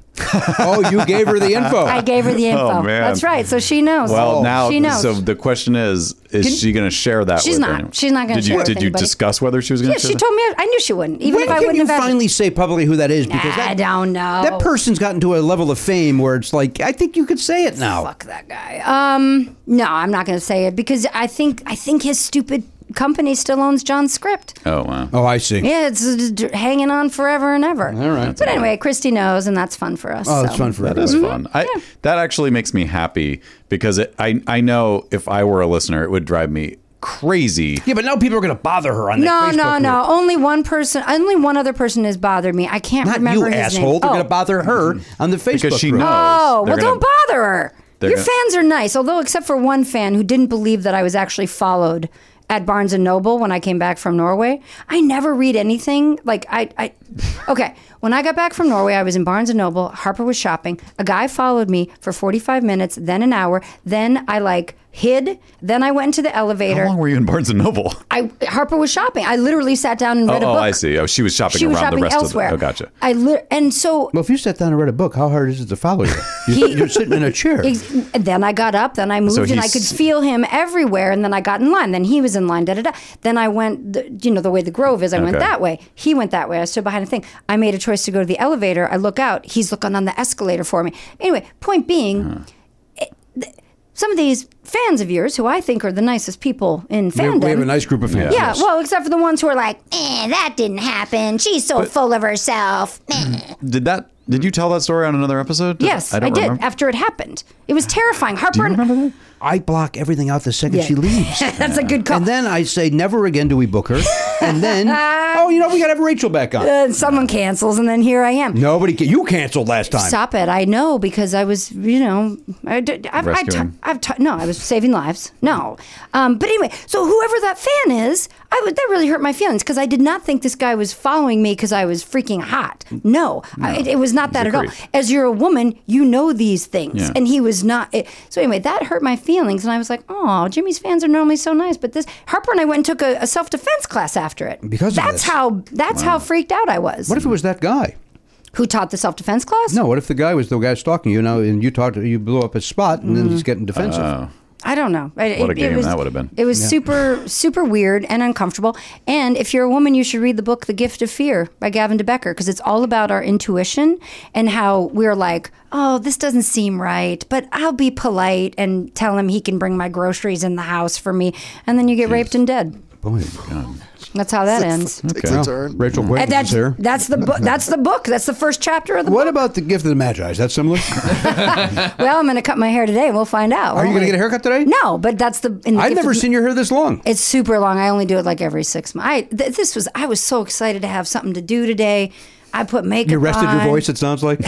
Speaker 2: Oh, you gave her the info.
Speaker 9: I gave her the info.
Speaker 1: man.
Speaker 9: That's right. So she knows.
Speaker 1: Well, now,
Speaker 9: she knows.
Speaker 1: so the question is, is she going to share that?
Speaker 9: She's
Speaker 1: with
Speaker 9: not.
Speaker 1: anyone?
Speaker 9: She's not gonna
Speaker 1: Did
Speaker 9: share
Speaker 1: you
Speaker 9: with
Speaker 1: did you
Speaker 9: anybody.
Speaker 1: discuss whether she was going
Speaker 9: yeah,
Speaker 1: to?
Speaker 9: she told me. I knew she wouldn't, even
Speaker 2: When
Speaker 9: if I
Speaker 2: can
Speaker 9: wouldn't
Speaker 2: you
Speaker 9: have. asked-
Speaker 2: finally say publicly who that is? Because
Speaker 9: I
Speaker 2: that,
Speaker 9: don't know.
Speaker 2: that person's gotten to a level of fame where it's like, I think you could say it now.
Speaker 9: fuck that guy. Um, no, I'm not going to say it because I think I think his stupid company still owns John's script.
Speaker 1: Oh wow.
Speaker 2: Oh, I see.
Speaker 9: Yeah, it's uh, d- hanging on forever and ever. All right. But anyway, Christy knows, and that's fun for us.
Speaker 2: Oh, it's
Speaker 9: so.
Speaker 2: fun for
Speaker 1: That
Speaker 2: everybody.
Speaker 9: Mm-hmm.
Speaker 1: is fun. I, That actually makes me happy because it, I I know if I were a listener, it would drive me crazy.
Speaker 2: Yeah, but now people are going to bother her on
Speaker 9: No,
Speaker 2: that.
Speaker 9: no,
Speaker 2: Facebook
Speaker 9: no.
Speaker 2: group.
Speaker 9: Only one person, only one other person has bothered me. I can't
Speaker 2: Not
Speaker 9: remember
Speaker 2: you,
Speaker 9: his
Speaker 2: asshole.
Speaker 9: name.
Speaker 2: They're
Speaker 9: oh.
Speaker 2: going to bother her on the Facebook
Speaker 1: Mm-hmm. Because she
Speaker 2: group.
Speaker 1: knows.
Speaker 9: Oh, well,
Speaker 1: They're gonna-
Speaker 9: don't bother her.
Speaker 1: They're
Speaker 9: Your
Speaker 1: gonna-
Speaker 9: fans are nice, although except for one fan who didn't believe that I was actually followed at Barnes and Noble when I came back from Norway. I never read anything like I. I okay, when I got back from Norway, I was in Barnes and Noble. Harper was shopping. A guy followed me for forty-five minutes, then an hour. Then I like hid. Then I went into the elevator.
Speaker 1: How long were you in Barnes and Noble?
Speaker 9: I Harper was shopping. I literally sat down and
Speaker 1: Oh,
Speaker 9: read a
Speaker 1: oh,
Speaker 9: book.
Speaker 1: I see. Oh, she was shopping
Speaker 9: She
Speaker 1: around
Speaker 9: was shopping
Speaker 1: the rest
Speaker 9: elsewhere.
Speaker 1: of the. Oh, gotcha.
Speaker 9: I lit and so
Speaker 2: Oh. Well, if you sat down and read a book, how hard is it to follow you? You're,
Speaker 9: He-
Speaker 2: you're sitting in a chair.
Speaker 9: Ex- and then I got up, then I moved,
Speaker 1: So
Speaker 9: and I
Speaker 1: he's-
Speaker 9: could feel him everywhere. And then I got in line. Then he was in line. Da da da. Then I went, the, you know, the way the Grove is. I went
Speaker 1: Okay.
Speaker 9: that way. He went that way. I stood behind a thing. I made a choice to go to the elevator. I look out. He's looking on the escalator for me. Anyway, point being. it- th- some of these fans of yours, who I think are the nicest people in
Speaker 2: we,
Speaker 9: fandom,
Speaker 2: we have a nice group of fans.
Speaker 9: yeah, well, except for the ones who are like, eh, that didn't happen. She's so full of herself. Eh.
Speaker 1: Did that? Did you tell that story on another episode? Did-
Speaker 9: yes, I,
Speaker 1: don't
Speaker 9: did
Speaker 1: remember.
Speaker 9: after it happened. It was terrifying. Harper, and-
Speaker 2: I block everything out the second
Speaker 9: Yeah.
Speaker 2: she leaves.
Speaker 9: that's a good call.
Speaker 2: And then I say, never again do we book her. And then, oh, you know, we got to have Rachel back on.
Speaker 9: And someone cancels, and then here I am.
Speaker 2: Nobody, ca- you canceled last time.
Speaker 9: Stop it! I know because I was, you know, I, d- I've, I've, t-
Speaker 1: Rescuing.
Speaker 9: I've t- no, I was saving lives. No, um, but anyway, so whoever that fan is, I would, that really hurt my feelings because I did not think this guy was following me because I was freaking hot. No, I, it, it was not that
Speaker 1: a
Speaker 9: at all.
Speaker 1: creep.
Speaker 9: As you're a woman, you know these things,
Speaker 1: Yeah.
Speaker 9: and he was not. It, so anyway, that hurt my feelings, and I was like, "Oh, Jimmy's fans are normally so nice, but this." Harper and I went and took a, a self defense class after it
Speaker 2: Because of
Speaker 9: that's
Speaker 2: this.
Speaker 9: how that's how freaked out I was.
Speaker 2: What if it was that guy?
Speaker 9: Who taught the self defense class?
Speaker 2: No, what if the guy was the guy stalking you now and you talked you blew up his spot and then he's getting defensive?
Speaker 9: I don't know. I-
Speaker 1: What a game
Speaker 9: was,
Speaker 1: that would've been.
Speaker 9: It was super, super weird and uncomfortable. And if you're a woman, you should read the book "The Gift of Fear" by Gavin DeBecker because it's all about our intuition and how we're like, "Oh, this doesn't seem right," but I'll be polite and tell him he can bring my groceries in the house for me, and then you get raped and dead.
Speaker 2: Boy,
Speaker 9: That's how that ends.
Speaker 6: Takes a turn.
Speaker 2: Oh. Rachel Quaid
Speaker 9: And
Speaker 2: was
Speaker 9: that's
Speaker 2: here.
Speaker 9: that's the book. That's the book. That's the first chapter of the
Speaker 2: What
Speaker 9: book.
Speaker 2: about the gift of the Magi? Is that similar?
Speaker 9: well, I'm going to cut my hair today, and we'll find out.
Speaker 2: Are you
Speaker 9: won't
Speaker 2: going to
Speaker 9: we?
Speaker 2: get a haircut today?
Speaker 9: No, but that's the. In the
Speaker 2: I've
Speaker 9: gift
Speaker 2: never
Speaker 9: of-
Speaker 2: seen your hair this long.
Speaker 9: It's super long. I only do it like every six months. I th- this was I was so excited to have something to do today. I put makeup.
Speaker 2: You rested your
Speaker 9: on,
Speaker 2: voice, it sounds like.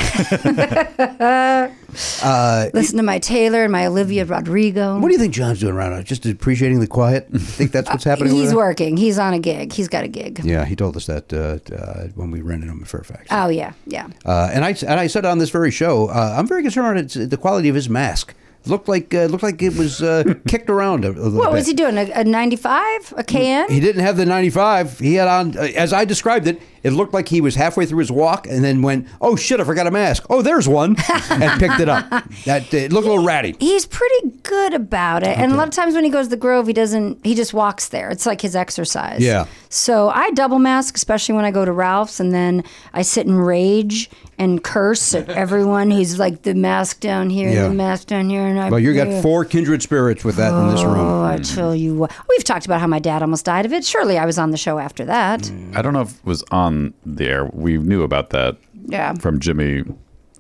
Speaker 9: Listen to my Taylor and my Olivia Rodrigo.
Speaker 2: what do you think John's doing around now? Just appreciating the quiet? You think that's what's happening? over
Speaker 9: He's
Speaker 2: there?
Speaker 9: working. He's on a gig. He's got a gig.
Speaker 2: Yeah, he told us that uh, uh, when we rented him in Fairfax.
Speaker 9: Oh yeah, yeah.
Speaker 2: Uh, and I and I said on this very show, uh, I'm very concerned on its- the quality of his mask. Looked like uh, looked like it was uh, kicked around a, a little
Speaker 9: What
Speaker 2: bit.
Speaker 9: was he doing? A, a 95? A KN?
Speaker 2: He didn't have the 95. He had on, uh, as I described it, it looked like he was halfway through his walk and then went, "Oh shit, I forgot a mask. Oh, there's one," and picked it up. That it looked a little ratty.
Speaker 9: He's pretty good about it. And a lot of times when he goes to the Grove, he doesn't. He just walks there. It's like his exercise.
Speaker 2: Yeah.
Speaker 9: So I double mask, especially when I go to Ralph's, and then I sit and rage and curse at everyone who's like the mask down here,
Speaker 2: Yeah.
Speaker 9: the mask down here, and I.
Speaker 2: Well, you got four Mm. kindred spirits with that in this
Speaker 9: Oh,
Speaker 2: room.
Speaker 9: I tell you what. We've talked about how my dad almost died of it. Surely I was on the show after that.
Speaker 2: Mm.
Speaker 1: I don't know if it was on the air. We knew about that
Speaker 9: Yeah.
Speaker 1: from Jimmy.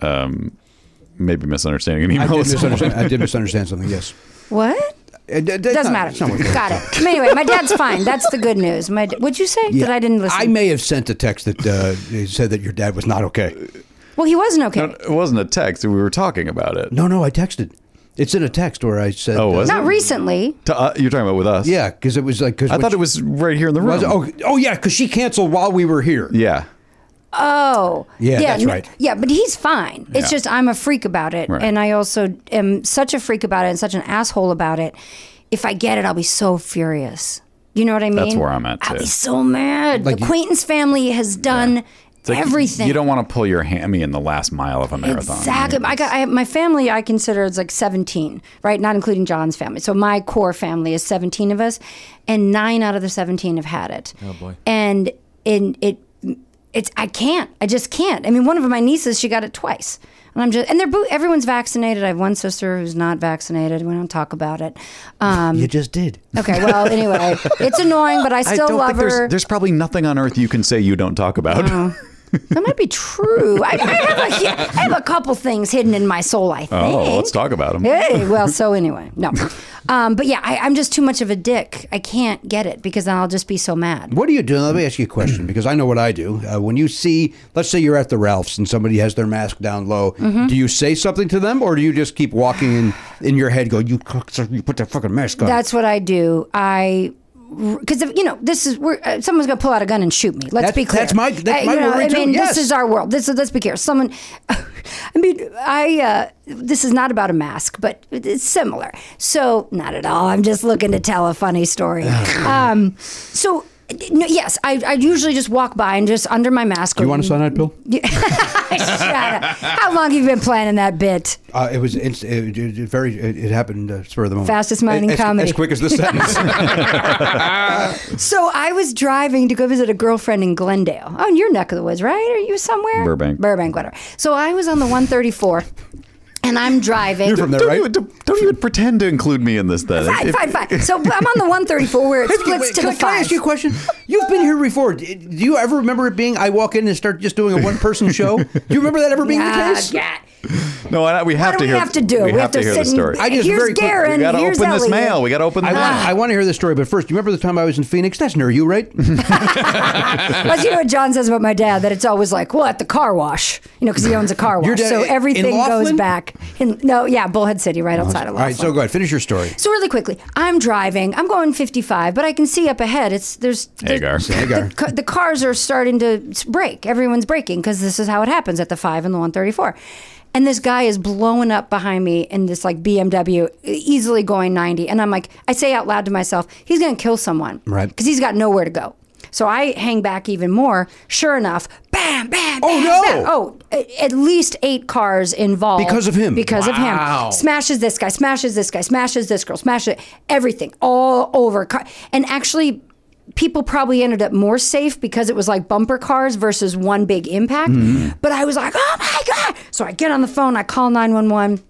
Speaker 1: Um, maybe misunderstanding an
Speaker 2: I
Speaker 1: email.
Speaker 2: did,
Speaker 1: with someone.
Speaker 2: misunderstand, I did misunderstand something. Yes,
Speaker 9: What?
Speaker 2: it, it- it's not-
Speaker 9: Doesn't matter.
Speaker 2: it's not worth it.
Speaker 9: Got it. Anyway, my dad's fine. That's the good news. My, d- what'd you say?
Speaker 2: Yeah.
Speaker 9: That I didn't listen.
Speaker 2: I may have sent a text that uh, said that your dad was not okay.
Speaker 9: well, he wasn't okay.
Speaker 1: It wasn't a text. We were talking about it.
Speaker 2: No, no, I texted. It's in a text where I said. uh,
Speaker 1: Oh, was
Speaker 9: Not recently.
Speaker 1: To, uh, you're talking about with us.
Speaker 2: Yeah, because it was like. Cause
Speaker 1: I
Speaker 2: when
Speaker 1: thought
Speaker 2: she-
Speaker 1: it was right here in the room.
Speaker 2: was- oh, oh yeah, because she canceled while we were here.
Speaker 1: Yeah.
Speaker 9: Oh,
Speaker 2: Yeah, that's
Speaker 9: n-
Speaker 2: right.
Speaker 9: Yeah, but he's fine. It's
Speaker 1: Yeah.
Speaker 9: just I'm a freak about it,
Speaker 1: Right.
Speaker 9: and I also am such a freak about it and such an asshole about it. If I get it, I'll be so furious. You know what I mean?
Speaker 1: That's where I'm at,
Speaker 9: I'll
Speaker 1: too.
Speaker 9: be so mad.
Speaker 2: Like
Speaker 9: the
Speaker 2: you-
Speaker 9: Quaintance family has done
Speaker 1: It's like,
Speaker 9: everything.
Speaker 1: You don't want to pull your hammy in the last mile of a marathon.
Speaker 9: Exactly. I got I, my family. I consider is like seventeen, right? Not including John's family. So my core family is seventeen of us, and nine out of the seventeen have had it. Oh boy. And in it, it's I can't. I just can't. I mean, one of my nieces, she got it twice, and I'm just and they're both. Everyone's vaccinated. I have one sister who's not vaccinated. We don't talk about it. Um,
Speaker 2: You just did.
Speaker 9: okay. Well, anyway, it's annoying, but I
Speaker 1: I
Speaker 9: still
Speaker 1: don't
Speaker 9: love
Speaker 1: think
Speaker 9: her. Oh,
Speaker 1: there's, there's probably nothing on earth you can say you don't talk about.
Speaker 9: That might be true. I, I, have a, he- I have a couple things hidden in my soul. I think.
Speaker 1: oh, let's talk about them.
Speaker 9: Hey, well, so anyway, no. Um, but yeah, I, I'm just too much of a dick. I can't get it because then I'll just be so mad.
Speaker 2: What are you doing? Let me ask you a question because I know what I do. Uh, when you see, let's say you're at the Ralphs and somebody has their mask down low,
Speaker 9: Mm-hmm.
Speaker 2: do you say something to them or do you just keep walking in, in your head going, you, cucks, you put that fucking mask on?
Speaker 9: That's what I do. I. Because you know this is we're, uh, someone's going to pull out a gun and shoot me. Let's
Speaker 2: That's-
Speaker 9: be clear. Uh,
Speaker 2: that's my- that's my
Speaker 9: you know,
Speaker 2: worry
Speaker 9: I
Speaker 2: too,
Speaker 9: mean,
Speaker 2: yes.
Speaker 9: this is our world. This is let's be clear. Someone, I mean, I uh, this is not about a mask, but it's similar. So not at all. I'm just looking to tell a funny story. um, so no, yes, I, I usually just walk by and just under my mask.
Speaker 2: you
Speaker 9: or-
Speaker 2: want a cyanide pill?
Speaker 9: Shut up. How long have you been planning that bit?
Speaker 2: Uh, it was inst- it, it, it very. It, it happened uh, spur of the moment.
Speaker 9: Fastest mind in
Speaker 2: as,
Speaker 9: comedy.
Speaker 2: As quick as this sentence.
Speaker 9: So I was driving to go visit a girlfriend in Glendale. Oh, in your neck of the woods, right? Are you somewhere?
Speaker 1: Burbank.
Speaker 9: Burbank, whatever. So I was on the 134 and I'm driving.
Speaker 2: You're from there,
Speaker 1: don't,
Speaker 2: right?
Speaker 1: even, don't, don't even pretend to include me in this then.
Speaker 9: Fine,
Speaker 1: If-
Speaker 9: fine, fine. So I'm on the 134 where it
Speaker 2: Wait,
Speaker 9: splits
Speaker 2: wait,
Speaker 9: to
Speaker 2: can,
Speaker 9: the
Speaker 2: I, can I
Speaker 9: five.
Speaker 2: ask you a question? You've been here before. Do do you ever remember it being? I walk in and start just doing a one-person show. Do you remember that ever being
Speaker 9: Ah,
Speaker 2: the case?
Speaker 9: God.
Speaker 1: No, I, we have to
Speaker 9: What do we
Speaker 1: hear.
Speaker 9: have to do?
Speaker 1: We, have to, hear
Speaker 9: sit
Speaker 1: the story.
Speaker 9: And,
Speaker 2: I just
Speaker 9: here's
Speaker 2: very quick-
Speaker 9: Garen.
Speaker 1: we got to
Speaker 9: here's
Speaker 1: open this
Speaker 9: Elliot.
Speaker 1: mail. We got to open the
Speaker 2: I
Speaker 1: mail.
Speaker 9: Ah.
Speaker 2: want, I want to hear the story, but first, do you remember the time I was in Phoenix? That's near you, right?
Speaker 9: Plus, you know what John says about my dad that it's always like, what the car wash? You know, because he owns a car
Speaker 2: Your
Speaker 9: wash,
Speaker 2: dad-
Speaker 9: so
Speaker 2: in
Speaker 9: everything goes
Speaker 2: Laughlin?
Speaker 9: back. In, no, yeah, Bullhead City, right outside of
Speaker 2: All
Speaker 9: Laughlin.
Speaker 2: right, so go ahead, finish your story.
Speaker 9: So really quickly, I'm driving. I'm going 55, but I can see up ahead. It's there's
Speaker 1: Hagar.
Speaker 9: The,
Speaker 1: Hagar.
Speaker 9: The, ca- the cars are starting to s- brake. Everyone's braking because this is how it happens at the five and the 134. And this guy is blowing up behind me in this like BMW, e- easily going 90. And I'm like, I say out loud to myself, he's going to kill someone,
Speaker 2: Right.
Speaker 9: Because he's got nowhere to go. So I hang back even more. Sure enough, bam, bam.
Speaker 2: Oh,
Speaker 9: bam,
Speaker 2: no.
Speaker 9: bam. Oh, a- at least eight cars involved
Speaker 2: Because of him.
Speaker 9: Because of him
Speaker 5: Wow.
Speaker 9: smashes this guy, smashes this guy, smashes this girl, smashes everything all over. Car- And actually, people probably ended up more safe because it was like bumper cars versus one big impact.
Speaker 2: Mm-hmm.
Speaker 9: But I was like, oh my God. So I get on the phone, I call 911.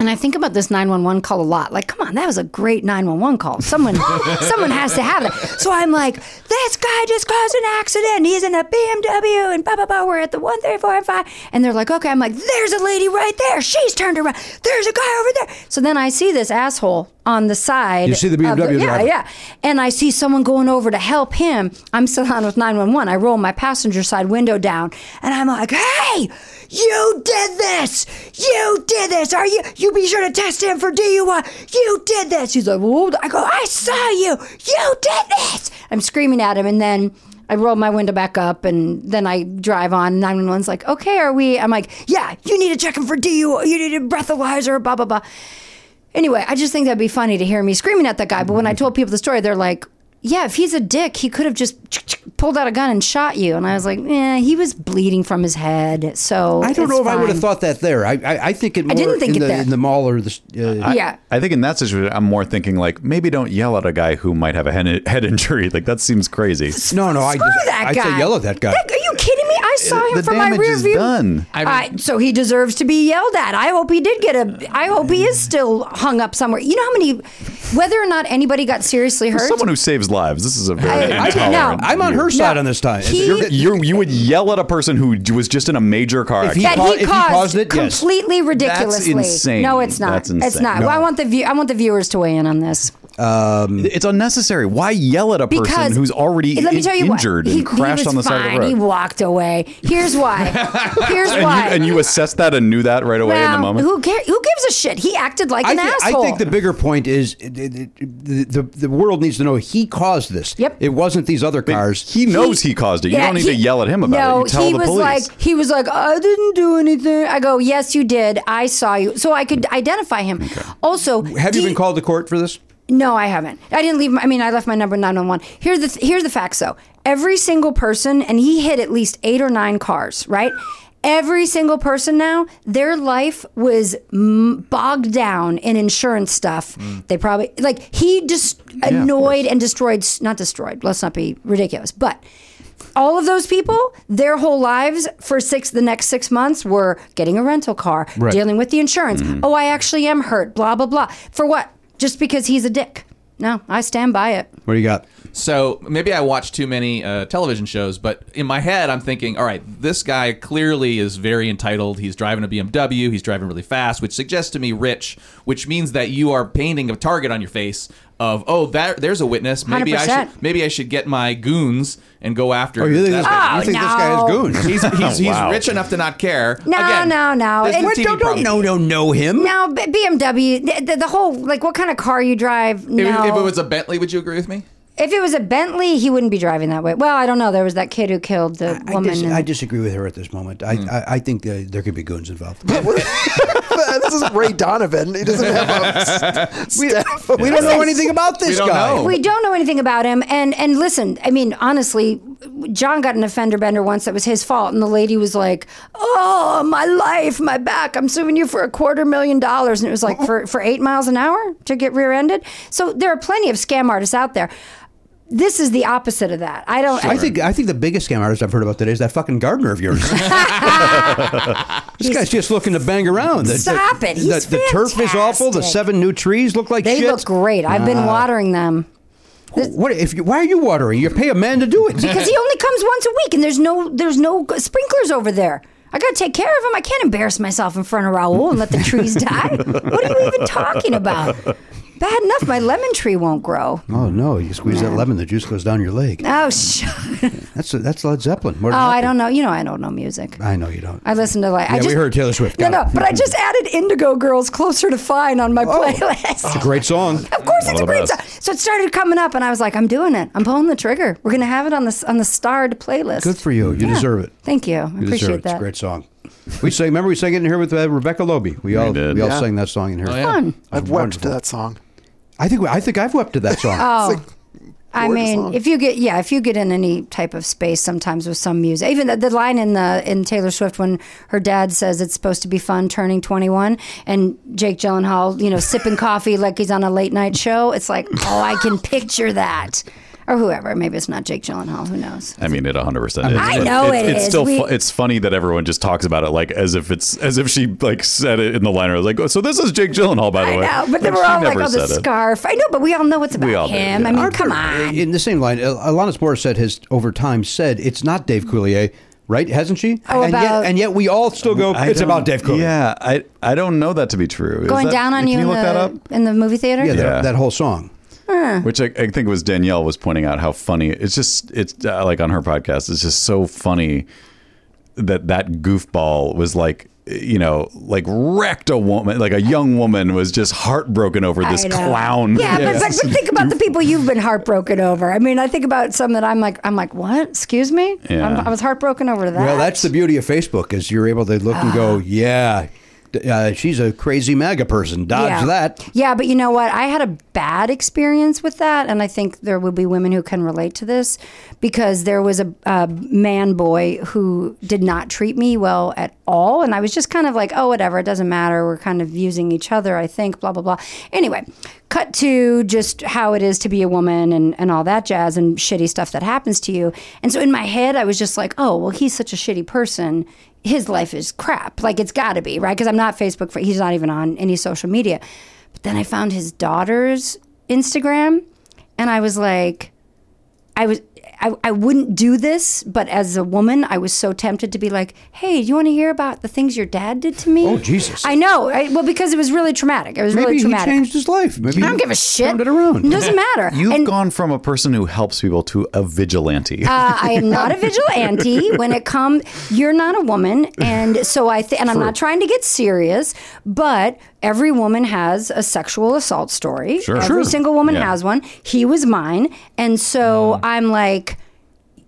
Speaker 9: And I think about this 911 call a lot. Like, come on, that was a great 911 call. Someone someone has to have that. So I'm like, this guy just caused an accident. He's in a BMW and blah, blah, blah. We're at the 134 and 5. And they're like, okay. I'm like, there's a lady right there. She's turned around. There's a guy over there. So then I see this asshole on the side.
Speaker 2: You see the
Speaker 9: of
Speaker 2: BMW
Speaker 9: yeah,
Speaker 2: driver.
Speaker 9: yeah. And I see someone going over to help him. I'm still on with 911. I roll my passenger side window down and I'm like, hey, you did this. You did this. Are you? You be sure to test him for DUI. You did this. He's like, whoa. I go, I saw you. You did this. I'm screaming at him. And then I roll my window back up and then I drive on. 911's like, okay, are we? I'm like, yeah, you need to check him for DUI. You need a breathalyzer, blah, blah, blah. Anyway, I just think that'd be funny to hear me screaming at that guy. But when
Speaker 2: Mm-hmm.
Speaker 9: I told people the story, they're like, yeah, if he's a dick, he could have just pulled out a gun and shot you. And I was like, eh, he was bleeding from his head. So
Speaker 2: I don't
Speaker 9: it's
Speaker 2: know if I would
Speaker 9: fine.
Speaker 2: have thought that there. I, I, I think it more
Speaker 9: didn't think
Speaker 2: in,
Speaker 9: it
Speaker 2: the,
Speaker 9: there.
Speaker 2: in the mall or the. Uh,
Speaker 9: Yeah.
Speaker 1: I think in that situation, I'm more thinking like maybe don't yell at a guy who might have a head, head injury. Like that seems crazy.
Speaker 2: no, no, I
Speaker 9: Screw
Speaker 2: just,
Speaker 9: that
Speaker 2: I'd
Speaker 9: guy.
Speaker 2: say yell at that guy.
Speaker 9: are you kidding me? I saw him
Speaker 1: the
Speaker 9: from my
Speaker 1: damage
Speaker 9: rear
Speaker 1: is
Speaker 9: view.
Speaker 1: done.
Speaker 9: I- so he deserves to be yelled at. I hope he did get a. I hope he
Speaker 2: Mm.
Speaker 9: is still hung up somewhere. You know how many, whether or not anybody got seriously hurt.
Speaker 1: Someone who saves lives. This is a very
Speaker 9: I- I-
Speaker 1: intolerant.
Speaker 9: no.
Speaker 2: I'm on her side
Speaker 9: No,
Speaker 2: on this time.
Speaker 9: he-
Speaker 1: You're, you're, you would yell at a person who was just in a major car
Speaker 2: If he
Speaker 1: accident.
Speaker 9: that
Speaker 2: Ca-
Speaker 9: he
Speaker 2: if he
Speaker 9: caused,
Speaker 2: caused it, yes.
Speaker 9: completely ridiculously.
Speaker 1: insane.
Speaker 9: No, it's not.
Speaker 1: That's insane.
Speaker 9: It's not. Well, I want the view. I want the viewers to weigh in on this
Speaker 2: Um,
Speaker 1: It's unnecessary. Why yell at a person
Speaker 9: because
Speaker 1: who's already
Speaker 9: let me
Speaker 1: in-
Speaker 9: tell you
Speaker 1: injured
Speaker 9: what, he,
Speaker 1: and crashed
Speaker 9: he was
Speaker 1: on the
Speaker 9: fine.
Speaker 1: side of the road?
Speaker 9: He walked away. Here's why. Here's
Speaker 1: and,
Speaker 9: why.
Speaker 1: you, and you assessed that and knew that right away
Speaker 9: well,
Speaker 1: in the moment.
Speaker 9: who cares? Who gives a shit? He acted like
Speaker 2: I,
Speaker 9: an
Speaker 2: thi- I
Speaker 9: asshole.
Speaker 2: think the bigger point is it- it- it- the, the, the world needs to know he caused this.
Speaker 9: Yep.
Speaker 2: It wasn't these other cars.
Speaker 1: he knows he, caused it. You
Speaker 9: Yeah,
Speaker 1: don't need
Speaker 9: he-
Speaker 1: to yell at him about
Speaker 9: no,
Speaker 1: it. You tell
Speaker 9: he
Speaker 1: the
Speaker 9: was
Speaker 1: police.
Speaker 9: like, he was like, I didn't do anything. I go, yes, you did. I saw you, so I could identify him. Also,
Speaker 2: Have
Speaker 9: do
Speaker 2: you been called to court for this?
Speaker 9: No, I haven't. I didn't leave. My, I mean, I left my number nine one one. Here's the th- here's the facts though. Every single person, and he hit at least eight or nine cars, right? Every single person now, their life was m- bogged down in insurance stuff. They probably like he just annoyed and destroyed. s- Not destroyed. Let's not be ridiculous, but all of those people, their whole lives for six the next six months were getting a rental car, dealing with the insurance.
Speaker 5: Mm-hmm.
Speaker 9: Oh, I actually am hurt. Blah blah blah. For what? Just because he's a dick? No, I stand by it.
Speaker 2: What do you got?
Speaker 5: So maybe I watch too many uh, television shows, but in my head, I'm thinking, all right, this guy clearly is very entitled. He's driving a BMW, he's driving really fast, which suggests to me rich, which means that you are painting a target on your face of, oh, that there's a witness. Maybe I
Speaker 9: 100%.
Speaker 5: should maybe I should get my goons and go after.
Speaker 2: Oh, you think, this,
Speaker 5: that
Speaker 2: guy- you
Speaker 9: Oh,
Speaker 2: think this
Speaker 9: no.
Speaker 2: guy is goons?
Speaker 5: He's, he's,
Speaker 1: Wow.
Speaker 5: he's rich enough to not care.
Speaker 9: No,
Speaker 5: Again,
Speaker 9: no, no.
Speaker 5: this is
Speaker 9: And-
Speaker 5: a
Speaker 9: What?
Speaker 5: TV
Speaker 9: Don't-
Speaker 5: problem.
Speaker 2: don't know him.
Speaker 9: Now B- BMW, the, the, the whole like what kind of car you drive?
Speaker 5: If,
Speaker 9: No.
Speaker 5: if it was a Bentley, would you agree with me?
Speaker 9: If it was a Bentley, he wouldn't be driving that way. Well, I don't know. There was that kid who killed the
Speaker 2: I,
Speaker 9: woman.
Speaker 2: dis-
Speaker 9: and-
Speaker 2: I disagree with her at this moment. I, I, I think uh, there could be goons involved.
Speaker 6: this is Ray Donovan. He doesn't have a s- staff. of-
Speaker 2: we don't know anything about this
Speaker 5: We don't
Speaker 2: guy.
Speaker 5: know.
Speaker 9: we don't know anything about him and and listen i mean honestly john got an offender bender once that was his fault and the lady was like oh my life my back i'm suing you for a quarter million dollars and it was like for, for eight miles an hour to get rear-ended so there are plenty of scam artists out there this is the opposite of that i don't
Speaker 2: I think I think the biggest scam artist I've heard about today is that fucking gardener of yours. this guy's just looking to bang around. The, the-
Speaker 9: Stop it.
Speaker 2: The,
Speaker 9: He's
Speaker 2: the turf is awful. The
Speaker 9: fantastic.
Speaker 2: seven new trees look like
Speaker 9: they
Speaker 2: shit.
Speaker 9: look great i've been watering them
Speaker 2: What if you, why are you watering? You pay a man to do it.
Speaker 9: because he only comes once a week and there's no there's no sprinklers over there I got to take care of him. I can't embarrass myself in front of Raul and let the trees die. What are you even talking about? Bad enough, my lemon tree won't grow.
Speaker 10: Oh no! You squeeze that lemon, the juice goes down your leg.
Speaker 9: Oh, sh-
Speaker 10: That's that's Led Zeppelin.
Speaker 9: oh, I don't know. You know, I don't know music.
Speaker 10: I know you don't.
Speaker 9: I listen to like I
Speaker 10: Yeah, we
Speaker 9: just,
Speaker 10: heard Taylor Swift. Got
Speaker 9: No, no,
Speaker 10: it.
Speaker 9: but I just added Indigo Girls "Closer to Fine" on my playlist.
Speaker 10: It's a Oh, great song.
Speaker 9: Of course, it's
Speaker 1: the
Speaker 9: a great
Speaker 1: best.
Speaker 9: song. So it started coming up, and I was like, "I'm doing it. I'm pulling the trigger. We're gonna have it on the on the starred playlist."
Speaker 10: Good for you. You
Speaker 9: Yeah.
Speaker 10: deserve it.
Speaker 9: Thank you. I
Speaker 10: You
Speaker 9: appreciate
Speaker 10: deserve it. It's
Speaker 9: that.
Speaker 10: a great song. We sang. Remember, we sang it in here with uh, Rebecca Loby. We all we,
Speaker 1: did.
Speaker 10: all
Speaker 6: Yeah.
Speaker 10: sang that song in here.
Speaker 9: Fun.
Speaker 6: I've wept to that song.
Speaker 10: I think I think I've wept to that song.
Speaker 9: Oh.
Speaker 6: like
Speaker 9: I
Speaker 6: gorgeous
Speaker 9: mean,
Speaker 6: song.
Speaker 9: if you get yeah, if you get in any type of space, sometimes with some music, even the, the line in the in Taylor Swift when her dad says it's supposed to be fun turning twenty one, and Jake Gyllenhaal, you know, sipping coffee like he's on a late night show. It's like, oh, I can picture that, or whoever. Maybe it's not Jake Gyllenhaal. Who knows?
Speaker 1: I mean, it 100 percent.
Speaker 9: I know it
Speaker 1: It's
Speaker 9: is.
Speaker 1: still.
Speaker 9: We-
Speaker 1: fu- it's funny that everyone just talks about it like as if it's as if she like said it in the liner. Like, oh, so this is Jake Gyllenhaal, by the
Speaker 9: I
Speaker 1: way.
Speaker 9: know, but they
Speaker 1: And
Speaker 9: were
Speaker 1: she
Speaker 9: all like,
Speaker 1: never
Speaker 9: "Oh, the
Speaker 1: said it.
Speaker 9: scarf." I know, but we all know it's about
Speaker 1: all do,
Speaker 9: him.
Speaker 1: yeah.
Speaker 9: I mean,
Speaker 1: Aren't
Speaker 9: come on.
Speaker 10: Uh, In the same line, Al- Alanis Morissette has over time said it's not Dave Coulier, right? Hasn't she?
Speaker 9: Oh,
Speaker 10: and
Speaker 9: about-
Speaker 10: yet and yet we all still go.
Speaker 1: I
Speaker 10: it's
Speaker 1: don't-
Speaker 10: about Dave Coulier.
Speaker 1: Yeah, I I don't know that to be true. Is
Speaker 9: Going
Speaker 1: that-
Speaker 9: down on
Speaker 1: can
Speaker 9: you,
Speaker 1: you
Speaker 9: in
Speaker 1: look that
Speaker 9: the uh.
Speaker 1: up?
Speaker 9: in the movie theater.
Speaker 10: yeah, that-
Speaker 1: Yeah.
Speaker 10: That, whole song.
Speaker 1: Which I, I think was Danielle was pointing out how funny it's just it's uh, like on her podcast. It's just so funny that that goofball was like you know like wrecked a woman like a young woman was just heartbroken over this
Speaker 9: I know.
Speaker 1: clown.
Speaker 9: Yeah, But, but, but think about the people you've been heartbroken over. I mean, I think about some that I'm like, I'm like, what? Excuse me?
Speaker 1: Yeah.
Speaker 9: I'm, I was heartbroken over that. Ah.
Speaker 10: Well, that's the beauty of Facebook is you're able to look and go, yeah, d- uh, she's a crazy MAGA person. Dodge
Speaker 9: yeah.
Speaker 10: that.
Speaker 9: Yeah, but you know what? I had a bad experience with that, and I think there will be women who can relate to this because there was a, a man boy who did not treat me well at all, and I was just kind of like, oh, whatever, it doesn't matter. We're kind of using each other, I think. Blah blah blah. Anyway, cut to just how it is to be a woman and and all that jazz and shitty stuff that happens to you. And so in my head, I was just like, oh, well, he's such a shitty person his life is crap. Like it's got to be right because I'm not Facebook. For, he's not even on any social media. But then I found his daughter's Instagram, and I was like, I was. I, I wouldn't do this, but as a woman, I was so tempted to be like, "Hey, you want to hear about the things your dad did to me?"
Speaker 10: Oh, Jesus.
Speaker 9: I know. I, well, because it was really traumatic. It was
Speaker 10: Maybe
Speaker 9: really
Speaker 10: he
Speaker 9: traumatic.
Speaker 10: changed his life. Maybe
Speaker 9: I don't
Speaker 10: he
Speaker 9: give a shit.
Speaker 10: turned it around.
Speaker 9: It doesn't matter.
Speaker 1: You've
Speaker 9: And-
Speaker 1: gone from a person who helps people to a vigilante.
Speaker 9: Uh, I am not a vigilante. When it comes, you're not a woman, and so I th- and I'm not trying to get serious, but every woman has a sexual assault story.
Speaker 1: Sure.
Speaker 9: every
Speaker 1: Sure.
Speaker 9: single woman
Speaker 1: Yeah. Mm-hmm.
Speaker 9: has one. He was mine, and so I'm like.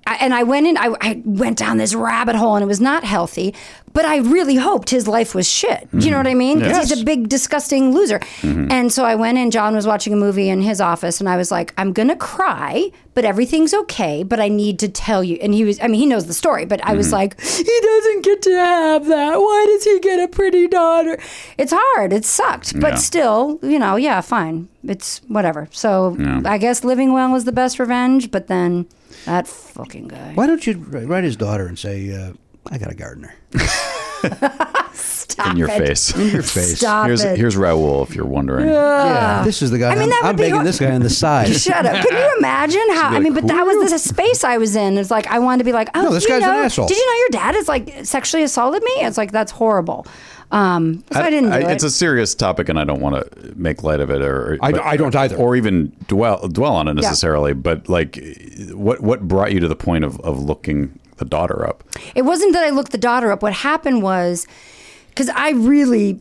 Speaker 9: I, and I went in, I, I went down this rabbit hole and it was not healthy, but I really hoped his life was shit. Do you know what I mean? 'Cause he's a big, disgusting loser. And so I went in, John was watching a movie in his office, and I was like, I'm going to cry, but everything's okay, but I need to tell you. And he was, I mean, he knows the story, but I was like, he doesn't get to have that. Why does he get a pretty daughter? It's hard. It sucked, but
Speaker 1: Yeah.
Speaker 9: still, you know, yeah, fine. It's whatever. So I guess living well is the best revenge, but then. That fucking guy.
Speaker 10: Why don't you wri- write his daughter and say, uh, I got a gardener?
Speaker 9: Stop
Speaker 1: in your
Speaker 9: it.
Speaker 1: face.
Speaker 10: In your face.
Speaker 9: Stop
Speaker 1: here's
Speaker 9: it.
Speaker 1: here's Raoul if you're wondering.
Speaker 10: Yeah, this is the guy. I
Speaker 9: mean, that would
Speaker 10: am
Speaker 9: be
Speaker 10: begging
Speaker 9: hor-
Speaker 10: this guy on the side.
Speaker 9: Shut up. Can you imagine how? I mean, but that was the space I was in. It's like, I wanted to be like, oh,
Speaker 10: No, this
Speaker 9: you
Speaker 10: guy's an
Speaker 9: know,
Speaker 10: asshole.
Speaker 9: Did you know your dad is like sexually assaulted me? It's like, that's horrible. Um, so I, didn't do it.
Speaker 1: It's a serious topic, and I don't want to make light of it, or
Speaker 10: I- I don't either.
Speaker 1: or even dwell dwell on it necessarily. But like, what what brought you to the point of of looking the daughter up?
Speaker 9: It wasn't that I looked the daughter up. What happened was because I really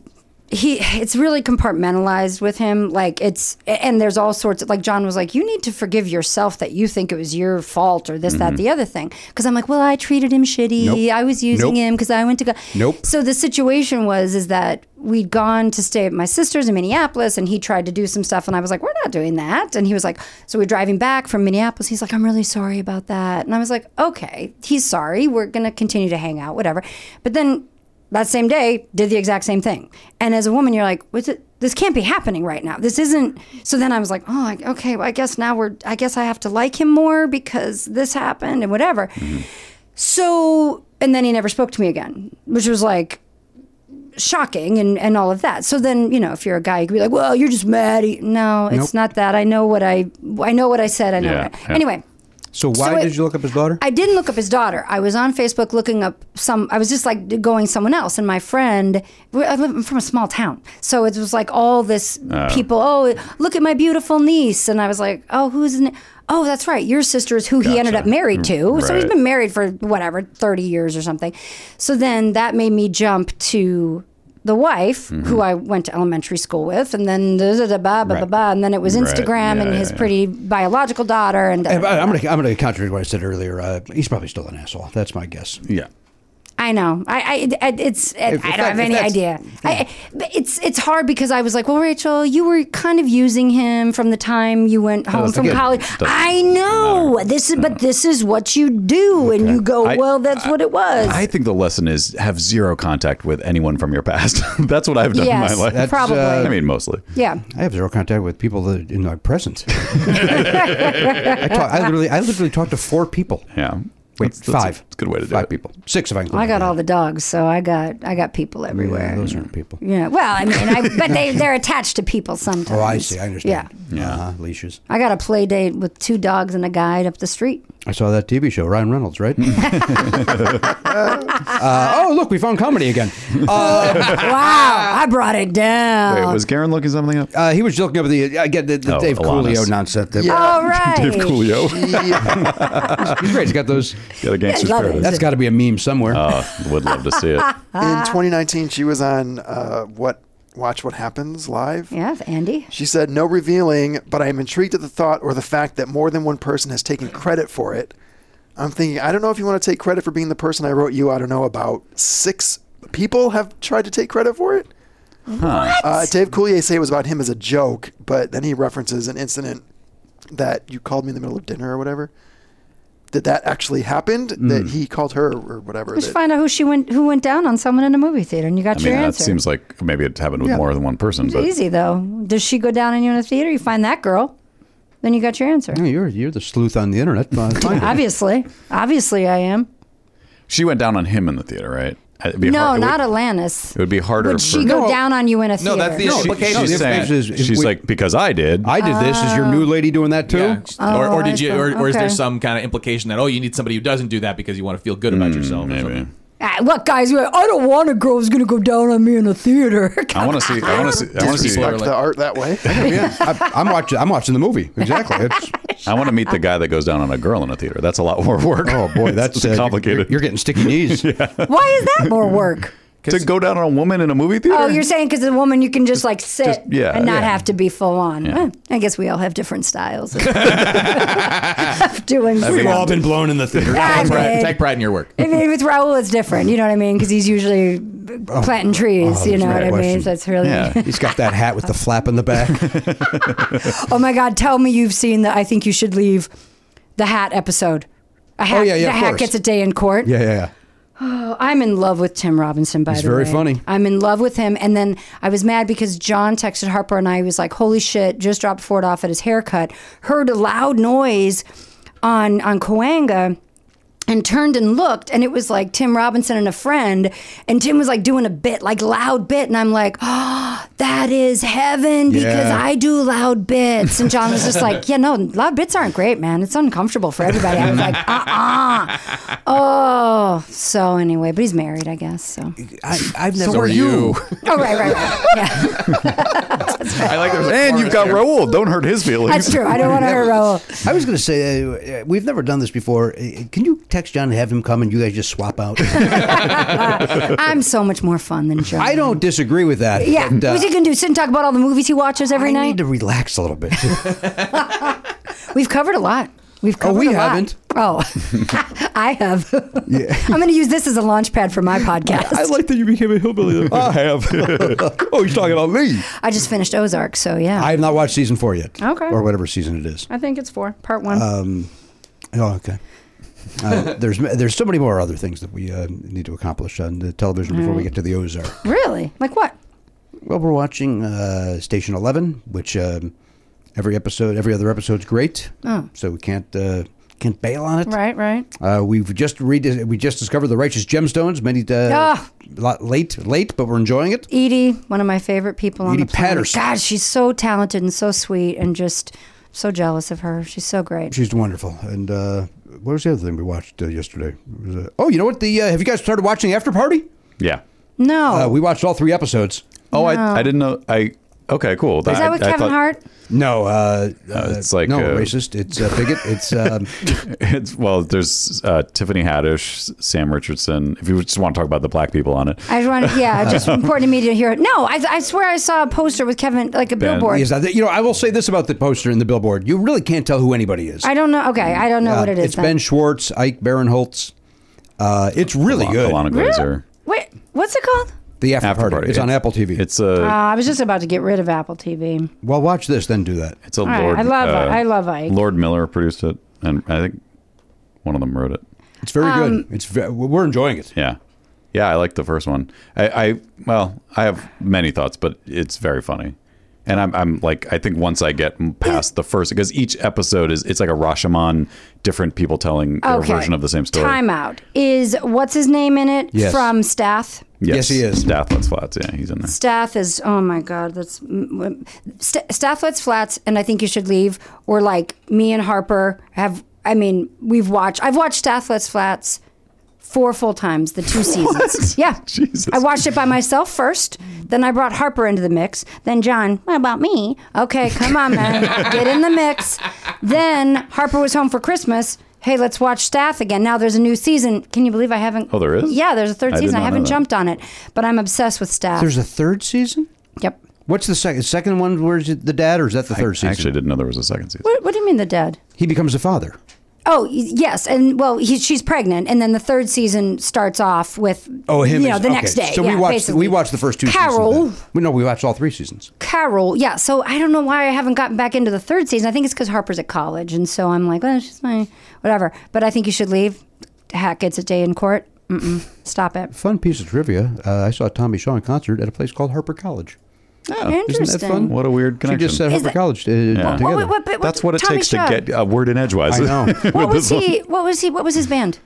Speaker 9: he it's really compartmentalized with him like it's and there's all sorts of like john was like you need to forgive yourself that you think it was your fault or this that the other thing because i'm like well i treated him shitty
Speaker 10: Mm-hmm. Nope.
Speaker 9: i was using
Speaker 10: Nope.
Speaker 9: him because i went to go
Speaker 10: Nope.
Speaker 9: so the situation was is that we'd gone to stay at my sister's in Minneapolis, and he tried to do some stuff, and I was like, "We're not doing that." And he was like, "So we're driving back from Minneapolis." He's like, "I'm really sorry about that," and I was like, "Okay, he's sorry. We're gonna continue to hang out, whatever." But then that same day, did the exact same thing, and as a woman, you're like, "What's it?" This can't be happening right now. This isn't. So then I was like, oh, I- okay. Well, I guess now we're. I guess I have to like him more because this happened and whatever. So, and then he never spoke to me again, which was like shocking and, and all of that. So then, you know, if you're a guy, you could be like, well, you're just mad. He- No, it's not that. I know what I, I know what I said. I know.
Speaker 1: Yeah,
Speaker 9: what I-
Speaker 1: yeah.
Speaker 9: Anyway,
Speaker 2: So why
Speaker 9: So it-
Speaker 2: did you look up his daughter?
Speaker 9: I didn't look up his daughter. I was on Facebook looking up some. I was just like going someone else, and my friend. I live I'm from a small town, so it was like all this people. Oh, look at my beautiful niece, and I was like, oh, who's? Ne-? Oh, that's right. Your sister is who he ended up married to. So he's
Speaker 1: Mm, Right.
Speaker 9: been married for whatever thirty years or something. So then that made me jump to. The wife,
Speaker 1: Mm-hmm.
Speaker 9: who I went to elementary school with, and then da, da, da, ba, ba, ba, ba, and then it was
Speaker 1: Right.
Speaker 9: Instagram
Speaker 1: Yeah,
Speaker 9: and
Speaker 1: yeah,
Speaker 9: his
Speaker 1: yeah.
Speaker 9: pretty biological daughter, and da, da,
Speaker 2: I'm
Speaker 9: da, da.
Speaker 2: going to I'm going to contradict what I said earlier. Uh, he's probably still an asshole. That's my guess.
Speaker 1: Yeah.
Speaker 9: I know. I, I it- it- it's I
Speaker 2: if
Speaker 9: don't
Speaker 2: that-
Speaker 9: have
Speaker 2: if
Speaker 9: any
Speaker 2: that's-
Speaker 9: idea. I- I, but it's it's hard because I was like, well, Rachel, you were kind of using him from the time you went home
Speaker 1: doesn't-
Speaker 9: from
Speaker 1: again,
Speaker 9: college.
Speaker 1: doesn't Uh-huh.
Speaker 9: I know this is, but this is what you do, and you go,
Speaker 1: I-
Speaker 9: well, that's what it was.
Speaker 1: I think the lesson is have zero contact with anyone from your past. That's what I've done
Speaker 9: yes,
Speaker 1: in my life.
Speaker 2: That's,
Speaker 9: probably.
Speaker 2: uh,
Speaker 1: I mean, mostly.
Speaker 9: yeah.
Speaker 2: I have zero contact with people that in my present. I, talk, I literally, I literally talked to four people.
Speaker 1: Yeah.
Speaker 2: Wait,
Speaker 1: That's- that's-
Speaker 2: five.
Speaker 1: It's a good way to do
Speaker 2: five
Speaker 1: it.
Speaker 2: people. Six if I include.
Speaker 9: I got
Speaker 2: my
Speaker 9: all the dogs, so I got I got people
Speaker 2: dad. Yeah,
Speaker 9: everywhere.
Speaker 2: Those aren't people.
Speaker 9: Yeah. Well, I mean, I, but they they're attached to people sometimes.
Speaker 2: Oh, I see. I understand.
Speaker 9: Yeah.
Speaker 1: Yeah.
Speaker 2: Uh-huh, leashes.
Speaker 9: I got a play date with two dogs and a guide up the street.
Speaker 2: I saw that TV show, Ryan Reynolds, right? uh, oh, look, we found comedy again. Uh,
Speaker 9: wow, I brought it down.
Speaker 1: Wait, was Garen looking something up?
Speaker 2: uh, he was looking over the again the, the
Speaker 1: Oh,
Speaker 2: Dave
Speaker 1: Alanis.
Speaker 2: Coolio nonsense. That,
Speaker 6: Yeah.
Speaker 9: all right.
Speaker 1: Dave Coolio.
Speaker 6: Yeah.
Speaker 2: He's Uh, great. He's got those.
Speaker 1: Got a gangster's
Speaker 9: Yeah, I love it.
Speaker 1: paradise.
Speaker 2: That's got to be a meme somewhere.
Speaker 1: Oh, would love to see it.
Speaker 6: In 2019, she was on uh, What Watch What Happens live.
Speaker 9: Yeah, it's Andy.
Speaker 6: She said, "No revealing, but I am intrigued at the thought or the fact that more than one person has taken credit for it." I'm thinking, I don't know if you want to take credit for being the person I wrote you. I don't know about six people have tried to take credit for it. Uh, Dave Coulier said it was about him as a joke, but then he references an incident that you called me in the middle of dinner or whatever. That that actually happened?
Speaker 2: Hmm.
Speaker 6: That he called her or whatever.
Speaker 9: Let's
Speaker 6: that-
Speaker 9: find out who she went who went down on someone in a movie theater, and you got
Speaker 1: I mean,
Speaker 9: your
Speaker 1: that
Speaker 9: answer.
Speaker 1: seems like maybe it happened with more than one person,
Speaker 9: it's
Speaker 1: but
Speaker 9: easy though. Does she go down on you in a theater? You find that girl, then you got your answer.
Speaker 1: Mm.
Speaker 2: Yeah, you're you're the sleuth on the internet. Uh, find it.
Speaker 9: Obviously, obviously, I am.
Speaker 1: she went down on him in the theater, right? It'd be
Speaker 9: no,
Speaker 1: hard- it would-
Speaker 9: not Alanis.
Speaker 1: It would be harder.
Speaker 9: Would she
Speaker 1: for,
Speaker 9: go
Speaker 2: No.
Speaker 9: down on you in a
Speaker 5: No,
Speaker 9: theater?
Speaker 5: that's the
Speaker 2: No,
Speaker 5: issue.
Speaker 2: but
Speaker 1: She's,
Speaker 2: Kate, no, the
Speaker 1: saying-
Speaker 2: difference is if
Speaker 1: she's
Speaker 2: we-
Speaker 1: like because I did.
Speaker 2: I did this. Is your new lady doing that too?
Speaker 5: Yeah. or, or
Speaker 9: Oh, I
Speaker 5: did you, or,
Speaker 9: see.
Speaker 5: or is there
Speaker 9: Okay.
Speaker 5: some kind of implication that oh, you need somebody who doesn't do that because you want to feel good about yourself? Or
Speaker 1: maybe.
Speaker 5: something?
Speaker 9: Ah, what guys? you're like, I don't want a girl who's gonna go down on me in a theater.
Speaker 1: I want to see. I want to see. I want to see.
Speaker 6: Respect the art that way.
Speaker 2: yeah. I, am watching. I'm watching the movie. Exactly. It's,
Speaker 1: I want to meet the guy that goes down on a girl in a theater. That's a lot more work.
Speaker 2: oh boy, that's
Speaker 1: It's
Speaker 2: uh,
Speaker 1: complicated.
Speaker 2: You're, you're getting sticky knees.
Speaker 9: Why is that more work?
Speaker 1: to go down on a woman in a movie theater.
Speaker 9: Oh, you're saying because a woman you can just like sit
Speaker 1: yeah,
Speaker 9: and not
Speaker 1: yeah.
Speaker 9: have to be full on.
Speaker 1: Yeah.
Speaker 9: Well, I guess we all have different styles of, of doing.
Speaker 1: We've
Speaker 9: stuff.
Speaker 1: all been
Speaker 2: blown in the theater.
Speaker 9: I
Speaker 5: Take pride,
Speaker 9: did.
Speaker 5: take pride in your work.
Speaker 9: I mean, with Raul, it's different. You know what I mean? Because he's usually
Speaker 1: Oh,
Speaker 9: planting trees. you
Speaker 2: there's
Speaker 9: know
Speaker 2: no
Speaker 9: what I mean?
Speaker 2: question.
Speaker 9: So it's really.
Speaker 1: Yeah.
Speaker 2: He's got that hat with the flap in the back.
Speaker 9: Oh my God! Tell me you've seen the. I think you should leave. The hat episode.
Speaker 1: Oh,
Speaker 9: A hat,
Speaker 2: yeah, yeah,
Speaker 9: the
Speaker 2: of
Speaker 9: hat
Speaker 2: course.
Speaker 9: gets a day in court.
Speaker 2: Yeah, yeah, yeah.
Speaker 9: Oh, I'm in love with Tim Robinson, by
Speaker 2: He's
Speaker 9: the way.
Speaker 2: very funny.
Speaker 9: I'm in love with him. And then I was mad because John texted Harper and I. He was like, holy shit, just dropped Ford off at his haircut, heard a loud noise on, on Coanga. And turned and looked, and it was like Tim Robinson and a friend. And Tim was like doing a bit, like loud bit. And I'm like, oh, that is heaven because
Speaker 2: Yeah.
Speaker 9: I do loud bits. And John was just like, yeah, no, loud bits aren't great, man. It's uncomfortable for everybody. I was like, uh uh Oh, so anyway, but he's married, I guess. So.
Speaker 2: I, I've never.
Speaker 5: are you.
Speaker 9: Oh, right, right, right. Yeah,
Speaker 5: I like there's a
Speaker 1: and
Speaker 5: chorus
Speaker 1: you've got
Speaker 5: there.
Speaker 1: Raul. Don't hurt his feelings.
Speaker 9: that's true. I don't want to hurt Raul.
Speaker 2: I was going to say uh, uh, we've never done this before. Uh, Can you text John and have him come and you guys just swap out?
Speaker 9: I'm so much more fun than John.
Speaker 2: I don't disagree with that.
Speaker 9: Yeah,
Speaker 2: but, uh,
Speaker 9: what's he gonna do? Sit and talk about all the movies he watches every
Speaker 2: I
Speaker 9: night.
Speaker 2: need to relax a little bit.
Speaker 9: We've covered a lot. We've covered
Speaker 2: we
Speaker 9: a lot.
Speaker 2: haven't.
Speaker 9: Oh, I have. I'm going to use this as a launch pad for my podcast. I,
Speaker 2: like that you became a hillbilly. I have. oh, he's talking about me.
Speaker 9: just finished Ozark, so yeah.
Speaker 2: I have not watched season four yet.
Speaker 9: Okay.
Speaker 2: Or whatever season it is.
Speaker 9: I think it's four, part one.
Speaker 2: Uh, Oh, okay. Uh, there's there's so many more other things that we uh, need to accomplish on the television before
Speaker 9: Mm.
Speaker 2: we get to the Ozark.
Speaker 9: really? Like what?
Speaker 2: Well, we're watching uh, Station Eleven, which um, every episode, every other episode's great. So we can't uh, can't bail on it.
Speaker 9: Oh. Right, right.
Speaker 2: Uh, we've just read we just discovered the Righteous Gemstones. Many uh,
Speaker 9: Ah.
Speaker 2: lot late, late, but we're enjoying it.
Speaker 9: Edie, one of my favorite people on
Speaker 2: Edie
Speaker 9: the planet.
Speaker 2: Patterson.
Speaker 9: God, she's so talented and so sweet and just So jealous of her. She's so great.
Speaker 2: She's wonderful. And uh, what was the other thing we watched uh, yesterday? It was, uh, oh, you know what? The uh, have you guys started watching After Party?
Speaker 1: Yeah.
Speaker 9: No.
Speaker 2: Uh, we watched all three episodes.
Speaker 1: Oh, I, I didn't know. I okay, cool.
Speaker 9: Is that with Kevin Hart?
Speaker 2: No, uh, uh,
Speaker 1: it's like,
Speaker 2: no
Speaker 1: uh,
Speaker 2: racist. It's uh, bigot. It's um,
Speaker 1: It's well, there's uh, Tiffany Haddish, Sam Richardson. If you just want to talk about the black people on it,
Speaker 9: I just wanted, yeah, it's just important to me to hear it. No, I, I swear I saw a poster with Kevin, like a billboard.
Speaker 2: is that, you know. I will say this about the poster and the billboard: you really can't tell who anybody is. Uh,
Speaker 9: I don't know. Okay, I don't know what it is.
Speaker 2: It's
Speaker 9: then.
Speaker 2: Ben Schwartz, Ike Barinholtz. Uh, it's really good.
Speaker 1: Alana Glazer.
Speaker 9: Wait, what's it called?
Speaker 2: The after, party. It's, on Apple TV.
Speaker 1: It's a
Speaker 9: Uh, I was just about to get rid of Apple TV.
Speaker 2: well, watch this, then do that.
Speaker 1: it's a
Speaker 9: right,
Speaker 1: Lord.
Speaker 9: I love-
Speaker 1: uh,
Speaker 9: I love Ike.
Speaker 1: Lord Miller produced it, and I think one of them wrote it.
Speaker 2: It's very
Speaker 9: Um,
Speaker 2: good. It's ve- we're enjoying it.
Speaker 1: Yeah, yeah, I like the first one. I, I well, I have many thoughts, but it's very funny. And I'm, I'm like, I think once I get past the first, because each episode is, it's like a Rashomon, different people telling their
Speaker 9: Okay.
Speaker 1: version of the same story.
Speaker 9: Time out. Is what's his name in it
Speaker 2: Yes.
Speaker 9: from Staff?
Speaker 2: Yes, he is.
Speaker 1: Stathlet's Flats. Yeah, he's in there.
Speaker 9: Staff is oh my god, that's mm, St- Stafflet's Flats, and I think you should leave. Or like me and Harper have. I mean, we've watched. I've watched Stafflet's Flats four full times, the two seasons. Yeah,
Speaker 1: Jesus.
Speaker 9: I watched it by myself first. Then I brought Harper into the mix. Then John, what about me? Okay, come on, man, get in the mix. Then Harper was home for Christmas. Hey, let's watch Staff again. Now there's a new season. Can you believe I haven't?
Speaker 1: Oh, there is?
Speaker 9: Yeah, there's a third
Speaker 1: I did
Speaker 9: season.
Speaker 1: not
Speaker 9: I
Speaker 1: know
Speaker 9: haven't
Speaker 1: that.
Speaker 9: jumped on it, but I'm obsessed with Staff.
Speaker 2: There's a third season.
Speaker 9: yep.
Speaker 2: What's the second second one? Where's it the dad, or is that the third
Speaker 1: I
Speaker 2: season?
Speaker 1: actually didn't know there was a second season.
Speaker 9: What, what do you mean the dead?
Speaker 2: he becomes a father.
Speaker 9: Oh y- yes, and well, he, she's pregnant, and then the third season starts off with
Speaker 2: Oh, him.
Speaker 9: you know,
Speaker 2: is-
Speaker 9: the
Speaker 2: okay.
Speaker 9: next day.
Speaker 2: So
Speaker 9: yeah,
Speaker 2: we watched
Speaker 9: basically.
Speaker 2: we watched the first two.
Speaker 9: Carol,
Speaker 2: Seasons then. we no, we watched all three seasons.
Speaker 9: Carol, yeah. So I don't know why I haven't gotten back into the third season. I think it's because Harper's at college, and so I'm like, well, she's my whatever. But I think you should leave. Heck, it's a day in court. Mm-mm. Stop it.
Speaker 2: Fun piece of trivia: uh, I saw Tommy Shaw in concert at a place called Harper College.
Speaker 9: Interesting.
Speaker 2: Oh, Isn't that fun?
Speaker 1: What a weird
Speaker 2: She
Speaker 1: connection.
Speaker 2: just said
Speaker 9: Is
Speaker 2: Harper
Speaker 9: that-
Speaker 2: College uh, together.
Speaker 9: Well, wait, what- but-
Speaker 1: That's what it
Speaker 9: Tommy
Speaker 1: takes
Speaker 9: Shaw.
Speaker 1: to get a word in edgewise.
Speaker 2: I know.
Speaker 9: What
Speaker 1: With
Speaker 9: was
Speaker 1: this one.
Speaker 9: he? What was he? What was his band?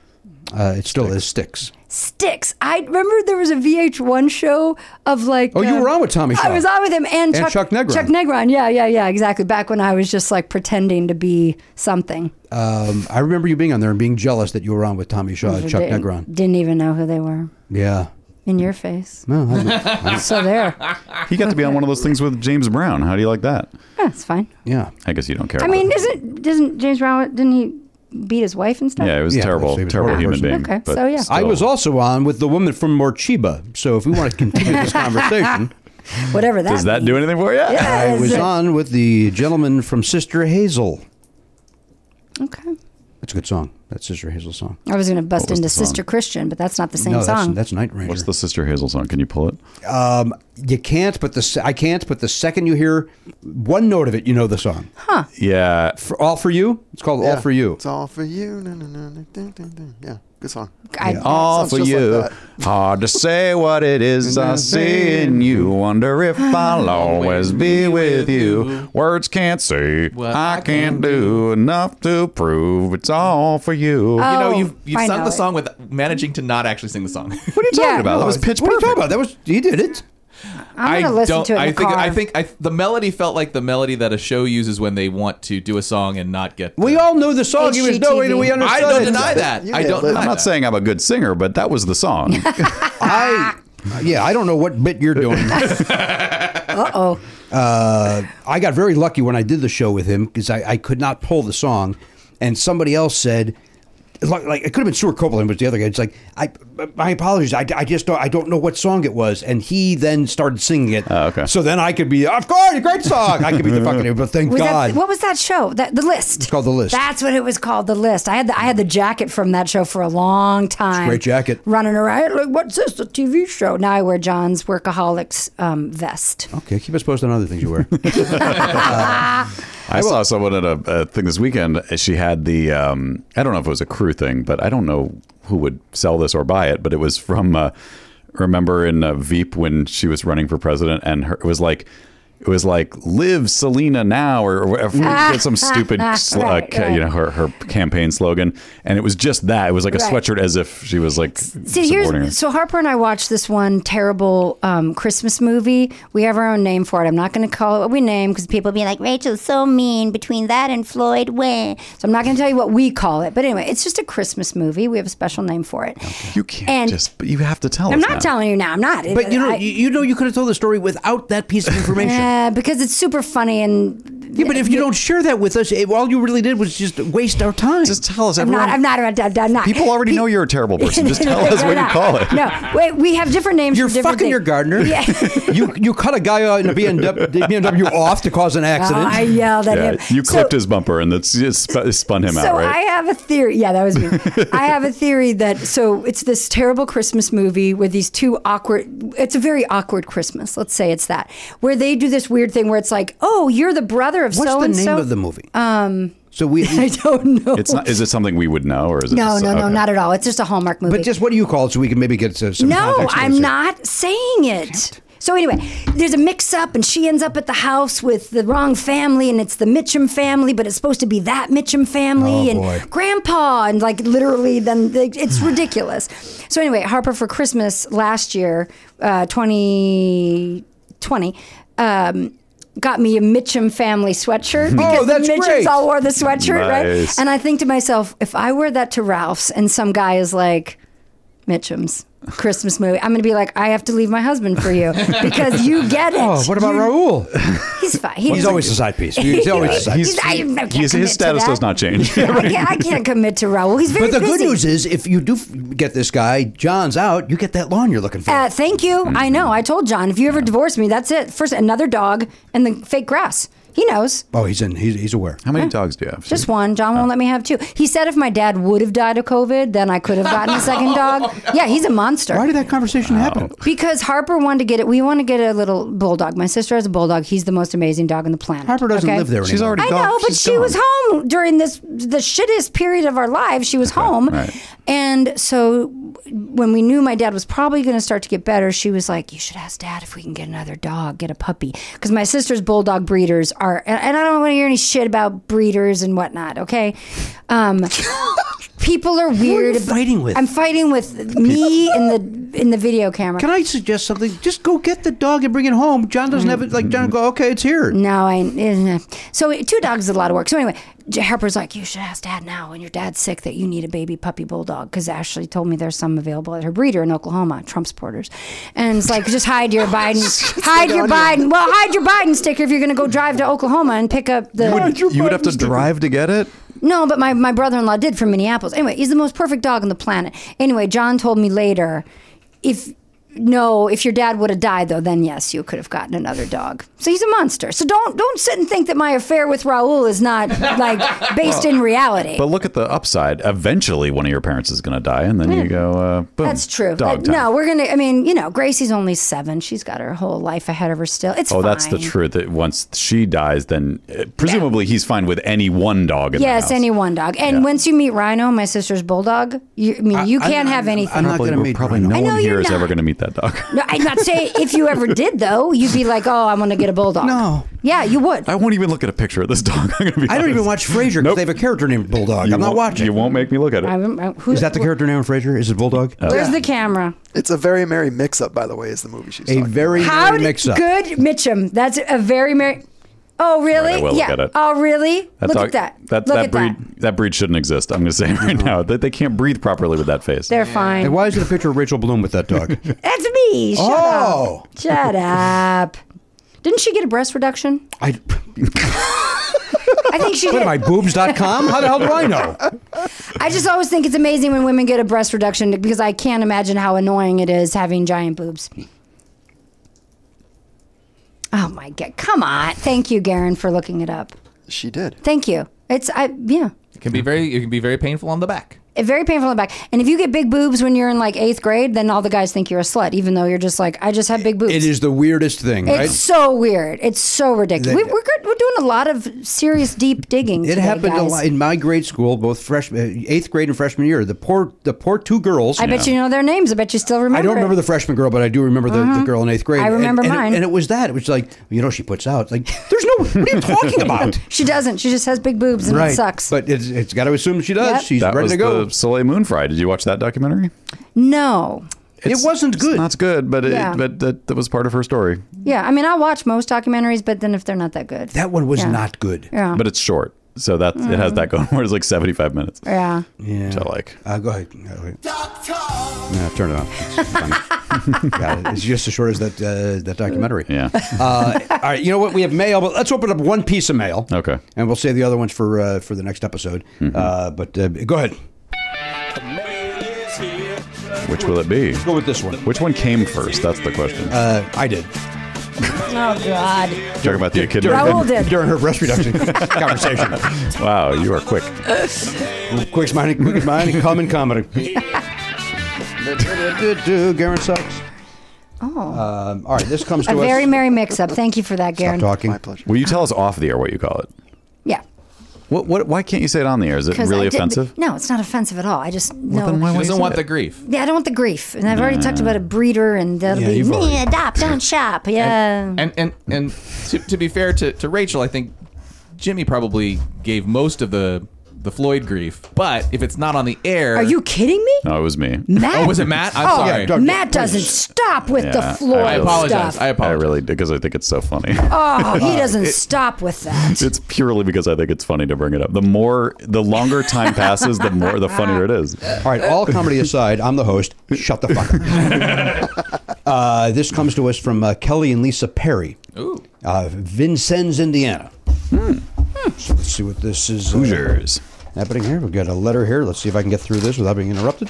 Speaker 2: uh, it still is sticks.
Speaker 9: Sticks. I remember there was a VH1 show of like.
Speaker 2: Oh, you
Speaker 9: uh,
Speaker 2: were on with Tommy Shaw.
Speaker 9: I was on with him
Speaker 2: And
Speaker 9: and Chuck,
Speaker 2: Chuck Negron.
Speaker 9: Chuck Negron. Yeah, yeah, yeah. Exactly. Back when I was just like pretending to be something.
Speaker 2: Um, I remember you being on there and being jealous that you were on with Tommy Shaw and Uh, Chuck
Speaker 9: didn't,
Speaker 2: Negron.
Speaker 9: Didn't even know who they were.
Speaker 2: Yeah.
Speaker 9: In your face.
Speaker 2: No, I-
Speaker 9: so there.
Speaker 1: He got to be on one of those things with James Brown. How do you like that?
Speaker 9: That's fine.
Speaker 2: yeah.
Speaker 1: I guess you don't care.
Speaker 9: I
Speaker 1: about
Speaker 9: mean,
Speaker 1: it.
Speaker 9: isn't doesn't James Brown didn't he beat his wife and stuff?
Speaker 1: yeah, it was
Speaker 2: Yeah,
Speaker 1: terrible,
Speaker 2: so he was a
Speaker 1: terrible
Speaker 2: horrible
Speaker 1: human
Speaker 2: person.
Speaker 1: being.
Speaker 9: Okay,
Speaker 1: but
Speaker 9: so yeah.
Speaker 1: still.
Speaker 2: I was also on with the woman from Morchiba. So if we want to continue this conversation,
Speaker 9: Whatever that.
Speaker 1: Does that
Speaker 9: means.
Speaker 1: do anything for you?
Speaker 9: Yeah,
Speaker 2: I
Speaker 9: is
Speaker 2: was
Speaker 9: it-
Speaker 2: on with the gentleman from Sister Hazel.
Speaker 9: Okay.
Speaker 2: That's a good song. That's Sister Hazel's song.
Speaker 9: I was going to bust
Speaker 1: was
Speaker 9: into
Speaker 1: the song?
Speaker 9: Sister Christian, but that's not the same
Speaker 2: no,
Speaker 9: song.
Speaker 2: that's that's Night Ranger.
Speaker 1: What's the Sister Hazel song? Can you pull it?
Speaker 2: you can't, but the se- I can't, but the second you hear one note of it, you know the song.
Speaker 1: Yeah,
Speaker 2: For All for you. It's called
Speaker 6: Yeah.
Speaker 2: All for you.
Speaker 6: It's all for you. Na, na, na, na, ding, ding, ding. Yeah, good song.
Speaker 9: I,
Speaker 1: all
Speaker 6: sounds
Speaker 1: for
Speaker 6: just like
Speaker 1: you.
Speaker 6: that.
Speaker 1: Hard to say what it is I see in you. Wonder if I'll always be with you. Words can't say,
Speaker 5: What
Speaker 1: I
Speaker 5: I
Speaker 1: can't
Speaker 5: can
Speaker 1: do enough to prove it's all for you.
Speaker 5: You know,
Speaker 9: Oh,
Speaker 5: you've, you've
Speaker 9: I
Speaker 5: sung
Speaker 9: know
Speaker 5: the
Speaker 9: it.
Speaker 5: song with managing to not actually sing the song.
Speaker 2: What are you talking
Speaker 9: Yeah.
Speaker 2: about?
Speaker 9: No,
Speaker 2: That was pitch perfect. What are you talking about? That was he did it.
Speaker 9: I'm going to listen
Speaker 5: don't-
Speaker 9: to it. In
Speaker 5: I
Speaker 9: the
Speaker 5: think
Speaker 9: car.
Speaker 5: I think I, the melody felt like the melody that a show uses when they want to do a song and not get.
Speaker 2: We
Speaker 5: the-
Speaker 2: all knew the song. He was
Speaker 9: HGTV.
Speaker 2: doing, and we
Speaker 5: I
Speaker 9: I
Speaker 2: understood.
Speaker 5: don't
Speaker 2: it.
Speaker 5: deny that.
Speaker 6: You
Speaker 5: I
Speaker 6: did,
Speaker 5: don't.
Speaker 6: but-
Speaker 5: deny
Speaker 1: I'm
Speaker 5: that.
Speaker 1: not saying I'm a good singer, but that was the song.
Speaker 2: I, yeah, I don't know what bit you're doing.
Speaker 9: Uh-oh.
Speaker 2: Uh, I got very lucky when I did the show with him because I, I could not pull the song, and somebody else said, like, like it could have been Stuart Copeland, but the other guy. It's like I, my apologies, I, I just don't, I don't know what song it was, and he then started singing it.
Speaker 1: Oh, okay.
Speaker 2: So then I could be, of course, great song. I could be the fucking, but thank
Speaker 9: Was
Speaker 2: God.
Speaker 9: that, what was that show? That the list. It's
Speaker 2: called The List.
Speaker 9: That's what it was called. The list. I had the, I had the jacket from that show for a long time.
Speaker 2: great jacket.
Speaker 9: Running around like, what's this? A TV show? Now I wear John's workaholics um, vest.
Speaker 2: Okay, keep us posted on other things you wear.
Speaker 1: I saw someone at a, a thing this weekend. She had the um, I don't know if it was a crew thing, but I don't know who would sell this or buy it. But it was from uh, remember in uh, Veep when she was running for president, and her, it was like It was like live Selena now or, or whatever- get some stupid sl- uh,
Speaker 9: Right,
Speaker 1: ca-
Speaker 9: right.
Speaker 1: you know her, her campaign slogan and it was just that it was like a
Speaker 9: Right.
Speaker 1: sweatshirt as if she was like
Speaker 9: See,
Speaker 1: supporting her.
Speaker 9: here's, so Harper and I watched this one terrible um, Christmas movie. We have our own name for it. I'm not going to call it what we name because people be like, Rachel's so mean between that and Floyd Way. So I'm not going to tell you what we call it. But anyway, it's just a Christmas movie. We have a special name for it.
Speaker 1: you can't
Speaker 9: and-
Speaker 1: just but you have to tell
Speaker 9: I'm
Speaker 1: us
Speaker 9: not
Speaker 1: now.
Speaker 9: telling you now. I'm not.
Speaker 2: But you know,
Speaker 9: I-
Speaker 2: you, you know, you could have told the story without that piece of information. yeah,
Speaker 9: Uh, because it's super funny and
Speaker 2: but if you don't share that with us, it, all you really did was just waste our time.
Speaker 1: just tell us
Speaker 9: I'm
Speaker 1: everyone
Speaker 9: not. I'm not. I'm not. I'm not.
Speaker 1: people already know you're a terrible person just tell us what you call it
Speaker 9: No, wait. We have different names.
Speaker 2: You're
Speaker 9: for different
Speaker 2: fucking your
Speaker 9: things.
Speaker 2: gardener. you you cut a guy out in a BMW, BMW off to cause an
Speaker 9: Oh,
Speaker 2: accident.
Speaker 9: I yelled at
Speaker 1: yeah,
Speaker 9: him.
Speaker 1: you
Speaker 9: So-
Speaker 1: clipped his bumper and that's it sp- spun him
Speaker 9: so
Speaker 1: out right
Speaker 9: I have a theory. Yeah, that was me. I have a theory that so it's this terrible Christmas movie where these two awkward. It's a very awkward Christmas. Let's say it's that where they do this weird thing where it's like, oh, you're the brother of
Speaker 2: What's
Speaker 9: so
Speaker 2: the
Speaker 9: and
Speaker 2: name
Speaker 9: so.
Speaker 2: of the movie? Um. So we.
Speaker 9: I don't know.
Speaker 1: it's not is it something we would know or is it
Speaker 9: no,
Speaker 1: just-
Speaker 9: no, no,
Speaker 1: okay.
Speaker 9: not at all. It's just a Hallmark movie.
Speaker 2: But just what do you call it so we can maybe get some some
Speaker 9: No,
Speaker 2: context to
Speaker 9: I'm
Speaker 2: this?
Speaker 9: not saying it. So anyway, there's a mix-up, and she ends up at the house with the wrong family, and it's the Mitchum family, but it's supposed to be that Mitchum
Speaker 2: Oh,
Speaker 9: family, and
Speaker 2: boy.
Speaker 9: Grandpa, and like literally, then they, it's ridiculous. So anyway, Harper for Christmas last year, uh, 2020. Um, Got me a Mitchum family sweatshirt because
Speaker 2: Oh, that's
Speaker 9: the Mitchums
Speaker 2: great.
Speaker 9: all wore the sweatshirt,
Speaker 1: Nice.
Speaker 9: right? And I think to myself, if I wear that to Ralph's and some guy is like, Mitchum's Christmas movie. I'm going to be like, I have to leave my husband for you because you get it.
Speaker 2: Oh, what about
Speaker 9: You-
Speaker 2: Raul?
Speaker 9: He's fine. He
Speaker 2: He's
Speaker 9: doesn't-
Speaker 2: always a side piece. He's always a side piece.
Speaker 1: He's-
Speaker 9: I- I
Speaker 1: his,
Speaker 9: can't commit
Speaker 1: his
Speaker 9: to
Speaker 1: status
Speaker 9: that.
Speaker 1: does not change
Speaker 9: I can't, I can't commit to Raul. He's very
Speaker 2: But the good
Speaker 9: busy.
Speaker 2: news is, if you do f- get this guy, John's out, you get that lawn you're looking for.
Speaker 9: Uh, thank you. I know. I told John, if you ever divorce me, that's it. First, another dog and the fake grass. He knows.
Speaker 2: oh, he's in. He's, he's aware.
Speaker 1: how many dogs do you have
Speaker 9: Just one. John won't let me have two. He said if my dad would have died of COVID, then I could have gotten a second dog. Yeah, he's a monster.
Speaker 2: Oh, Why did that conversation happen?
Speaker 9: Because Harper wanted to get it. We want to get a little bulldog. My sister has a bulldog. He's the most amazing dog on the planet.
Speaker 2: Harper doesn't
Speaker 9: okay?
Speaker 2: live there anymore.
Speaker 1: She's already
Speaker 9: I
Speaker 1: gone.
Speaker 9: know, but
Speaker 1: She's
Speaker 9: she
Speaker 1: gone.
Speaker 9: was home during this the shittest period of our lives. She was home,
Speaker 1: right.
Speaker 9: and so when we knew my dad was probably going to start to get better, she was like, "You should ask dad if we can get another dog, get a puppy." Because my sister's bulldog breeders are, and, and I don't want to hear any shit about breeders and whatnot. Okay, um, people are weird.
Speaker 2: you
Speaker 9: about-
Speaker 2: fighting with?
Speaker 9: I'm fighting with me in the in the video camera.
Speaker 2: Can I suggest something? Just go get the dog and bring it home. John doesn't have it. Like John, go. Okay, it's here.
Speaker 9: No, I. eh, So two dogs is a lot of work. So anyway, J- Harper's like, you should ask Dad now when your dad's sick that you need a baby puppy bulldog because Ashley told me there's some available at her breeder in Oklahoma, Trump supporters, and it's like just hide your Biden, hide your Biden. Well, hide your Biden sticker if you're going to go drive to Oklahoma and pick up the.
Speaker 1: you would have to drive to get it
Speaker 9: No, but my, my brother in law did from Minneapolis. Anyway, he's the most perfect dog on the planet. Anyway, John told me later if no, if your dad would have died though, then yes, you could have gotten another dog. So he's a monster. So don't don't sit and think that my affair with Raul is not like based in reality.
Speaker 1: But look at the upside. Eventually, one of your parents is going to die, and then you go, uh, boom.
Speaker 9: That's true.
Speaker 1: Dog
Speaker 9: But
Speaker 1: time.
Speaker 9: no, we're gonna I mean, you know, Gracie's only seven. She's got her whole life ahead of her still. It's
Speaker 1: Oh, that's the
Speaker 9: fine.
Speaker 1: truth. That once she dies, then uh, presumably he's fine with any one dog in the
Speaker 9: Yes,
Speaker 1: house.
Speaker 9: any one dog. And once you meet Rhino, my sister's bulldog, you, I mean, you can't have anything.
Speaker 2: I'm not
Speaker 1: Probably,
Speaker 2: going to meet.
Speaker 1: probably
Speaker 2: Rhino.
Speaker 1: no
Speaker 9: I know
Speaker 1: one here
Speaker 9: you're
Speaker 1: is ever
Speaker 9: not.
Speaker 1: going to meet that dog.
Speaker 9: No, I'm not saying if you ever did though, you'd be like, oh, I want to get a bulldog.
Speaker 2: No.
Speaker 9: Yeah, you would.
Speaker 1: I won't even look at a picture of this dog. I'm gonna be
Speaker 2: I don't even
Speaker 1: honest.
Speaker 2: watch Frasier because
Speaker 1: Nope.
Speaker 2: they have a character named Bulldog.
Speaker 1: You
Speaker 2: I'm not
Speaker 1: won't-
Speaker 2: watching.
Speaker 1: You won't make me look at it.
Speaker 9: I'm- I'm- who's
Speaker 2: Is that the character named Frasier? Is it Bulldog?
Speaker 9: Where's the camera?
Speaker 6: It's a very merry mix-up, by the way, is the movie she's
Speaker 2: a
Speaker 6: talking
Speaker 2: very
Speaker 9: How
Speaker 2: merry
Speaker 9: did-
Speaker 2: mix-up.
Speaker 9: good Mitchum? That's a very merry. Oh really?
Speaker 1: Right, I will look
Speaker 9: yeah.
Speaker 1: at it.
Speaker 9: Oh really? look
Speaker 1: dog-
Speaker 9: at that.
Speaker 1: That,
Speaker 9: look
Speaker 1: that
Speaker 9: at
Speaker 1: breed
Speaker 9: that.
Speaker 1: that. breed shouldn't exist. I'm going to say right now that they can't breathe properly with that face.
Speaker 9: They're fine.
Speaker 2: And why is it a picture of Rachel Bloom with that dog?
Speaker 9: That's me. Shut
Speaker 2: Oh.
Speaker 9: up. Shut up. Didn't she get a breast reduction?
Speaker 2: I,
Speaker 9: I think she
Speaker 2: what
Speaker 9: did.
Speaker 2: am I, boobs.com? How the hell do I know?
Speaker 9: I just always think it's amazing when women get a breast reduction because I can't imagine how annoying it is having giant boobs. Oh my god! Come on! Thank you, Garen, for looking it up.
Speaker 6: She did.
Speaker 9: Thank you. It's I yeah.
Speaker 5: It can be very. It can be very painful on the back.
Speaker 9: very painful in the back. And if you get big boobs when you're in like eighth grade, then all the guys think you're a slut, even though you're just like, I just have big boobs.
Speaker 2: It is the weirdest thing,
Speaker 9: It's
Speaker 2: right?
Speaker 9: so weird. It's so ridiculous. we, we're good. We're doing a lot of serious, deep digging.
Speaker 2: It
Speaker 9: today,
Speaker 2: happened a
Speaker 9: guys.
Speaker 2: lot in my grade school, both freshman, eighth grade and freshman year. The poor, the poor two girls.
Speaker 9: I bet you know their names. I bet you still remember.
Speaker 2: I don't
Speaker 9: it. Uh-huh.
Speaker 2: remember the freshman girl, but I do remember the, the girl in eighth grade.
Speaker 9: I remember
Speaker 2: and, and it-
Speaker 9: mine.
Speaker 2: and it was that. It was like, you know, she puts out. Like, there's no. What are you talking about?
Speaker 9: She doesn't. She just has big boobs and it sucks.
Speaker 2: But it's, it's got to assume she does.
Speaker 9: Yep.
Speaker 2: She's
Speaker 1: that
Speaker 2: ready
Speaker 1: was
Speaker 2: to go.
Speaker 1: the Soleil Moon Fry. Did you watch that documentary?
Speaker 9: no.
Speaker 2: it wasn't good.
Speaker 1: That's good, but it,
Speaker 9: Yeah.
Speaker 1: but that, that was part of her story.
Speaker 9: Yeah, I mean, I'll watch most documentaries, but then if they're not that good,
Speaker 2: that one was
Speaker 9: Yeah.
Speaker 2: not good.
Speaker 9: yeah, Mm.
Speaker 1: But it's short, so that it has that going. Where it's like seventy five minutes.
Speaker 9: yeah.
Speaker 2: Yeah.
Speaker 1: So like,
Speaker 2: Uh, go ahead. No, wait. No, turn it off. It's, funny. God, it's just as short as that uh, that documentary.
Speaker 1: yeah,
Speaker 2: Uh, all right. You know what? We have mail, but let's open up one piece of mail.
Speaker 1: Okay. Mm-hmm.
Speaker 2: And we'll save the other ones for uh, for the next episode. Uh, but uh, go ahead.
Speaker 1: which will it be?
Speaker 2: Go with this one.
Speaker 1: Which one came first? That's the question. Uh,
Speaker 2: Uh, I did.
Speaker 9: Oh God,
Speaker 1: Talking about the echidna.
Speaker 9: Raul did.
Speaker 2: during her breast reduction conversation.
Speaker 1: Wow, you are quick.
Speaker 2: Quick minded, quick minded, common comedy. Garen sucks.
Speaker 9: Oh,
Speaker 2: Um, all right, this comes to
Speaker 9: a
Speaker 2: us.
Speaker 9: very merry mix-up. Thank you for that,
Speaker 2: Stop
Speaker 9: Garen.
Speaker 2: talking.
Speaker 6: My pleasure.
Speaker 1: Will you tell us off the air what you call it?
Speaker 9: Yeah.
Speaker 1: What? What? Why can't you say it on the air? Is it
Speaker 9: 'Cause
Speaker 1: really
Speaker 9: I did-
Speaker 1: offensive?
Speaker 9: no, it's not offensive at all. I just know.
Speaker 1: then why
Speaker 5: She
Speaker 1: would
Speaker 5: doesn't
Speaker 1: you
Speaker 5: want
Speaker 1: say
Speaker 5: the
Speaker 1: it?
Speaker 5: grief.
Speaker 9: yeah, I don't want the grief, and I've already talked about a breeder, and that'll
Speaker 2: Yeah,
Speaker 9: be
Speaker 2: you've
Speaker 9: me
Speaker 2: already-
Speaker 9: adopt, don't shop. Yeah,
Speaker 5: And and and to, to be fair to, to Rachel, I think Jimmy probably gave most of the the Floyd grief. But if it's not on the air,
Speaker 9: are you kidding me?
Speaker 1: No, it was me.
Speaker 9: Matt?
Speaker 5: Oh, was it Matt? I'm
Speaker 9: Oh,
Speaker 5: sorry.
Speaker 2: Doug-
Speaker 9: Matt doesn't stop with
Speaker 1: Yeah,
Speaker 9: the floor
Speaker 5: I apologize.
Speaker 9: stuff.
Speaker 5: I
Speaker 1: I
Speaker 5: apologize.
Speaker 1: really because I think it's so funny.
Speaker 9: oh, he doesn't stop with that.
Speaker 1: It's purely because I think it's funny to bring it up. The more, the longer time passes, the more, the funnier it is.
Speaker 2: All right, all comedy aside, I'm the host. Shut the fuck up. uh, this comes to us from uh, Kelly and Lisa Perry,
Speaker 5: Ooh.
Speaker 2: uh, Vincennes, Indiana. So let's see what this is. uh,
Speaker 1: Hoosiers.
Speaker 2: happening here. We've got a letter here. Let's see if I can get through this without being interrupted.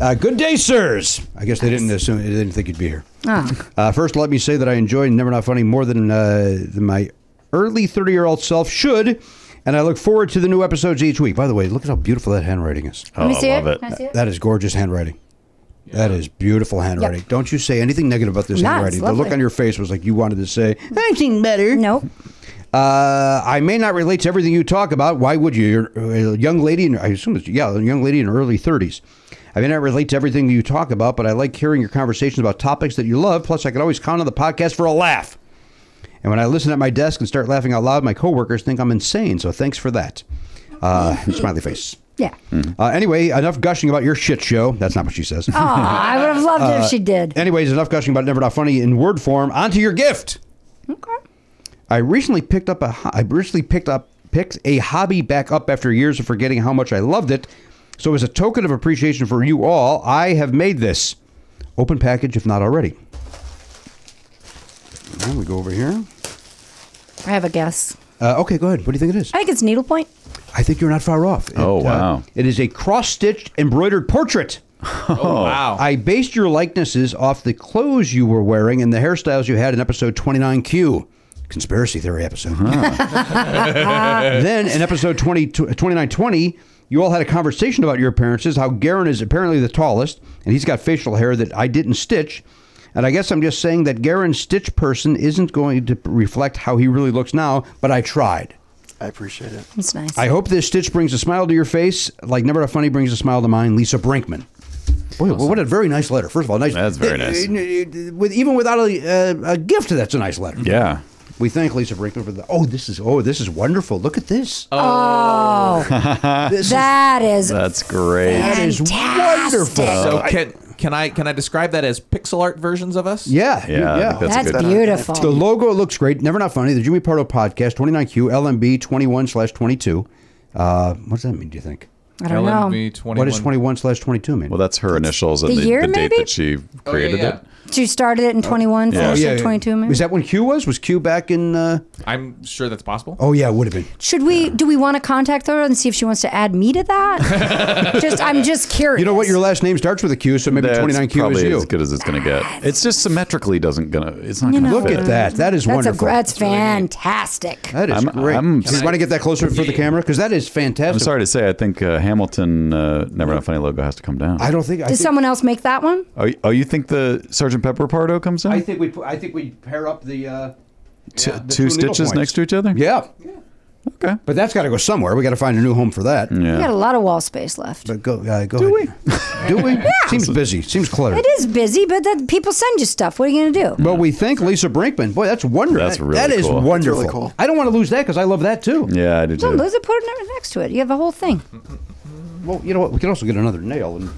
Speaker 2: uh, good day, sirs. I guess they didn't assume they didn't think you'd be here. Uh, first, let me say that I enjoy Never Not Funny more than, uh, than my early 30 year old self should, and I look forward to the new episodes each week. By the way, look at how beautiful that handwriting is.
Speaker 1: Oh,
Speaker 9: Let me see
Speaker 1: I love
Speaker 9: it.
Speaker 1: it.
Speaker 9: Can I see it?
Speaker 2: That is gorgeous handwriting. That is beautiful handwriting. Don't you say anything negative about this
Speaker 9: No, it's
Speaker 2: handwriting. The look
Speaker 9: lovely.
Speaker 2: on your face was like you wanted to say, I've seen better.
Speaker 9: Nope.
Speaker 2: Uh, I may not relate to everything you talk about. Why would you? You're a young lady, in, I assume it's, yeah, a young lady in her early 30s. I may not relate to everything you talk about, but I like hearing your conversations about topics that you love. Plus, I can always count on the podcast for a laugh. And when I listen at my desk and start laughing out loud, my coworkers think I'm insane. So thanks for that. Uh, smiley face.
Speaker 9: Yeah.
Speaker 2: Uh, anyway, enough gushing about your shit show. That's not what she says.
Speaker 9: Oh, I would have loved
Speaker 2: Uh,
Speaker 9: it if she did.
Speaker 2: Anyways, enough gushing about Never Not Funny in word form. Onto your gift.
Speaker 9: Okay.
Speaker 2: I recently picked up a ho- I recently picked up picked a hobby back up after years of forgetting how much I loved it. So as a token of appreciation for you all, I have made this open package if not already. Now we go over here.
Speaker 9: I have a guess.
Speaker 2: Uh, okay, go ahead. What do you think it is?
Speaker 9: I think it's needlepoint.
Speaker 2: I think you're not far off. It,
Speaker 1: Oh,
Speaker 2: uh,
Speaker 1: wow.
Speaker 2: it is a cross-stitched embroidered portrait.
Speaker 5: Oh, wow.
Speaker 2: I based your likenesses off the clothes you were wearing and the hairstyles you had in episode 29Q, conspiracy theory episode. then in episode 20, 2920, you all had a conversation about your appearances, how Garen is apparently the tallest, and he's got facial hair that I didn't stitch. And I guess I'm just saying that Garen's stitch person isn't going to reflect how he really looks now, but I tried.
Speaker 6: I appreciate it.
Speaker 9: It's nice.
Speaker 2: I hope this stitch brings a smile to your face, like Never Not Funny brings a smile to mine, Lisa Brinkman. Boy, well, what a very nice letter. First of all, nice.
Speaker 1: That's very nice.
Speaker 2: nice. With even without a, uh, a gift, that's a nice letter.
Speaker 1: Yeah.
Speaker 2: We thank Lisa Brinkman for the. Oh, this is oh, this is wonderful. Look at this.
Speaker 9: oh,
Speaker 2: this is-
Speaker 9: that is
Speaker 1: That's great.
Speaker 2: that is
Speaker 9: fantastic.
Speaker 2: wonderful.
Speaker 5: So can can I can I describe that as pixel art versions of us?
Speaker 2: yeah,
Speaker 1: Yeah, I think that's
Speaker 9: that's
Speaker 1: a good-
Speaker 9: beautiful.
Speaker 2: The logo looks great. Never not funny. The Jimmy Pardo podcast, 29Q, LMB 21 slash 22. Uh, what does that mean, do you think?
Speaker 9: I don't know.
Speaker 5: LMB 21.
Speaker 2: What does 21 slash 22 mean?
Speaker 1: Well, that's her initials and
Speaker 9: The
Speaker 1: the,
Speaker 9: year,
Speaker 1: the date
Speaker 9: maybe?
Speaker 1: that
Speaker 2: Oh,
Speaker 1: she created
Speaker 5: yeah.
Speaker 1: it.
Speaker 9: She started it in 21,
Speaker 1: Yeah.
Speaker 9: finished in 22. Maybe.
Speaker 2: Is that when Q was? Was Q back in. Uh,
Speaker 5: I'm sure that's possible.
Speaker 2: oh, yeah, it would have been.
Speaker 9: Should we? Do we want to contact her and see if she wants to add me to that? just, I'm just curious.
Speaker 2: You know what? Your last name starts with a Q, so maybe
Speaker 1: That's
Speaker 2: 29Q
Speaker 1: probably
Speaker 2: is
Speaker 1: as
Speaker 2: you.
Speaker 1: good as it's gonna get. It's just symmetrically doesn't gonna. It's not gonna
Speaker 9: know.
Speaker 2: Look
Speaker 1: fit.
Speaker 2: at that. That is
Speaker 9: that's
Speaker 2: wonderful.
Speaker 9: A, that's fantastic.
Speaker 2: that is
Speaker 1: I'm-
Speaker 2: great.
Speaker 1: I'm-
Speaker 2: Do you want to get that closer for the camera? Because that is fantastic.
Speaker 1: I'm sorry to say, I think uh, Hamilton, uh, Never Not Funny logo has to come down.
Speaker 2: I don't think. I
Speaker 9: Did
Speaker 2: think,
Speaker 9: someone else make that one?
Speaker 1: oh, you- oh, you think the Sergeant Pepper Pardo comes down?
Speaker 2: I think we. pu- I think we pair up the. Uh,
Speaker 1: T-
Speaker 2: yeah, the
Speaker 1: two
Speaker 2: needle
Speaker 1: stitches
Speaker 2: points.
Speaker 1: next to each other?
Speaker 2: Yeah,
Speaker 1: Okay.
Speaker 2: but that's got to go somewhere. We got to find a new home for that.
Speaker 9: We got a lot of wall space left.
Speaker 2: But go, uh, go. Do we? Do we? Seems busy. Seems cluttered.
Speaker 9: It is busy, but that people send you stuff. What are you going to do?
Speaker 2: But we thank Lisa Brinkman. Boy, that's wonderful.
Speaker 1: That's really
Speaker 2: That is
Speaker 1: cool. That's really
Speaker 2: wonderful.
Speaker 6: cool.
Speaker 2: I don't want to lose that because I love that too.
Speaker 1: Yeah, I do
Speaker 9: Don't
Speaker 1: too.
Speaker 9: lose it. Put it next to it. You have a whole thing.
Speaker 2: Well, you know what? We can also get another nail. And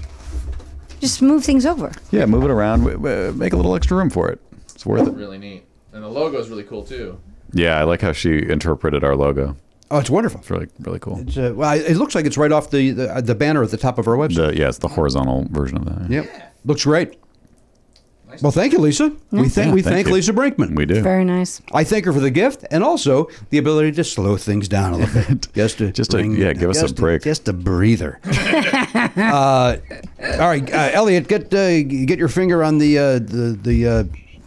Speaker 9: Just move things over.
Speaker 1: Yeah, move it around. w- w- Make a little extra room for it. It's worth it.
Speaker 5: Really neat. And the logo is really cool too.
Speaker 1: Yeah, I like how she interpreted our logo.
Speaker 2: oh, it's wonderful.
Speaker 1: It's really, really cool.
Speaker 2: It's, uh, well, I- it looks like it's right off the, the uh, the banner at the top of our website.
Speaker 1: The, yeah, it's the horizontal version of that.
Speaker 2: Yep, looks great. Well, thank you, Lisa. We thank
Speaker 1: Yeah,
Speaker 2: we
Speaker 1: thank
Speaker 2: thank
Speaker 1: you.
Speaker 2: Lisa Brinkman.
Speaker 1: We do.
Speaker 9: Very nice.
Speaker 2: I thank her for the gift and also the ability to slow things down a little bit. Just to
Speaker 1: Just to- yeah, give us a
Speaker 2: just to-
Speaker 1: break.
Speaker 2: just a breather. uh, all right, uh, Elliot, get uh, get your finger on the uh, the the uh,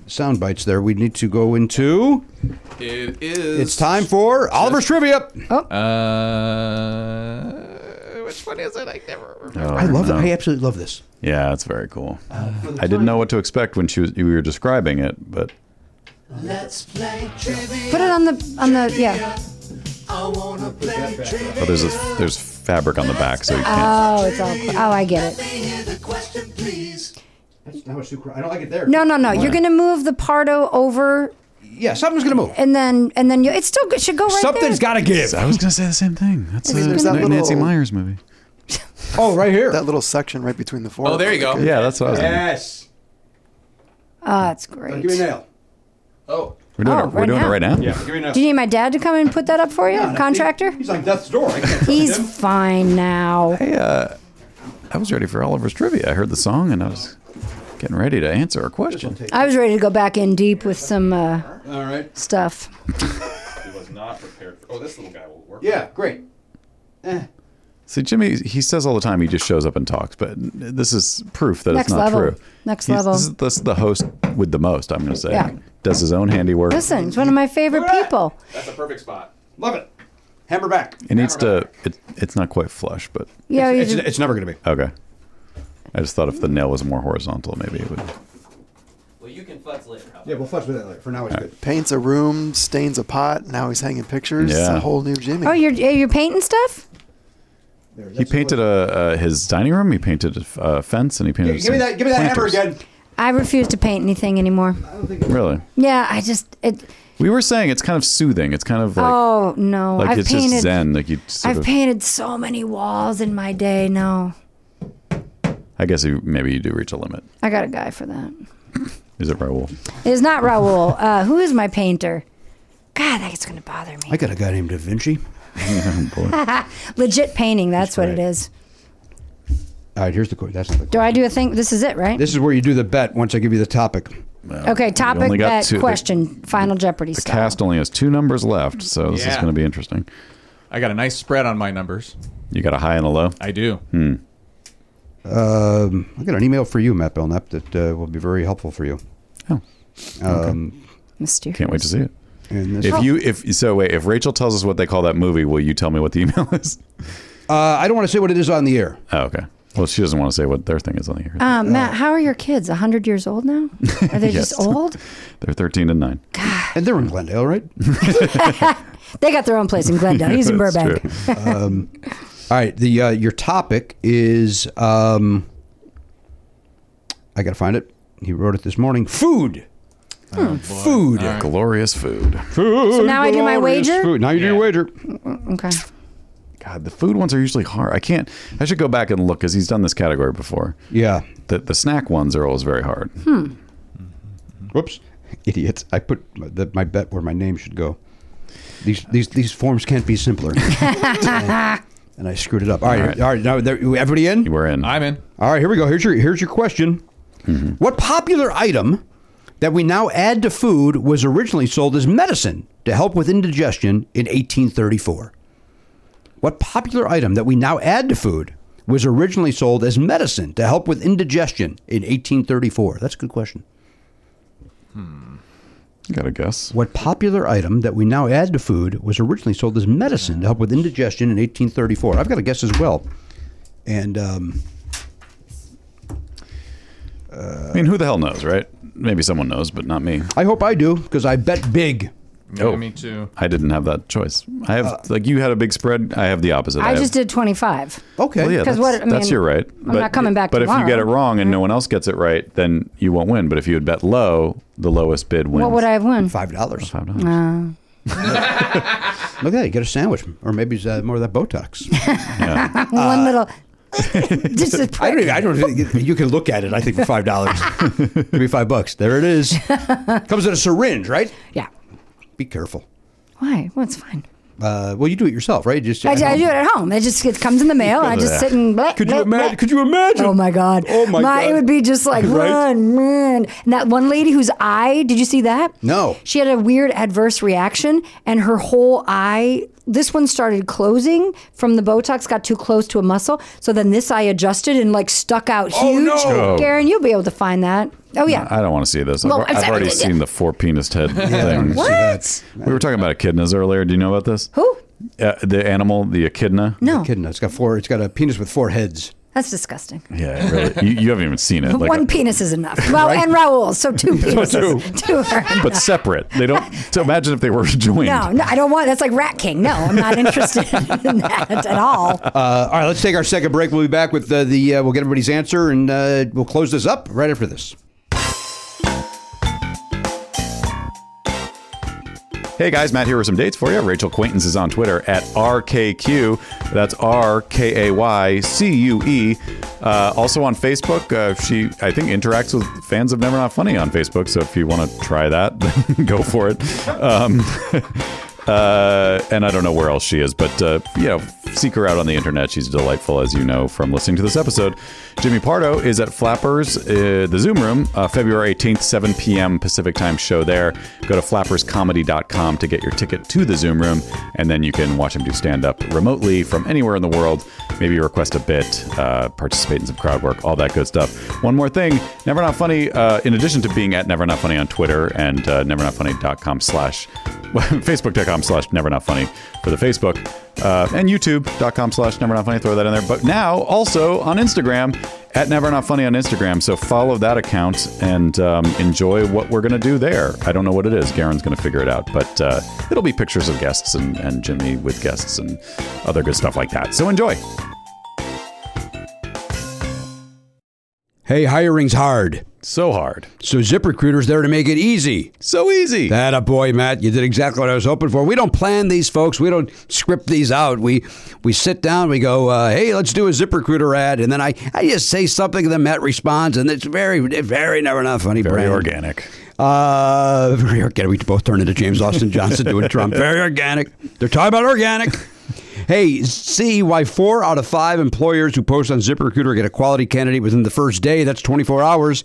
Speaker 2: sound bites there. We need to go into.
Speaker 5: It is.
Speaker 2: It's time for Oliver's trivia.
Speaker 5: Uh, which one is it? I never remember.
Speaker 1: Oh,
Speaker 2: I love
Speaker 1: no.
Speaker 2: that. I absolutely love this.
Speaker 1: Yeah, it's very cool. I didn't know what to expect when she was, you were describing it, but
Speaker 9: Put it on the on the yeah.
Speaker 1: oh, there's a, there's fabric on the back, so you can't.
Speaker 9: Oh, it's all. Oh, I get it.
Speaker 2: Now it's too cr- I don't like it there.
Speaker 9: No, no, no. You're going to move the Pardo over,
Speaker 2: Yeah, something's gonna move.
Speaker 9: and then and then you. It still it should go right
Speaker 2: Something's
Speaker 9: there.
Speaker 2: got to give.
Speaker 1: I was gonna say the same thing. That's
Speaker 9: It's
Speaker 1: the
Speaker 9: been
Speaker 1: Na-
Speaker 9: that
Speaker 1: Nancy
Speaker 6: little-
Speaker 1: Myers movie.
Speaker 2: Oh, right here.
Speaker 6: That little section right between the four.
Speaker 5: Oh, there you go.
Speaker 1: Yeah, that's what I was.
Speaker 9: Uh,
Speaker 1: Thinking.
Speaker 2: yes.
Speaker 9: Oh, it's
Speaker 2: Give
Speaker 9: great.
Speaker 2: me a
Speaker 9: Do
Speaker 2: nail.
Speaker 5: Oh,
Speaker 1: We're doing,
Speaker 9: Oh,
Speaker 1: it, we're
Speaker 9: right
Speaker 1: doing it
Speaker 9: now.
Speaker 1: right now.
Speaker 2: Yeah, give me a nail.
Speaker 9: you need my dad to come and put that up for you, contractor?
Speaker 2: He's on death's door. I can't
Speaker 9: He's fine now.
Speaker 1: Hey, uh, I was ready for Oliver's trivia. I heard the song and I was getting ready to answer a question.
Speaker 9: I was ready to go back in deep with some uh,
Speaker 2: All right.
Speaker 9: stuff.
Speaker 2: Yeah, great.
Speaker 1: See, Jimmy, he says all the time he just shows up and talks, but this is proof that
Speaker 9: Next
Speaker 1: it's not
Speaker 9: level.
Speaker 1: true.
Speaker 9: Next
Speaker 1: He's-
Speaker 9: level.
Speaker 1: This is, this is the host with the most. I'm going to say.
Speaker 9: Yeah.
Speaker 1: Does his own handiwork.
Speaker 9: Listen, he's one of my favorite people.
Speaker 5: that's a perfect spot.
Speaker 2: Love it. Hammer back.
Speaker 1: It needs to. It, it's not quite flush, but
Speaker 9: Yeah, you
Speaker 2: It's,
Speaker 9: just,
Speaker 2: it's never going to be.
Speaker 1: okay. I just thought if the nail was more horizontal, maybe it would.
Speaker 11: Well, you can futz later.
Speaker 2: Yeah, we'll flush with that later. For now, it's good.
Speaker 6: Paints a room, stains a pot. Now he's hanging pictures. It's
Speaker 1: Yeah.
Speaker 6: a whole new Jimmy.
Speaker 9: oh, you're you're painting stuff.
Speaker 1: He painted a, a his dining room. He painted a, a fence, and he painted.
Speaker 2: Give
Speaker 1: some
Speaker 2: me that. Give me that hammer
Speaker 1: planters.
Speaker 2: again.
Speaker 9: I refuse to paint anything anymore.
Speaker 1: Really,
Speaker 9: Yeah, I just it.
Speaker 1: we were saying it's kind of soothing. It's kind of like
Speaker 9: oh no,
Speaker 1: like
Speaker 9: I've
Speaker 1: it's
Speaker 9: painted.
Speaker 1: just zen. Like you. Sort
Speaker 9: I've
Speaker 1: of,
Speaker 9: painted so many walls in my day. No,
Speaker 1: I guess you, maybe you do reach a limit.
Speaker 9: I got a guy for that.
Speaker 1: Is it Raoul?
Speaker 9: It is not Raoul. Uh, who is my painter? God, that's gonna bother me.
Speaker 2: I got a guy named Da Vinci.
Speaker 1: Oh, boy.
Speaker 9: Legit painting. That's what it
Speaker 2: right.
Speaker 9: is.
Speaker 2: All right, here's the question. That's not the
Speaker 9: Do
Speaker 2: question.
Speaker 9: I do a thing? This is it, right?
Speaker 2: This is where you do the bet once I give you the topic.
Speaker 9: okay, topic
Speaker 1: only got
Speaker 9: bet
Speaker 1: two. The-
Speaker 9: question. Final Jeopardy
Speaker 1: The
Speaker 9: style.
Speaker 1: cast only has two numbers left, so this is
Speaker 5: Yeah.
Speaker 1: going to be interesting.
Speaker 5: I got a nice spread on my numbers.
Speaker 1: You got a high and a low.
Speaker 5: I do.
Speaker 2: Hmm. Um, I got an email for you, Matt Belknap, that uh, will be very helpful for you.
Speaker 1: Oh,
Speaker 2: Um,
Speaker 9: Mysterious.
Speaker 1: can't wait to see it.
Speaker 2: and this-
Speaker 1: If you if so wait if Rachel tells us what they call that movie, will you tell me what the email is?
Speaker 2: uh, I don't want to say what it is on the air.
Speaker 1: Oh, okay. Well, she doesn't want to say what their thing is on the air.
Speaker 9: Um, Matt, how are your kids? 100 years old now? Are they
Speaker 1: Yes.
Speaker 9: just old?
Speaker 1: They're thirteen and nine.
Speaker 2: And they're in Glendale, right?
Speaker 9: They got their own place in Glendale. He's in
Speaker 1: That's
Speaker 9: Burbank.
Speaker 1: true.
Speaker 2: All right. The uh, your topic is um, I got to find it. He wrote it this morning. Food. Oh, Food.
Speaker 1: Glorious food.
Speaker 9: So now I do my
Speaker 2: Glorious
Speaker 9: wager?
Speaker 2: Food. Now you do your wager.
Speaker 9: Okay.
Speaker 1: God, the food ones are usually hard. I can't. I should go back and look because he's done this category before.
Speaker 2: Yeah.
Speaker 1: The the snack ones are always very hard.
Speaker 2: Whoops. Idiot. I put my, the, my bet where my name should go. These these these forms can't be simpler. and I screwed it up. All right. All
Speaker 1: All
Speaker 2: right.
Speaker 1: right.
Speaker 2: now there, everybody in?
Speaker 1: We're in.
Speaker 5: I'm in.
Speaker 2: All right, here we go. Here's your here's your question.
Speaker 1: Mm-hmm.
Speaker 2: What popular item that we now add to food was originally sold as medicine to help with indigestion in 1834? What popular item that we now add to food was originally sold as medicine to help with indigestion in 1834? That's a good question.
Speaker 1: You got to guess.
Speaker 2: What popular item that we now add to food was originally sold as medicine to help with indigestion in 1834? I've got a guess as well. and um,
Speaker 1: I mean, who the hell knows, right? Maybe someone knows, but not me.
Speaker 2: I hope I do because I bet big.
Speaker 5: Yeah, me too.
Speaker 1: I didn't have that choice. I have like you had a big spread. I have the opposite.
Speaker 9: I
Speaker 1: have-
Speaker 9: just did 25.
Speaker 2: Okay.
Speaker 1: Well, yeah,
Speaker 9: 'Cause
Speaker 1: that's,
Speaker 9: what- I
Speaker 1: that's
Speaker 9: mean,
Speaker 1: your right.
Speaker 9: I'm not coming back
Speaker 1: But if you get it
Speaker 9: tomorrow,
Speaker 1: wrong and no one else gets it right, then you won't win. But if you had bet low, the lowest bid wins.
Speaker 9: What would I have won?
Speaker 2: Five dollars.
Speaker 1: Five dollars.
Speaker 2: Look at that. You get a sandwich, or maybe it's, uh, more of that Botox.
Speaker 9: One little. just a
Speaker 2: I don't.
Speaker 9: prick.
Speaker 2: Even, I don't. Think, you can look at it. I think for five dollars, maybe five bucks. There it is. Comes in a syringe, right?
Speaker 9: Yeah.
Speaker 2: Be careful.
Speaker 9: Why? Well, it's fine.
Speaker 2: Uh, well, you do it yourself, right? Just
Speaker 9: I,
Speaker 2: at
Speaker 9: I
Speaker 2: home.
Speaker 9: do it at home. It just it comes in the mail. and I just sit and. Blah,
Speaker 2: Could you
Speaker 9: blah,
Speaker 2: imagine?
Speaker 9: blah.
Speaker 2: Could you imagine?
Speaker 9: Oh my god!
Speaker 2: Oh my God.
Speaker 9: It would be just like
Speaker 2: Right?
Speaker 9: run, run. And that one lady whose eye. Did you see that?
Speaker 2: No.
Speaker 9: She had a weird adverse reaction, and her whole eye. This one started closing from the Botox, got too close to a muscle. So then this eye adjusted and like stuck out huge.
Speaker 2: Oh, no.
Speaker 1: Oh.
Speaker 9: Garen, you'll be able to find that. Oh yeah.
Speaker 1: I don't want to see this.
Speaker 9: Well,
Speaker 1: I've, I've
Speaker 9: I'm
Speaker 1: already
Speaker 9: sorry.
Speaker 1: seen the four penis head thing.
Speaker 9: what?
Speaker 1: We were talking about echidnas earlier. Do you know about this?
Speaker 9: Who?
Speaker 1: Uh, the animal, the echidna.
Speaker 9: No.
Speaker 2: Kidding. It's got four. It's got a penis with four heads.
Speaker 9: That's disgusting.
Speaker 1: Yeah, it really. You, you haven't even seen it. Like
Speaker 9: one
Speaker 1: a-
Speaker 9: penis is enough. Well, and Raul, so two penises. two. are
Speaker 1: but
Speaker 9: enough.
Speaker 1: separate. They don't. So imagine if they were joined.
Speaker 9: No, no, I don't want. That's like Rat King. No, I'm not interested in that at all.
Speaker 2: Uh, all right, let's take our second break. We'll be back with uh, the. Uh, we'll get everybody's answer, and uh, we'll close this up right after this.
Speaker 1: Hey guys, Matt here with some dates for you. Rachel Quaintance is on Twitter at RKQ. That's R K A Y C U E. Uh, also on Facebook, uh, she, I think, interacts with fans of Never Not Funny on Facebook. So if you want to try that, then go for it. Um, uh, and I don't know where else she is, but, uh, you know, seek her out on the internet. She's delightful, as you know from listening to this episode. Jimmy Pardo is at Flappers, uh, the Zoom Room, uh, February 18th, 7 p.m. Pacific time show there. Go to flapperscomedy.com to get your ticket to the Zoom Room, and then you can watch him do stand up remotely from anywhere in the world. Maybe request a bit, uh, participate in some crowd work, all that good stuff. One more thing Never Not Funny, uh, in addition to being at Never Not Funny on Twitter and uh, nevernotfunny.com slash facebook.com slash never not funny for the facebook uh, and youtube.com slash never not funny throw that in there but now also on instagram at never not funny on instagram so follow that account and um, enjoy what we're going to do there i don't know what it is garen's going to figure it out but uh, it'll be pictures of guests and, and jimmy with guests and other good stuff like that so enjoy
Speaker 2: Hey, hiring's hard,
Speaker 1: so hard
Speaker 2: so ZipRecruiter's there to make it easy.
Speaker 1: so easy
Speaker 2: That a boy, Matt. You did exactly what I was hoping for. We don't plan these, folks. We don't script these out. We we sit down. We go, uh, hey, let's do a ZipRecruiter ad, and then I I just say something, and then Matt responds, and it's very very never not funny.
Speaker 1: very
Speaker 2: brand.
Speaker 1: organic
Speaker 2: Uh, very organic. We both turned into James Austin Johnson doing Trump. Very organic. They're talking about organic. Hey, see why four out of five employers who post on ZipRecruiter get a quality candidate within the first day. That's 24 hours.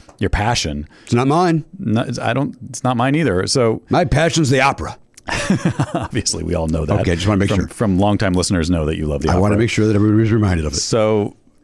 Speaker 1: your passion.
Speaker 2: It's not mine.
Speaker 1: No, it's- I don't, it's not mine either. So
Speaker 2: My passion's the opera.
Speaker 1: obviously we all know that.
Speaker 2: Okay, just wanna make
Speaker 1: from,
Speaker 2: sure.
Speaker 1: From longtime listeners know that you love the
Speaker 2: I want to make sure that everybody's reminded of it.
Speaker 1: So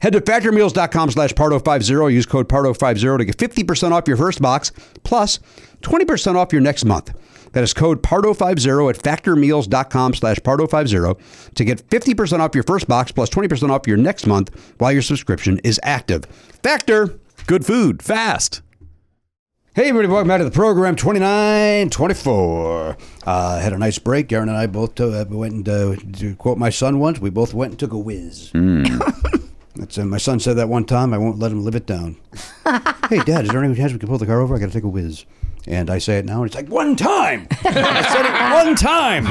Speaker 2: Head to factormeals.com slash pardo50. Use code pardo50 to get 50% off your first box plus 20% off your next month. That is code pardo50 at factormeals.com slash pardo50 to get 50% off your first box plus 20% off your next month while your subscription is active. Factor.
Speaker 1: good food, fast.
Speaker 2: Hey, everybody, welcome back to the program 2924. Uh, had a nice break. Garen and I both uh, went and, uh, to quote my son once, we both went and took a whiz.
Speaker 9: Hmm.
Speaker 2: That's, uh, my son said that one time, I won't let him live it down. hey, Dad, is there any chance we can pull the car over? I got to take a whiz. And I say it now, and it's like, one time! I said it one time!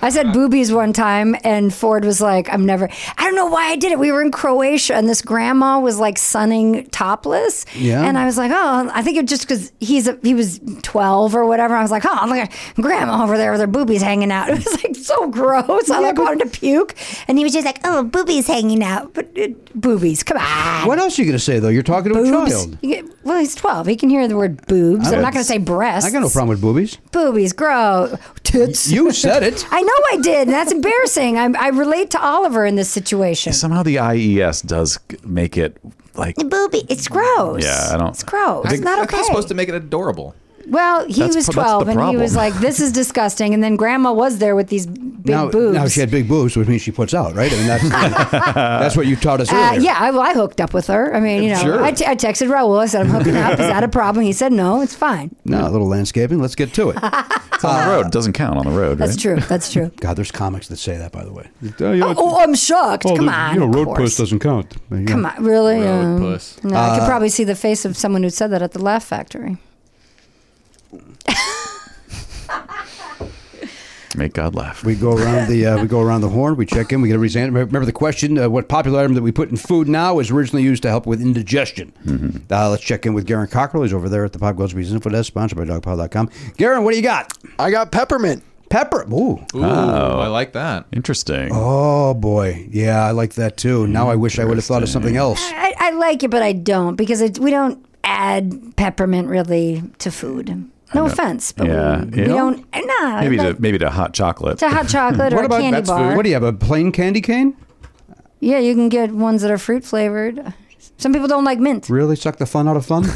Speaker 9: I said boobies one time, and Ford was like, I'm never, I don't know why I did it. We were in Croatia, and this grandma was like sunning topless.
Speaker 2: Yeah.
Speaker 9: And I was like, oh, I think it just because he's a, he was 12 or whatever. I was like, oh, look at grandma over there with her boobies hanging out. It was like so gross. I like wanted to puke. And he was just like, oh, boobies hanging out. But uh, boobies, come on.
Speaker 2: what else are you going to say, though? You're talking to a child.
Speaker 9: You get- well, he's 12. He can hear the word boobs. I'm not going to say breasts.
Speaker 2: I got no problem with boobies.
Speaker 9: Boobies, grow, tits.
Speaker 2: You said it.
Speaker 9: I know I did, and that's embarrassing. I, I relate to Oliver in this situation.
Speaker 1: Somehow the
Speaker 2: E
Speaker 1: IES does g- make it like.
Speaker 9: Booby, it's gross.
Speaker 1: Yeah, I don't-
Speaker 9: It's gross.
Speaker 1: I think-
Speaker 9: it's not
Speaker 5: I thought it
Speaker 9: okay.
Speaker 5: was supposed to make it adorable.
Speaker 9: well, he
Speaker 1: That's
Speaker 9: was
Speaker 1: pro- that's the
Speaker 9: twelve, and he
Speaker 1: problem.
Speaker 9: was like, "This is disgusting." And then Grandma was there with these big
Speaker 2: now,
Speaker 9: boobs.
Speaker 2: now she had big boobs, which means she puts out, right? I mean, that's, that's what you taught us
Speaker 9: uh,
Speaker 2: earlier.
Speaker 9: yeah, I, well, I hooked up with her. I mean, you know,
Speaker 2: Sure.
Speaker 9: I, t- I texted Raul. I said, "I'm hooking up. Is that a problem?" He said, "No, it's fine."
Speaker 2: No, a little landscaping. Let's get to it.
Speaker 1: It's on the
Speaker 2: uh,
Speaker 1: road. It doesn't count on the road,
Speaker 9: That's
Speaker 1: right?
Speaker 9: true. That's true.
Speaker 2: God, there's comics that say that, by the way.
Speaker 9: oh, oh, I'm shocked. Come on. of course.
Speaker 2: doesn't count.
Speaker 9: Come on, really?
Speaker 5: Road
Speaker 9: Um,
Speaker 5: puss.
Speaker 9: No, I could probably see the face of someone who said that at the Laugh Factory.
Speaker 1: Make God laugh.
Speaker 2: We go around the uh, we go around the horn. We check in. We get everybody's answer. Remember the question: uh, What popular item that we put in food now is originally used to help with indigestion?
Speaker 9: Mm-hmm.
Speaker 2: Uh, let's check in with Garen Cockrell. He's over there at the Pop Goes Reason Info Desk, sponsored by DogPile.com. Garen, what do you got?
Speaker 6: I got peppermint.
Speaker 2: Pepper. Ooh.
Speaker 5: Ooh, I like that.
Speaker 1: Interesting.
Speaker 2: Oh boy. Yeah, I like that too. Now I wish I would have thought of something else.
Speaker 9: I, I like it, but I don't because it, we don't add peppermint really to food. No offense, but
Speaker 1: Yeah,
Speaker 9: we, we
Speaker 1: yeah.
Speaker 9: don't. No,
Speaker 1: maybe
Speaker 9: like,
Speaker 1: to maybe to hot chocolate.
Speaker 9: to hot chocolate or
Speaker 2: What
Speaker 9: a
Speaker 2: about
Speaker 9: candy
Speaker 2: that's
Speaker 9: bar.
Speaker 2: food? What do you have? A plain candy cane?
Speaker 9: yeah, you can get ones that are fruit flavored. Some people don't like mint.
Speaker 2: Really suck the fun out of fun?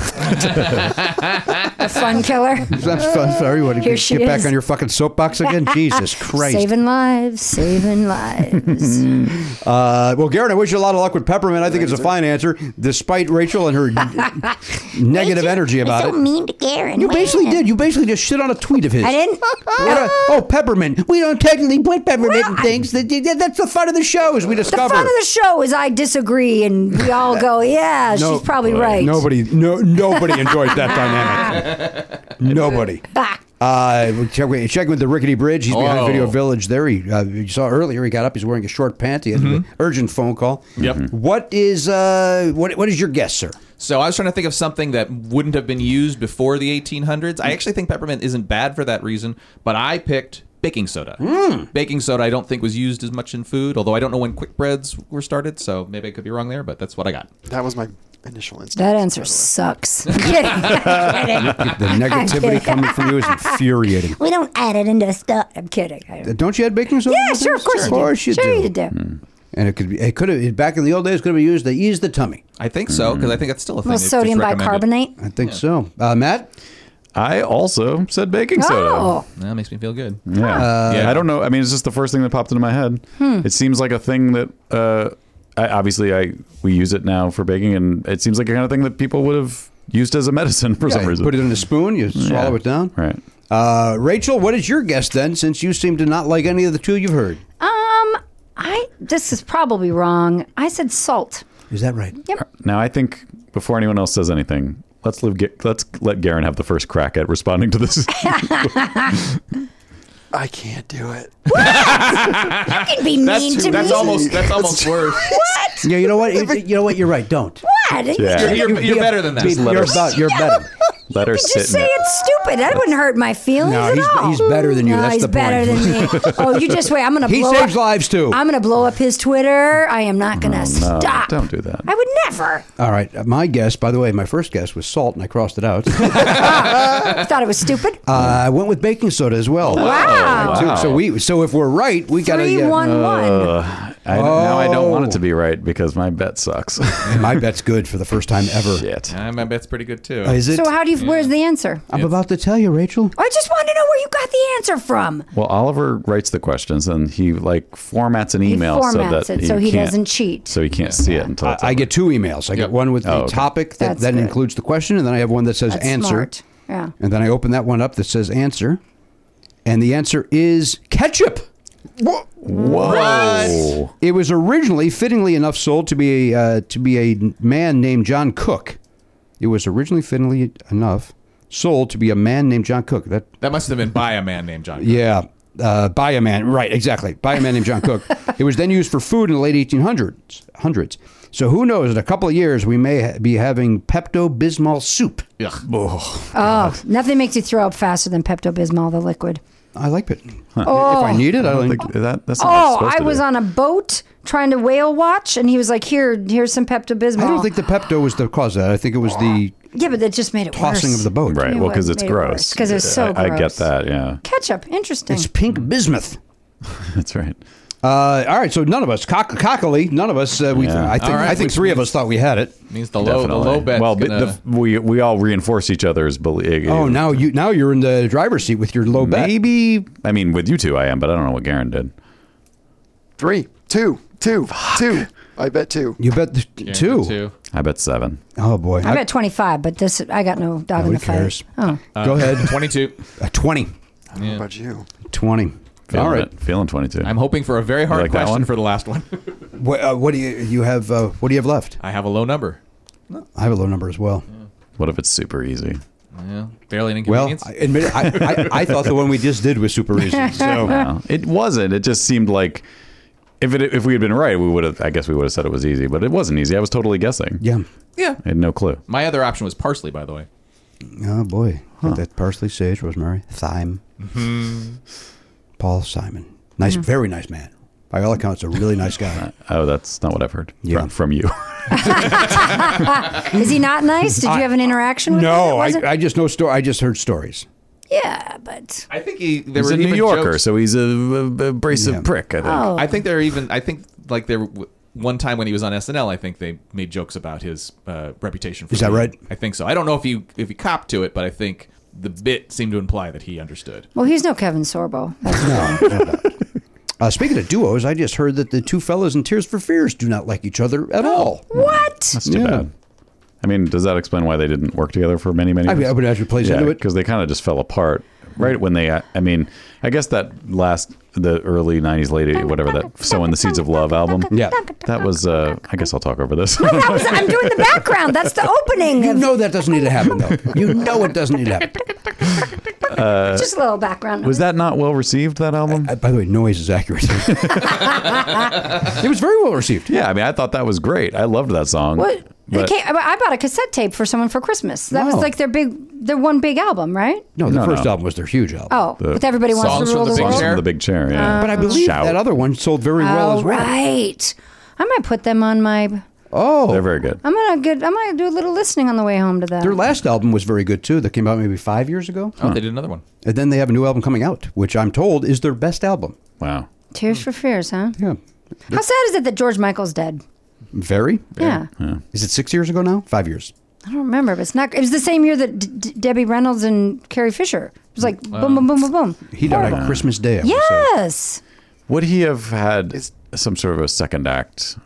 Speaker 9: A fun killer.
Speaker 2: I'm so- I'm sorry. What,
Speaker 9: Here
Speaker 2: get
Speaker 9: she
Speaker 2: get back
Speaker 9: is.
Speaker 2: on your fucking soapbox again? Jesus Christ.
Speaker 9: saving lives, saving lives.
Speaker 2: Uh, well, Garrett, I wish you a lot of luck with peppermint. I think it's a fine answer, despite Rachel and her negative energy about it.
Speaker 9: mean to Garen.
Speaker 2: You basically did. You basically just shit on a tweet of his.
Speaker 9: I didn't.
Speaker 2: What a- oh, peppermint. We don't technically put peppermint in
Speaker 9: Well, I-
Speaker 2: things. That- that- That's the fun of the show, as we
Speaker 9: The
Speaker 2: discover.
Speaker 9: fun of the show is I disagree, and we all go, "Yeah,
Speaker 2: No,
Speaker 9: she's probably right."
Speaker 2: Nobody, no, nobody enjoyed that dynamic. Nobody.
Speaker 9: Ah.
Speaker 2: Uh, we check, we check with the rickety bridge. He's behind
Speaker 5: Oh.
Speaker 2: Video Village. There, he uh, you saw earlier. He got up. He's wearing a short pant. He had an urgent phone call.
Speaker 5: Mm-hmm. Yep. Mhm.
Speaker 2: What is uh, what what is your guess, sir?
Speaker 5: So I was trying to think of something that wouldn't have been used before the 1800s. I actually think peppermint isn't bad for that reason, but I picked baking soda. Baking soda I don't think was used as much in food, although I don't know when quick breads were started, so maybe I could be wrong there, but that's what I got.
Speaker 6: That was my initial instinct.
Speaker 9: That answer sucks. I'm kidding. I'm kidding.
Speaker 2: The negativity coming from you is infuriating.
Speaker 9: We don't add it into stuff. I'm kidding. I don't-
Speaker 2: Don't you add baking soda?
Speaker 9: Yeah,
Speaker 2: with
Speaker 9: sure, of
Speaker 2: things?
Speaker 9: course
Speaker 2: Of
Speaker 9: you do.
Speaker 2: course you
Speaker 9: sure
Speaker 2: do. Hmm.
Speaker 9: you do.
Speaker 2: And it could be. It could have back in the old days. Could have been used to ease the tummy.
Speaker 5: I think so, because I think that's still a thing.
Speaker 9: Well,
Speaker 5: They've just
Speaker 9: sodium
Speaker 5: recommended.
Speaker 9: bicarbonate.
Speaker 2: I think so. Uh, Matt,
Speaker 1: I also said baking soda.
Speaker 9: Oh,
Speaker 5: That makes me feel good.
Speaker 9: Hmm.
Speaker 1: Yeah. yeah. I don't know. I mean, it's just the first thing that popped into my head. It seems like a thing that uh, I, obviously, I we use it now for baking, and it seems like the kind of thing that people would have used as a medicine for some
Speaker 2: Yeah, you
Speaker 1: reason.
Speaker 2: Put it in a spoon, you swallow
Speaker 1: Yeah.
Speaker 2: it down.
Speaker 1: Right.
Speaker 2: Uh, Rachel, what is your guess then, since you seem to not like any of the two you've heard?
Speaker 9: Um, I this is probably wrong. I said salt.
Speaker 2: Is that right?
Speaker 1: Now, I think before anyone else says anything, let's leave, Ga- let's let Garen have the first crack at responding to this.
Speaker 6: I can't do it.
Speaker 9: You can be mean to
Speaker 5: that's
Speaker 9: me.
Speaker 5: almost that's almost worse.
Speaker 9: what?
Speaker 2: Yeah, you know what? You, you know what? You're right. Don't.
Speaker 9: What?
Speaker 1: Yeah.
Speaker 5: You're, you're, you're better than that.
Speaker 2: Be- you're,
Speaker 1: us-
Speaker 2: about- you're better.
Speaker 1: let her
Speaker 9: You
Speaker 1: sit
Speaker 9: just
Speaker 1: in
Speaker 9: say
Speaker 1: it.
Speaker 9: it's stupid. That wouldn't hurt my feelings
Speaker 2: No,
Speaker 9: at
Speaker 2: he's-
Speaker 9: all.
Speaker 2: he's better than you.
Speaker 9: No,
Speaker 2: That's
Speaker 9: he's
Speaker 2: the
Speaker 9: better
Speaker 2: point.
Speaker 9: than me. Oh, you just wait. I'm gonna.
Speaker 2: He
Speaker 9: blow
Speaker 2: saves
Speaker 9: up-
Speaker 2: lives, Oh, too.
Speaker 9: I'm gonna blow up his Twitter. I am not gonna
Speaker 1: No,
Speaker 9: stop.
Speaker 1: don't do that.
Speaker 9: I would never.
Speaker 2: All right. uh, My guess, by the way, my first guess was salt, and I crossed it out. uh,
Speaker 9: I thought it was stupid.
Speaker 2: I went with baking soda as well.
Speaker 9: Wow.
Speaker 2: So, so we. So if we're right, we uh, got
Speaker 9: Three
Speaker 2: to.
Speaker 9: one one.
Speaker 1: I, Now I don't want
Speaker 2: Oh.
Speaker 1: it to be right because my bet sucks.
Speaker 2: My bet's good for the first time ever.
Speaker 1: Shit.
Speaker 5: I bet bet's pretty good too.
Speaker 2: Is it?
Speaker 9: So how do you? Where's the answer?
Speaker 2: I'm about to tell you, Rachel.
Speaker 9: I just want to know where you got the answer from.
Speaker 1: Well, Oliver writes the questions and he like formats an email
Speaker 9: formats
Speaker 1: so that
Speaker 9: it so he
Speaker 1: can't-
Speaker 9: doesn't cheat.
Speaker 1: So he can't see it until
Speaker 2: I,
Speaker 1: it's
Speaker 2: I
Speaker 1: over.
Speaker 2: get two emails. I get one with the
Speaker 1: Oh, okay.
Speaker 2: topic that
Speaker 9: That's
Speaker 2: then
Speaker 9: good.
Speaker 2: includes the question, and then I have one that says
Speaker 9: That's
Speaker 2: answer.
Speaker 9: smart. Yeah.
Speaker 2: And then I open that one up that says answer, and the answer is ketchup.
Speaker 1: Whoa.
Speaker 2: It was originally, fittingly enough, sold to be a uh, to be a man named John Cook. It was originally, fittingly enough, sold to be a man named John Cook. That
Speaker 5: that must have been by a man named John.
Speaker 2: yeah, uh, by a man, right? Exactly, by a man named John Cook. It was then used for food in the late 1800s. Hundreds. So who knows? In a couple of years, we may ha- be having Pepto Bismol soup.
Speaker 5: Yeah.
Speaker 9: Oh, nothing makes you throw up faster than Pepto Bismol, the liquid.
Speaker 2: I like it. If I need it, I
Speaker 1: I don't
Speaker 2: don't think.
Speaker 1: think that, that's not what it's
Speaker 9: Oh,
Speaker 1: supposed
Speaker 9: I
Speaker 1: to
Speaker 9: was
Speaker 1: be.
Speaker 9: on a boat trying to whale watch, and he was like, "Here, here's some Pepto Bismol."
Speaker 2: I don't think the Pepto was the cause of that. I think it was the
Speaker 9: Yeah, but that just made it
Speaker 2: tossing
Speaker 9: worse.
Speaker 2: of the boat.
Speaker 1: Right.
Speaker 9: You
Speaker 1: Well,
Speaker 9: know
Speaker 1: because
Speaker 9: what
Speaker 1: it's
Speaker 9: made it worse?
Speaker 1: gross.
Speaker 9: 'Cause it's so
Speaker 1: I, I get
Speaker 9: gross.
Speaker 1: that. Yeah.
Speaker 9: Ketchup, interesting.
Speaker 2: It's pink bismuth.
Speaker 1: That's right.
Speaker 2: Uh, all right, so none of us cock- cockily, none of us. Uh, we,
Speaker 1: Yeah.
Speaker 2: I think,
Speaker 5: All right,
Speaker 2: I think
Speaker 5: which
Speaker 2: three of us thought we had it.
Speaker 5: Means the low the low bet's
Speaker 1: well, but
Speaker 5: gonna,
Speaker 1: the, we we all reinforce each other's eh, belief.
Speaker 2: Oh, now you now you're in the driver's seat with your low bet.
Speaker 1: maybe. I mean, with you two, I am, but I don't know what Garen did.
Speaker 6: Three, two, two, two. I bet two.
Speaker 2: You bet th-
Speaker 5: Yeah,
Speaker 2: two.
Speaker 5: two.
Speaker 1: I bet seven.
Speaker 2: Oh boy,
Speaker 9: I'm at 25, but this I got no dog in
Speaker 2: who
Speaker 9: the fight.
Speaker 2: cares?
Speaker 9: Oh,
Speaker 2: go ahead.
Speaker 5: Twenty-two.
Speaker 2: A Uh, Twenty.
Speaker 6: I don't know about you.
Speaker 2: Twenty.
Speaker 1: Feeling
Speaker 2: all right.
Speaker 1: it. feeling twenty-two.
Speaker 5: I'm hoping for a very hard
Speaker 1: like that
Speaker 5: question
Speaker 1: one?
Speaker 5: for the last one.
Speaker 2: What, uh, what do you you have? Uh, what do you have left?
Speaker 5: I have a low number.
Speaker 2: I have a low number as well.
Speaker 1: what if it's super easy?
Speaker 5: Yeah. Barely an
Speaker 2: Well,
Speaker 5: inconvenience.
Speaker 2: I admit it, I, I, I thought the one we just did was super easy. So
Speaker 1: Well, it wasn't. It just seemed like if it if we had been right, we would have. I guess we would have said it was easy, but it wasn't easy. I was totally guessing.
Speaker 2: yeah.
Speaker 5: yeah.
Speaker 1: I had no clue.
Speaker 5: My other option was parsley, by the way.
Speaker 2: Oh boy, Got that parsley, sage, rosemary, thyme. Mm-hmm. Paul Simon, nice, very nice man. By all accounts, a really nice guy.
Speaker 1: Oh, that's not what I've heard
Speaker 2: Yeah.
Speaker 1: from, from you.
Speaker 9: is he not nice? Did you have an interaction with him? that
Speaker 2: no, I,
Speaker 9: wasn't-
Speaker 2: I just know sto- I just heard stories.
Speaker 9: yeah, but
Speaker 5: I think he. There
Speaker 1: he's
Speaker 5: were
Speaker 1: a New
Speaker 5: even
Speaker 1: Yorker,
Speaker 5: jokes-
Speaker 1: so he's a, a- a abrasive
Speaker 2: Yeah.
Speaker 1: prick. I think.
Speaker 9: oh,
Speaker 5: I think there are even. I think like there w- one time when he was on SNL, I think they made jokes about his uh, reputation. For
Speaker 2: Is that
Speaker 5: being-
Speaker 2: right?
Speaker 5: I think so. I don't know if he if he copped to it, but I think the bit seemed to imply that he understood.
Speaker 9: well, he's no Kevin Sorbo. That's-
Speaker 2: No, no doubt. Uh, speaking of duos, I just heard that the two fellas in Tears for Fears do not like each other at all.
Speaker 9: what?
Speaker 1: That's too
Speaker 2: Yeah.
Speaker 1: bad. I mean, does that explain why they didn't work together for many, many
Speaker 2: I,
Speaker 1: years?
Speaker 2: I would actually plays into it.
Speaker 1: because they kind of just fell apart right when they. I mean, I guess that last the early '90s, lady, whatever that "Sowing the Seeds of Love" album.
Speaker 2: Yeah.
Speaker 1: that was. Uh, I guess I'll talk over this.
Speaker 9: That was, I'm doing the background. That's the opening.
Speaker 2: You
Speaker 9: of,
Speaker 2: know that doesn't need to happen, though. You know it doesn't need to happen.
Speaker 9: just a little background.
Speaker 1: was that not well received? That album.
Speaker 2: Uh, by the way, noise is accurate. it was very well received.
Speaker 1: yeah, I mean, I thought that was great. I loved that song.
Speaker 9: What?
Speaker 1: But-
Speaker 9: it came, I I bought a cassette tape for someone for Christmas. That was
Speaker 2: Wow.
Speaker 9: like their big, their one big album, right?
Speaker 2: No, the
Speaker 1: No,
Speaker 2: first
Speaker 1: no.
Speaker 2: album was their huge album.
Speaker 9: Oh,
Speaker 1: The
Speaker 9: with everybody wants
Speaker 5: Songs
Speaker 9: to
Speaker 5: from
Speaker 9: rule
Speaker 5: the
Speaker 9: the,
Speaker 5: Big
Speaker 1: Songs
Speaker 9: world.
Speaker 5: Chair?
Speaker 1: from the big chair. Yeah,
Speaker 2: But I believe
Speaker 1: Shout.
Speaker 2: that other one sold very well
Speaker 9: All
Speaker 2: as well.
Speaker 9: right. I might put them on my.
Speaker 1: they're very good.
Speaker 9: I'm gonna get. I might do a little listening on the way home to that.
Speaker 2: Oh, Their last album was very good too. That came out maybe five years ago,
Speaker 5: Oh, they did another one.
Speaker 2: and then they have a new album coming out, which I'm told is their best album.
Speaker 1: Wow.
Speaker 9: Tears for Fears, huh?
Speaker 2: Yeah,
Speaker 9: How sad is it that George Michael's dead?
Speaker 2: very.
Speaker 9: Yeah.
Speaker 2: Is it six years ago now? Five years.
Speaker 9: I don't remember, but it's not. It was the same year that D- D- Debbie Reynolds and Carrie Fisher. It was like boom, boom, boom, boom, boom.
Speaker 2: He died on Christmas Day. I would say.
Speaker 9: Yes.
Speaker 1: Would he have had
Speaker 6: It's-
Speaker 1: some sort of a second act?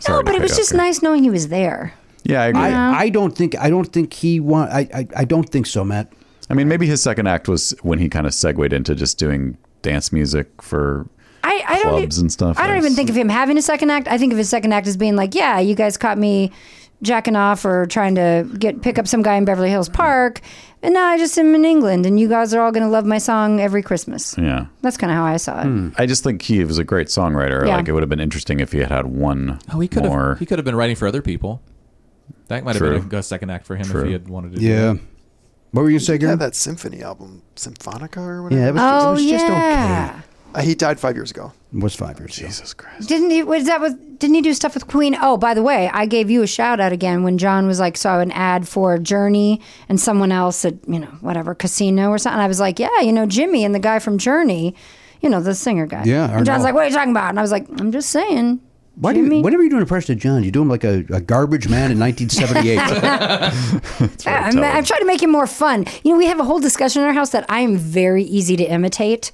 Speaker 1: Sorry
Speaker 9: no,
Speaker 1: to
Speaker 9: but it
Speaker 1: cut
Speaker 9: was
Speaker 1: you off
Speaker 9: just
Speaker 1: there.
Speaker 9: nice knowing he was there.
Speaker 1: Yeah, I agree.
Speaker 2: I,
Speaker 1: I,
Speaker 2: I don't think I don't think he want I, I I don't think so, Matt.
Speaker 1: mean, maybe his second act was when he kind of segued into just doing dance music for.
Speaker 9: I, I don't e-
Speaker 1: Clubs and stuff.
Speaker 9: I don't even
Speaker 1: That's-
Speaker 9: think of him having a second act. I think of his second act as being like, yeah, you guys caught me jacking off or trying to get pick up some guy in Beverly Hills Park, and now I just am in England, and you guys are all going to love my song every Christmas.
Speaker 1: Yeah, Hmm.
Speaker 9: That's kind of how I saw it.
Speaker 1: I just think he was a great songwriter.
Speaker 9: Yeah.
Speaker 1: Like it would have been interesting if he had had one
Speaker 5: Oh, he could
Speaker 1: more.
Speaker 5: have. He could have been writing for other people. That might
Speaker 1: True.
Speaker 5: have been a second act for him
Speaker 1: True.
Speaker 5: if he had wanted to. do
Speaker 2: Yeah.
Speaker 5: that.
Speaker 2: What were you gonna say,
Speaker 6: Yeah,
Speaker 2: Garen?
Speaker 6: that symphony album, Symphonica or
Speaker 2: Yeah,
Speaker 6: whatever.
Speaker 2: it was,
Speaker 9: Oh
Speaker 2: it was just
Speaker 9: yeah,
Speaker 2: okay.
Speaker 6: Uh, he died five years ago.
Speaker 2: It was five years ago.
Speaker 1: Jesus Christ.
Speaker 9: didn't he? Was that was? Didn't he do stuff with Queen? Oh, by the way, I gave you a shout out again when John was like, saw an ad for Journey and someone else at you know whatever casino or something. I was like, yeah, you know Jimmy and the guy from Journey, you know the singer guy.
Speaker 2: Yeah, I
Speaker 9: and John's
Speaker 2: know.
Speaker 9: like, what are you talking about? And I was like, I'm just saying.
Speaker 2: Why do
Speaker 9: Jimmy.
Speaker 2: you, whenever you do an impression of John, you do him like a, a garbage man in 1978.
Speaker 9: Yeah, I'm, I'm trying to make it more fun. You know, we have a whole discussion in our house that I am very easy to imitate,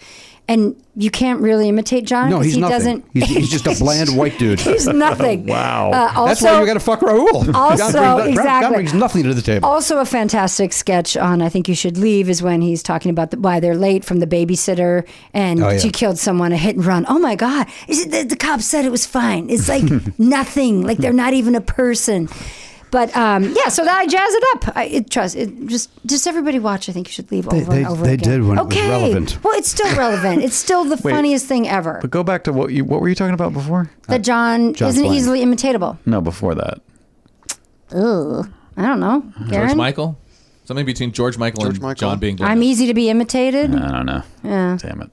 Speaker 9: and you can't really imitate John.
Speaker 2: no,
Speaker 9: 'cause
Speaker 2: he's
Speaker 9: he
Speaker 2: nothing.
Speaker 9: doesn't.
Speaker 2: He's, he's just a bland white dude.
Speaker 9: he's nothing.
Speaker 1: Wow.
Speaker 9: Uh, also,
Speaker 2: That's why you got to fuck Raul.
Speaker 9: Also,
Speaker 2: John
Speaker 9: exactly.
Speaker 2: brings nothing to the table.
Speaker 9: Also, a fantastic sketch on I Think You Should Leave is when he's talking about the, why they're late from the babysitter and
Speaker 2: Oh, yeah.
Speaker 9: she killed someone, a hit and run. Oh my God. Is it, the, the cop said it was fine. It's like nothing, like they're not even a person. But um, yeah, so that I jazz it up. I it, trust it. Just, just everybody watch. I think you should leave over
Speaker 2: they-
Speaker 9: and over
Speaker 2: they
Speaker 9: again.
Speaker 2: did when it was
Speaker 9: okay.
Speaker 2: relevant.
Speaker 9: Well, it's still relevant. It's still the funniest thing ever.
Speaker 1: But go back to what you what were you talking about before?
Speaker 2: uh,
Speaker 9: That John,
Speaker 2: John
Speaker 9: isn't
Speaker 2: Flynn.
Speaker 9: easily imitatable.
Speaker 1: No, before that.
Speaker 9: Ugh. I don't know.
Speaker 5: George
Speaker 9: Garen?
Speaker 5: Michael. Something between George Michael
Speaker 6: George
Speaker 5: and
Speaker 6: Michael.
Speaker 5: John being.
Speaker 9: I'm e- easy to be imitated.
Speaker 1: I don't know.
Speaker 9: Hmm. Yeah.
Speaker 1: Damn it.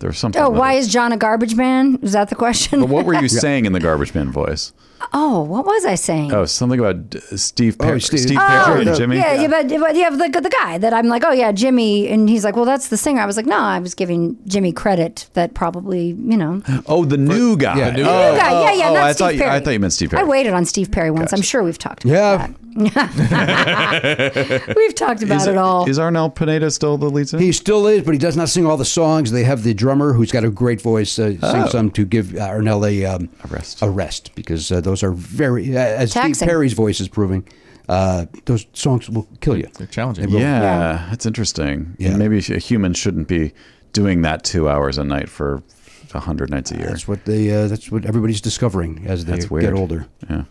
Speaker 1: There was something.
Speaker 9: Oh,
Speaker 1: with
Speaker 9: why
Speaker 1: it.
Speaker 9: is John a garbage man? Is that the question?
Speaker 1: But what were you saying in the garbage man voice?
Speaker 9: oh, what was I saying?
Speaker 1: Oh, something about uh, Steve Perry,
Speaker 2: Oh, Steve-
Speaker 1: Steve, Perry
Speaker 6: Oh,
Speaker 1: and Jimmy.
Speaker 9: yeah, yeah, but, but yeah, the, the guy that I'm like, oh yeah, Jimmy, and he's like, well, that's the singer. I was like, no, I was giving Jimmy credit that probably, you know, the new
Speaker 1: Oh, the new guy.
Speaker 2: yeah, the new
Speaker 1: oh,
Speaker 9: guy. yeah, yeah,
Speaker 1: oh,
Speaker 9: not
Speaker 1: I
Speaker 9: Steve
Speaker 1: thought you,
Speaker 9: Perry.
Speaker 1: I thought you meant Steve Perry.
Speaker 9: I waited on Steve Perry once. I'm sure we've talked. about
Speaker 2: Yeah.
Speaker 9: that. we've talked about
Speaker 1: Is,
Speaker 9: it all.
Speaker 1: is Arnel Pineda still the lead singer?
Speaker 2: He still is, but he does not sing all the songs. They have the drummer who's got a great voice uh,
Speaker 9: Oh.
Speaker 2: sing some to give uh, Arnell a, um, a
Speaker 1: rest.
Speaker 2: because uh, those are very, uh, as
Speaker 9: Taxing.
Speaker 2: Steve Perry's voice is proving, uh, those songs will kill you.
Speaker 5: They're challenging.
Speaker 2: They will.
Speaker 1: yeah,
Speaker 9: Yeah.
Speaker 1: that's interesting.
Speaker 2: Yeah.
Speaker 1: Maybe a human shouldn't be doing that two hours a night for a hundred nights a year.
Speaker 2: That's what they. Uh, that's what everybody's discovering as they
Speaker 1: That's
Speaker 2: get
Speaker 1: weird.
Speaker 2: older.
Speaker 1: Yeah.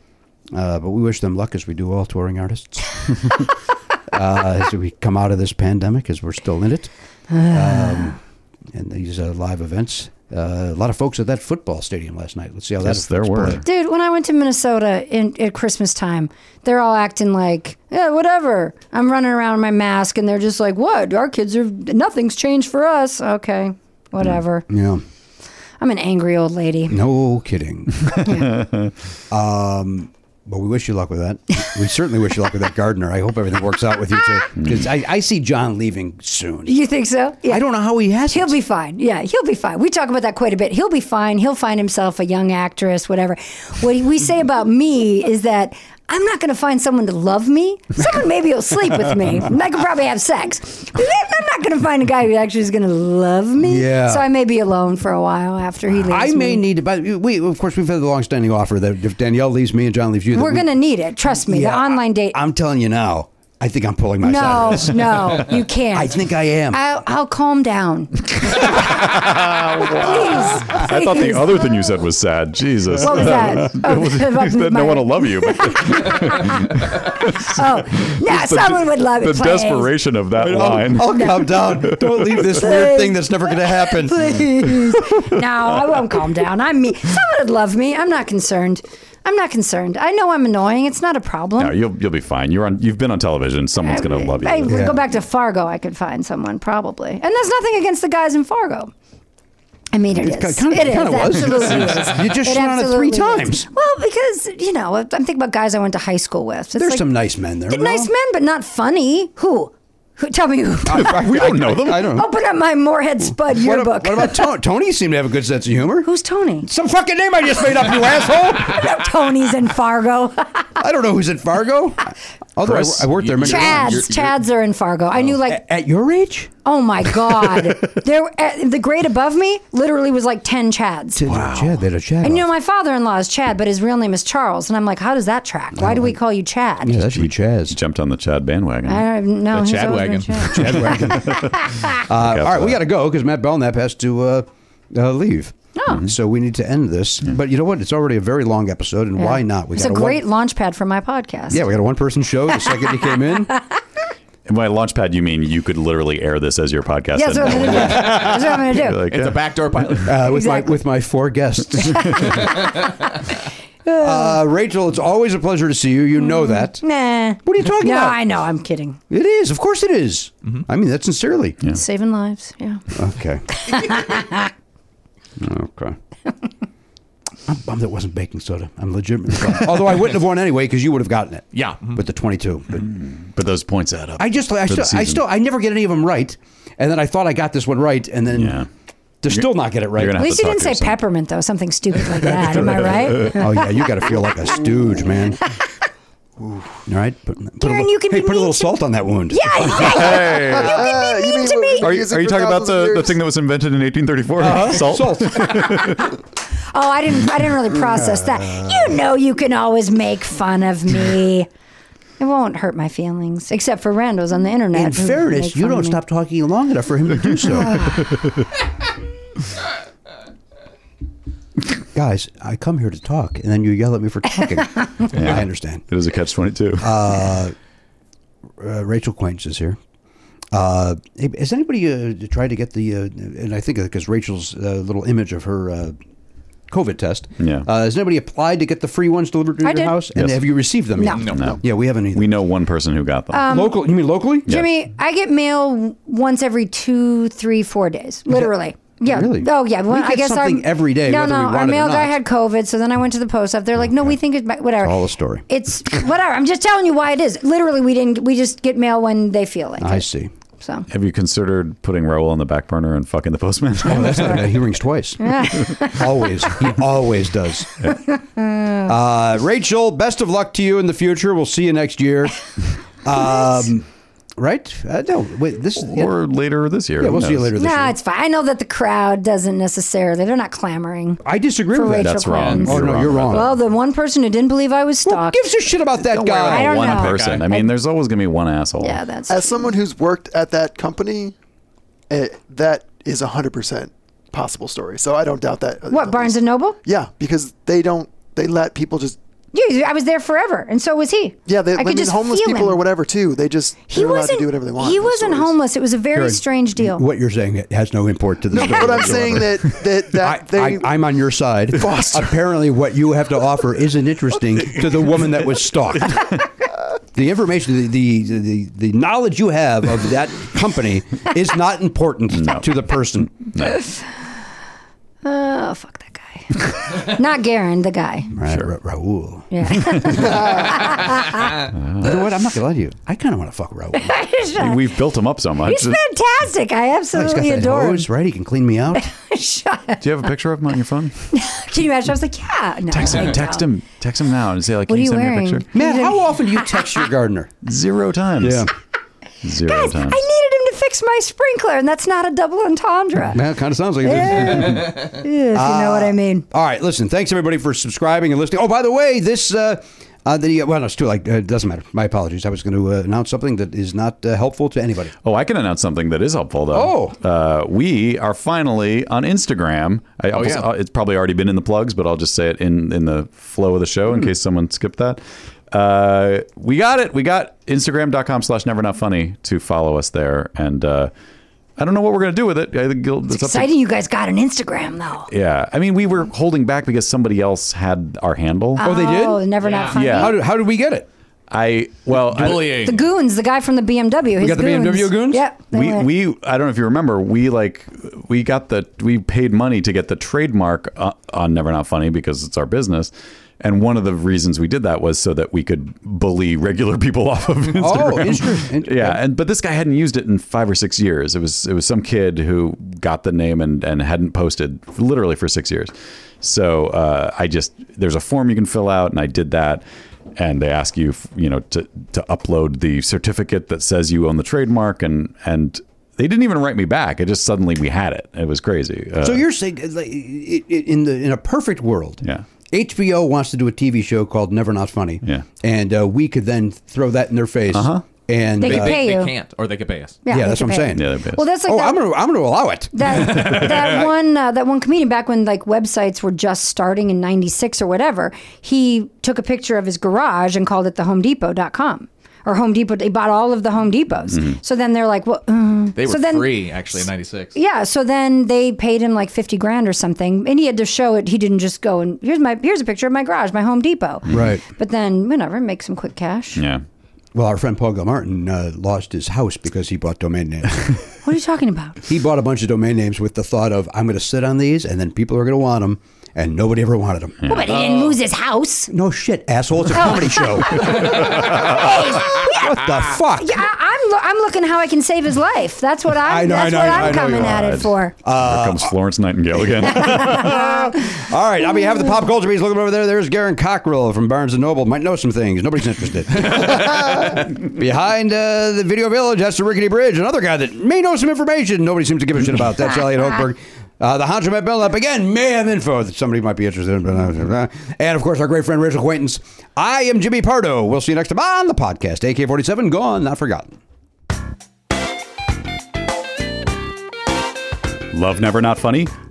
Speaker 2: Uh, but we wish them luck, as we do all touring artists. uh, as we come out of this pandemic, as we're still in it, um, and these uh, live events. Uh, a lot of folks at that football stadium last night. Let's see how that
Speaker 1: Yes, there
Speaker 2: affects
Speaker 1: were.
Speaker 2: play.
Speaker 9: Dude, when I went to Minnesota in, at Christmas time, they're all acting like, yeah, whatever. I'm running around in my mask, and they're just like, what? Our kids are, nothing's changed for us. Okay,
Speaker 1: Hmm.
Speaker 9: whatever.
Speaker 2: Yeah.
Speaker 9: I'm an angry old lady.
Speaker 2: No kidding. um, but we wish you luck with that. We certainly wish you luck with that, Gardner. I hope everything works out with you too,
Speaker 1: Hmm.
Speaker 2: because I, I see John leaving soon.
Speaker 9: You think so? Yeah.
Speaker 2: I don't know how he has.
Speaker 9: He'll be fine. Yeah, he'll be fine. We talk about that quite a bit. He'll be fine. He'll find himself a young actress, whatever. What we say about me is that I'm not going to find someone to love me. Someone maybe will sleep with me. And I could probably have sex. But I'm not going to find a guy who actually is going to love me.
Speaker 2: Yeah.
Speaker 9: So I may be alone for a while after he leaves.
Speaker 2: I may
Speaker 9: me.
Speaker 2: need to, but we, of course, we've had the long-standing offer that if Danielle leaves me and John leaves you, that
Speaker 9: We're
Speaker 2: we-
Speaker 9: going to need it. Trust me.
Speaker 2: Yeah,
Speaker 9: the online date.
Speaker 2: I'm telling you now. I think I'm pulling myself. out of
Speaker 9: no,
Speaker 2: this.
Speaker 9: no, you can't.
Speaker 2: I think I am.
Speaker 9: I'll, I'll calm down. Please.
Speaker 1: I thought the other thing you said was sad. Jesus.
Speaker 9: What was that? Oh, about
Speaker 1: that
Speaker 9: my-
Speaker 1: no one will love you. But
Speaker 9: Oh, no, someone would love it. Oh.
Speaker 1: the
Speaker 9: please.
Speaker 1: desperation of that line.
Speaker 2: I'll Oh, calm down. Don't leave this weird thing that's never going to happen.
Speaker 9: Please. No, I won't calm down. I'm me. Someone would love me. I'm not concerned. I'm not concerned. I know I'm annoying. It's not a problem.
Speaker 1: No, you'll you'll be fine. You're on. You've been on television. Someone's gonna love you.
Speaker 9: I, would
Speaker 2: Yeah.
Speaker 9: Go back to Fargo. I could find someone probably, and that's nothing against the guys in Fargo. I mean, it
Speaker 2: It
Speaker 9: is.
Speaker 2: kinda-
Speaker 9: it is.
Speaker 2: kinda was.
Speaker 9: Absolutely is.
Speaker 2: You just
Speaker 9: It
Speaker 2: shit on it three
Speaker 9: absolutely is.
Speaker 2: times.
Speaker 9: Well, because you know, I'm thinking about guys I went to high school with. It's
Speaker 2: There's
Speaker 9: like,
Speaker 2: some nice men there.
Speaker 9: nice men, but not funny. Who? Who? Tell me who.
Speaker 1: we don't know them.
Speaker 2: I don't know.
Speaker 9: Open up my Moorhead Spud
Speaker 2: What,
Speaker 9: yearbook.
Speaker 2: about what about Tony? Tony seemed to have a good sense of humor.
Speaker 9: Who's Tony?
Speaker 2: Some fucking name I just made up, you asshole.
Speaker 9: No Tony's in Fargo.
Speaker 2: I don't know who's in Fargo. Although I-
Speaker 5: Chris,
Speaker 2: I, worked there
Speaker 5: you-
Speaker 2: many
Speaker 5: Chad.
Speaker 2: times.
Speaker 9: Chads,
Speaker 5: you're-
Speaker 9: Chads are in Fargo. I
Speaker 2: Oh.
Speaker 9: knew like,
Speaker 2: At your age?
Speaker 9: oh my god, there. Uh, the grade above me literally was like ten Chads.
Speaker 2: Chad, they had a Chad.
Speaker 9: And you know, my father-in-law is Chad, but his real name is Charles, and I'm like, how does that track? Why do we call you Chad?
Speaker 2: yeah, that should be Chaz.
Speaker 1: Jumped on the Chad bandwagon.
Speaker 9: I don't know.
Speaker 5: The
Speaker 9: he's
Speaker 5: Chad
Speaker 9: always been
Speaker 5: wagon.
Speaker 9: Chad.
Speaker 2: Chad Wagon. Uh, all right, we got to go because Matt Belknap has to uh, uh, leave. Oh. So we need to end this. But you know what? It's already a very long episode, and why not? We
Speaker 9: It's a
Speaker 2: got
Speaker 9: great
Speaker 2: One,
Speaker 9: launch pad for my podcast.
Speaker 2: yeah, we got a one-person show. The second you came in,
Speaker 1: And by launchpad, you mean you could literally air this as your podcast.
Speaker 9: Yeah, that's what I'm
Speaker 1: and
Speaker 9: gonna do. That's what I'm gonna
Speaker 1: no
Speaker 9: do.
Speaker 1: one would- like,
Speaker 5: It's
Speaker 1: yeah.
Speaker 5: a backdoor pilot.
Speaker 2: uh, with my
Speaker 9: Exactly.
Speaker 2: with my four guests. uh, Rachel, it's always a pleasure to see you. You
Speaker 9: Mm-hmm.
Speaker 2: know that.
Speaker 9: Nah.
Speaker 2: What are you talking
Speaker 9: no,
Speaker 2: about?
Speaker 9: I know. I'm kidding.
Speaker 2: It is, of course, it is. I mean that sincerely.
Speaker 9: Saving lives. Yeah.
Speaker 2: Okay. okay. I'm bummed it wasn't baking soda. I'm legitimately bummed. Although I wouldn't have won anyway because you would have gotten it.
Speaker 5: Yeah.
Speaker 2: With the 22. But
Speaker 1: but those points add up.
Speaker 2: I just, I
Speaker 1: for the
Speaker 2: still, I
Speaker 1: season.
Speaker 2: still, I never get any of them right. And then I thought I got this one right. And then
Speaker 1: Yeah.
Speaker 2: to still not get it right.
Speaker 1: You're gonna
Speaker 9: At
Speaker 1: have
Speaker 9: least
Speaker 1: to
Speaker 9: you didn't
Speaker 1: talk to
Speaker 9: say
Speaker 1: yourself.
Speaker 9: peppermint though. Something stupid like that. Am I right?
Speaker 2: oh, yeah. You got to feel like a stooge, man. All right. Put, put a
Speaker 9: Karen,
Speaker 2: little,
Speaker 9: you can
Speaker 2: hey,
Speaker 9: be
Speaker 2: put a
Speaker 9: mean
Speaker 2: little
Speaker 9: to-
Speaker 2: salt on that wound.
Speaker 9: Yeah. exactly.
Speaker 6: Ah, you mean
Speaker 9: to
Speaker 6: we've
Speaker 9: me.
Speaker 6: been
Speaker 1: Are you,
Speaker 6: using
Speaker 1: are you
Speaker 6: for
Speaker 1: talking about
Speaker 6: thousands
Speaker 1: the,
Speaker 6: of
Speaker 1: the
Speaker 6: years?
Speaker 1: thing that was invented in 1834? Salt?
Speaker 2: Salt.
Speaker 9: Oh, I didn't. I didn't really process that. You know, you can always make fun of me. It won't hurt my feelings, except for randos on the internet.
Speaker 2: In
Speaker 9: who make
Speaker 2: fairness, you
Speaker 9: fun of
Speaker 2: don't
Speaker 9: me.
Speaker 2: stop talking long enough for him to do so. Guys, I come here to talk, and then you yell at me for talking. I understand.
Speaker 1: It is a catch 22.
Speaker 2: Uh, Rachel Quaintance is here. Uh, hey, has anybody uh, tried to get the? Uh, and I think because Rachel's uh, little image of her uh, COVID test.
Speaker 1: Yeah.
Speaker 2: Uh, has anybody applied to get the free ones delivered to
Speaker 9: I
Speaker 2: your
Speaker 9: did.
Speaker 2: house? And
Speaker 1: Yes.
Speaker 2: have you received them?
Speaker 9: No.
Speaker 2: Yet?
Speaker 9: No. Um,
Speaker 1: No.
Speaker 2: Yeah, we haven't either.
Speaker 1: we know one person who got them.
Speaker 2: Local? You mean locally?
Speaker 9: Jimmy, I get mail once every two, three, four days, literally. Yeah.
Speaker 2: Really?
Speaker 9: Oh, yeah.
Speaker 2: We
Speaker 9: Well, I
Speaker 2: get
Speaker 9: guess
Speaker 2: something
Speaker 9: our,
Speaker 2: every day,
Speaker 9: No,
Speaker 2: whether
Speaker 9: no.
Speaker 2: we
Speaker 9: Our
Speaker 2: want it or
Speaker 9: mail guy
Speaker 2: not.
Speaker 9: had COVID, so then I went to the post office. They're like, no, we think it's ba- whatever.
Speaker 2: It's all a story.
Speaker 9: It's whatever. I'm just telling you why it is. Literally, we didn't. We just get mail when they feel like
Speaker 2: I
Speaker 9: it.
Speaker 2: see.
Speaker 9: So
Speaker 1: Have you considered putting Raul on the back burner and fucking the postman?
Speaker 2: Oh, that's not bad. He rings twice. always. He always does. Uh, Rachel, best of luck to you in the future. We'll see you next year. Um, right? Uh, no, wait, this is. Yeah,
Speaker 1: or later this year.
Speaker 2: yeah,
Speaker 1: who
Speaker 2: we'll see you
Speaker 1: knows?
Speaker 2: later this
Speaker 9: no,
Speaker 2: year.
Speaker 9: it's fine. I know that the crowd doesn't necessarily. They're not clamoring.
Speaker 2: I disagree
Speaker 9: for
Speaker 2: with that.
Speaker 9: Rachel
Speaker 1: That's wrong.
Speaker 9: Collins.
Speaker 2: Oh, no, you're
Speaker 1: about
Speaker 2: wrong.
Speaker 1: that.
Speaker 9: Well, the one person who didn't believe I was
Speaker 2: Who
Speaker 9: stalked.
Speaker 2: gives a shit about that
Speaker 9: I
Speaker 2: guy?
Speaker 9: don't
Speaker 1: one
Speaker 9: know.
Speaker 1: person. I mean, there's always going to be one asshole.
Speaker 9: yeah, that's
Speaker 6: As someone who's worked at that company, it, that is a hundred percent possible story. So I don't doubt that. Uh,
Speaker 9: what Barnes and Noble.
Speaker 6: Yeah, because they don't. They let people just.
Speaker 9: Yeah, I was there forever, and so was he.
Speaker 6: Yeah, they
Speaker 9: I
Speaker 6: I
Speaker 9: could
Speaker 6: mean,
Speaker 9: just
Speaker 6: homeless
Speaker 9: feel
Speaker 6: people
Speaker 9: him.
Speaker 6: or whatever too. They just
Speaker 9: He
Speaker 6: they're allowed
Speaker 9: wasn't.
Speaker 6: to do whatever they want.
Speaker 9: He
Speaker 6: in those
Speaker 9: wasn't
Speaker 6: stories.
Speaker 9: homeless. It was a very strange deal.
Speaker 2: What you're saying has no import to this.
Speaker 6: No, but I'm saying that that that they.
Speaker 2: I, I, am on your side.
Speaker 6: Foster.
Speaker 2: Apparently, what you have to offer isn't interesting to the woman that was stalked. The information, the, the the the knowledge you have of that company is not important to the person.
Speaker 9: Oh fuck that guy. Not Garen, the guy.
Speaker 2: Right, Ra- Raul.
Speaker 9: Yeah.
Speaker 2: You know what? I'm not gonna lie to you. I kind of want to fuck Raul.
Speaker 1: I mean, we've built him up so much.
Speaker 9: He's
Speaker 1: Do
Speaker 9: fantastic. I
Speaker 2: He's got
Speaker 9: absolutely
Speaker 2: that
Speaker 9: adore him.
Speaker 2: hose, right? He can clean me out.
Speaker 9: Shut up.
Speaker 1: you have a picture of him on your phone?
Speaker 9: Can you imagine? I was like, yeah. No,
Speaker 1: Text him.
Speaker 9: no.
Speaker 1: Text him. Text him now and say like,
Speaker 9: What
Speaker 1: "Can
Speaker 9: are
Speaker 1: you
Speaker 9: you
Speaker 1: send me a
Speaker 9: wearing?
Speaker 1: picture?"
Speaker 2: Matt, how often do you text your gardener?
Speaker 1: Zero times.
Speaker 2: Yeah.
Speaker 1: Zero
Speaker 9: Guys, I
Speaker 1: times.
Speaker 9: needed him to fix my sprinkler, and that's not a double entendre.
Speaker 2: Matt, kind of sounds like it.
Speaker 9: If you know what
Speaker 1: Ah.
Speaker 9: I mean.
Speaker 2: All right, listen. Thanks everybody for subscribing and listening. Oh, by the way, this uh, uh the well, no, it's too late. Uh, it doesn't matter. My apologies. I was going to uh, announce something that is not uh, helpful to anybody.
Speaker 1: Oh, I can announce something that is helpful though.
Speaker 2: Oh.
Speaker 1: uh, we are finally on Instagram. I, oh,
Speaker 5: yeah.
Speaker 1: It's probably already been in the plugs, but I'll just say it in in the flow of the show in case someone skipped that. Uh, we got it. We got Instagram.com slash Never Not Funny to follow us there, and uh, I don't know what we're gonna do with it. I think it'll- it's up to-
Speaker 9: Exciting, you guys got an Instagram though.
Speaker 1: yeah, I mean, we were holding back because somebody else had our handle.
Speaker 2: Oh, they did.
Speaker 9: Oh, never not funny.
Speaker 1: Yeah.
Speaker 2: How did how did we get it?
Speaker 1: I well, I-
Speaker 9: The
Speaker 5: Bullying.
Speaker 9: goons, the guy from the BMW. We
Speaker 2: got the BMW goons?
Speaker 9: Yep. they
Speaker 1: we,
Speaker 9: went-
Speaker 1: we I don't know if you remember we like we got the we paid money to get the trademark uh, on Never Not Funny because it's our business, and one of the reasons we did that was so that we could bully regular people off of Instagram.
Speaker 2: Oh, interesting.
Speaker 1: Yeah, and but this guy hadn't used it in five or six years. It was it was some kid who got the name and and hadn't posted literally for six years. So uh, I just there's a form you can fill out, and I did that. and they ask you, f- you know, to to upload the certificate that says you own the trademark, and and they didn't even write me back. It just suddenly we had it. It was crazy. Uh,
Speaker 2: So you're saying uh, like, i- i- in the in a perfect world,
Speaker 1: Yeah.
Speaker 2: HBO wants to do a TV show called Never Not Funny,
Speaker 1: Yeah.
Speaker 2: and uh, we could then throw that in their face, uh-huh. and
Speaker 9: They
Speaker 5: They,
Speaker 9: could
Speaker 2: uh,
Speaker 9: pay
Speaker 5: they,
Speaker 9: you.
Speaker 5: they can't, or they could pay us.
Speaker 2: Yeah,
Speaker 9: they
Speaker 2: that's
Speaker 9: could
Speaker 2: what I'm
Speaker 9: pay.
Speaker 2: saying.
Speaker 1: Yeah, they pay us.
Speaker 9: well, that's like
Speaker 2: oh,
Speaker 9: that,
Speaker 2: I'm gonna I'm gonna allow it.
Speaker 9: that that one uh, that one comedian back when like websites were just starting in 96 or whatever he took a picture of his garage and called it the home depot.com or home depot he bought all of the home depots so then they're like well uh.
Speaker 5: Mm-hmm. They were
Speaker 9: so then
Speaker 5: free actually in '96.
Speaker 9: yeah so then they paid him like 50 grand or something and he had to show it he didn't just go and here's my here's a picture of my garage my home depot
Speaker 2: Right.
Speaker 9: but then whatever make some quick cash
Speaker 1: yeah.
Speaker 2: Well, our friend Paul Gilmartin uh, lost his house because he bought domain names.
Speaker 9: what are you talking about
Speaker 2: he bought a bunch of domain names with the thought of I'm going to sit on these, and then people are going to want them, and nobody ever wanted them.
Speaker 9: well, but he didn't lose his house
Speaker 2: No shit, asshole! It's a comedy show.
Speaker 5: Oh.
Speaker 2: what the fuck?
Speaker 9: Yeah, I, I'm, lo- I'm looking how I can save his life. That's what I'm.
Speaker 2: I know, I
Speaker 9: that's
Speaker 2: know, I
Speaker 9: what
Speaker 2: know,
Speaker 9: I'm
Speaker 2: I know
Speaker 9: coming
Speaker 2: you
Speaker 9: at
Speaker 1: are.
Speaker 9: it for.
Speaker 1: Here comes Florence Nightingale again.
Speaker 2: All right, on behalf of the pop culture bees, looking over there, there's Garen Cockrell from Barnes and Noble. Might know some things. Nobody's interested. Behind uh, the Video Village, that's the Rickety Bridge, another guy that may know some information nobody seems to give a shit about. That's Elliot Hochberg. Uh, the Honcho Met Buildup, again, may have info that somebody might be interested in. uh, And of course, our great friend Rachel Acquaintance. I am Jimmy Pardo. We'll see you next time on the podcast. AK 47, gone, not forgotten.
Speaker 1: Love Never Not Funny?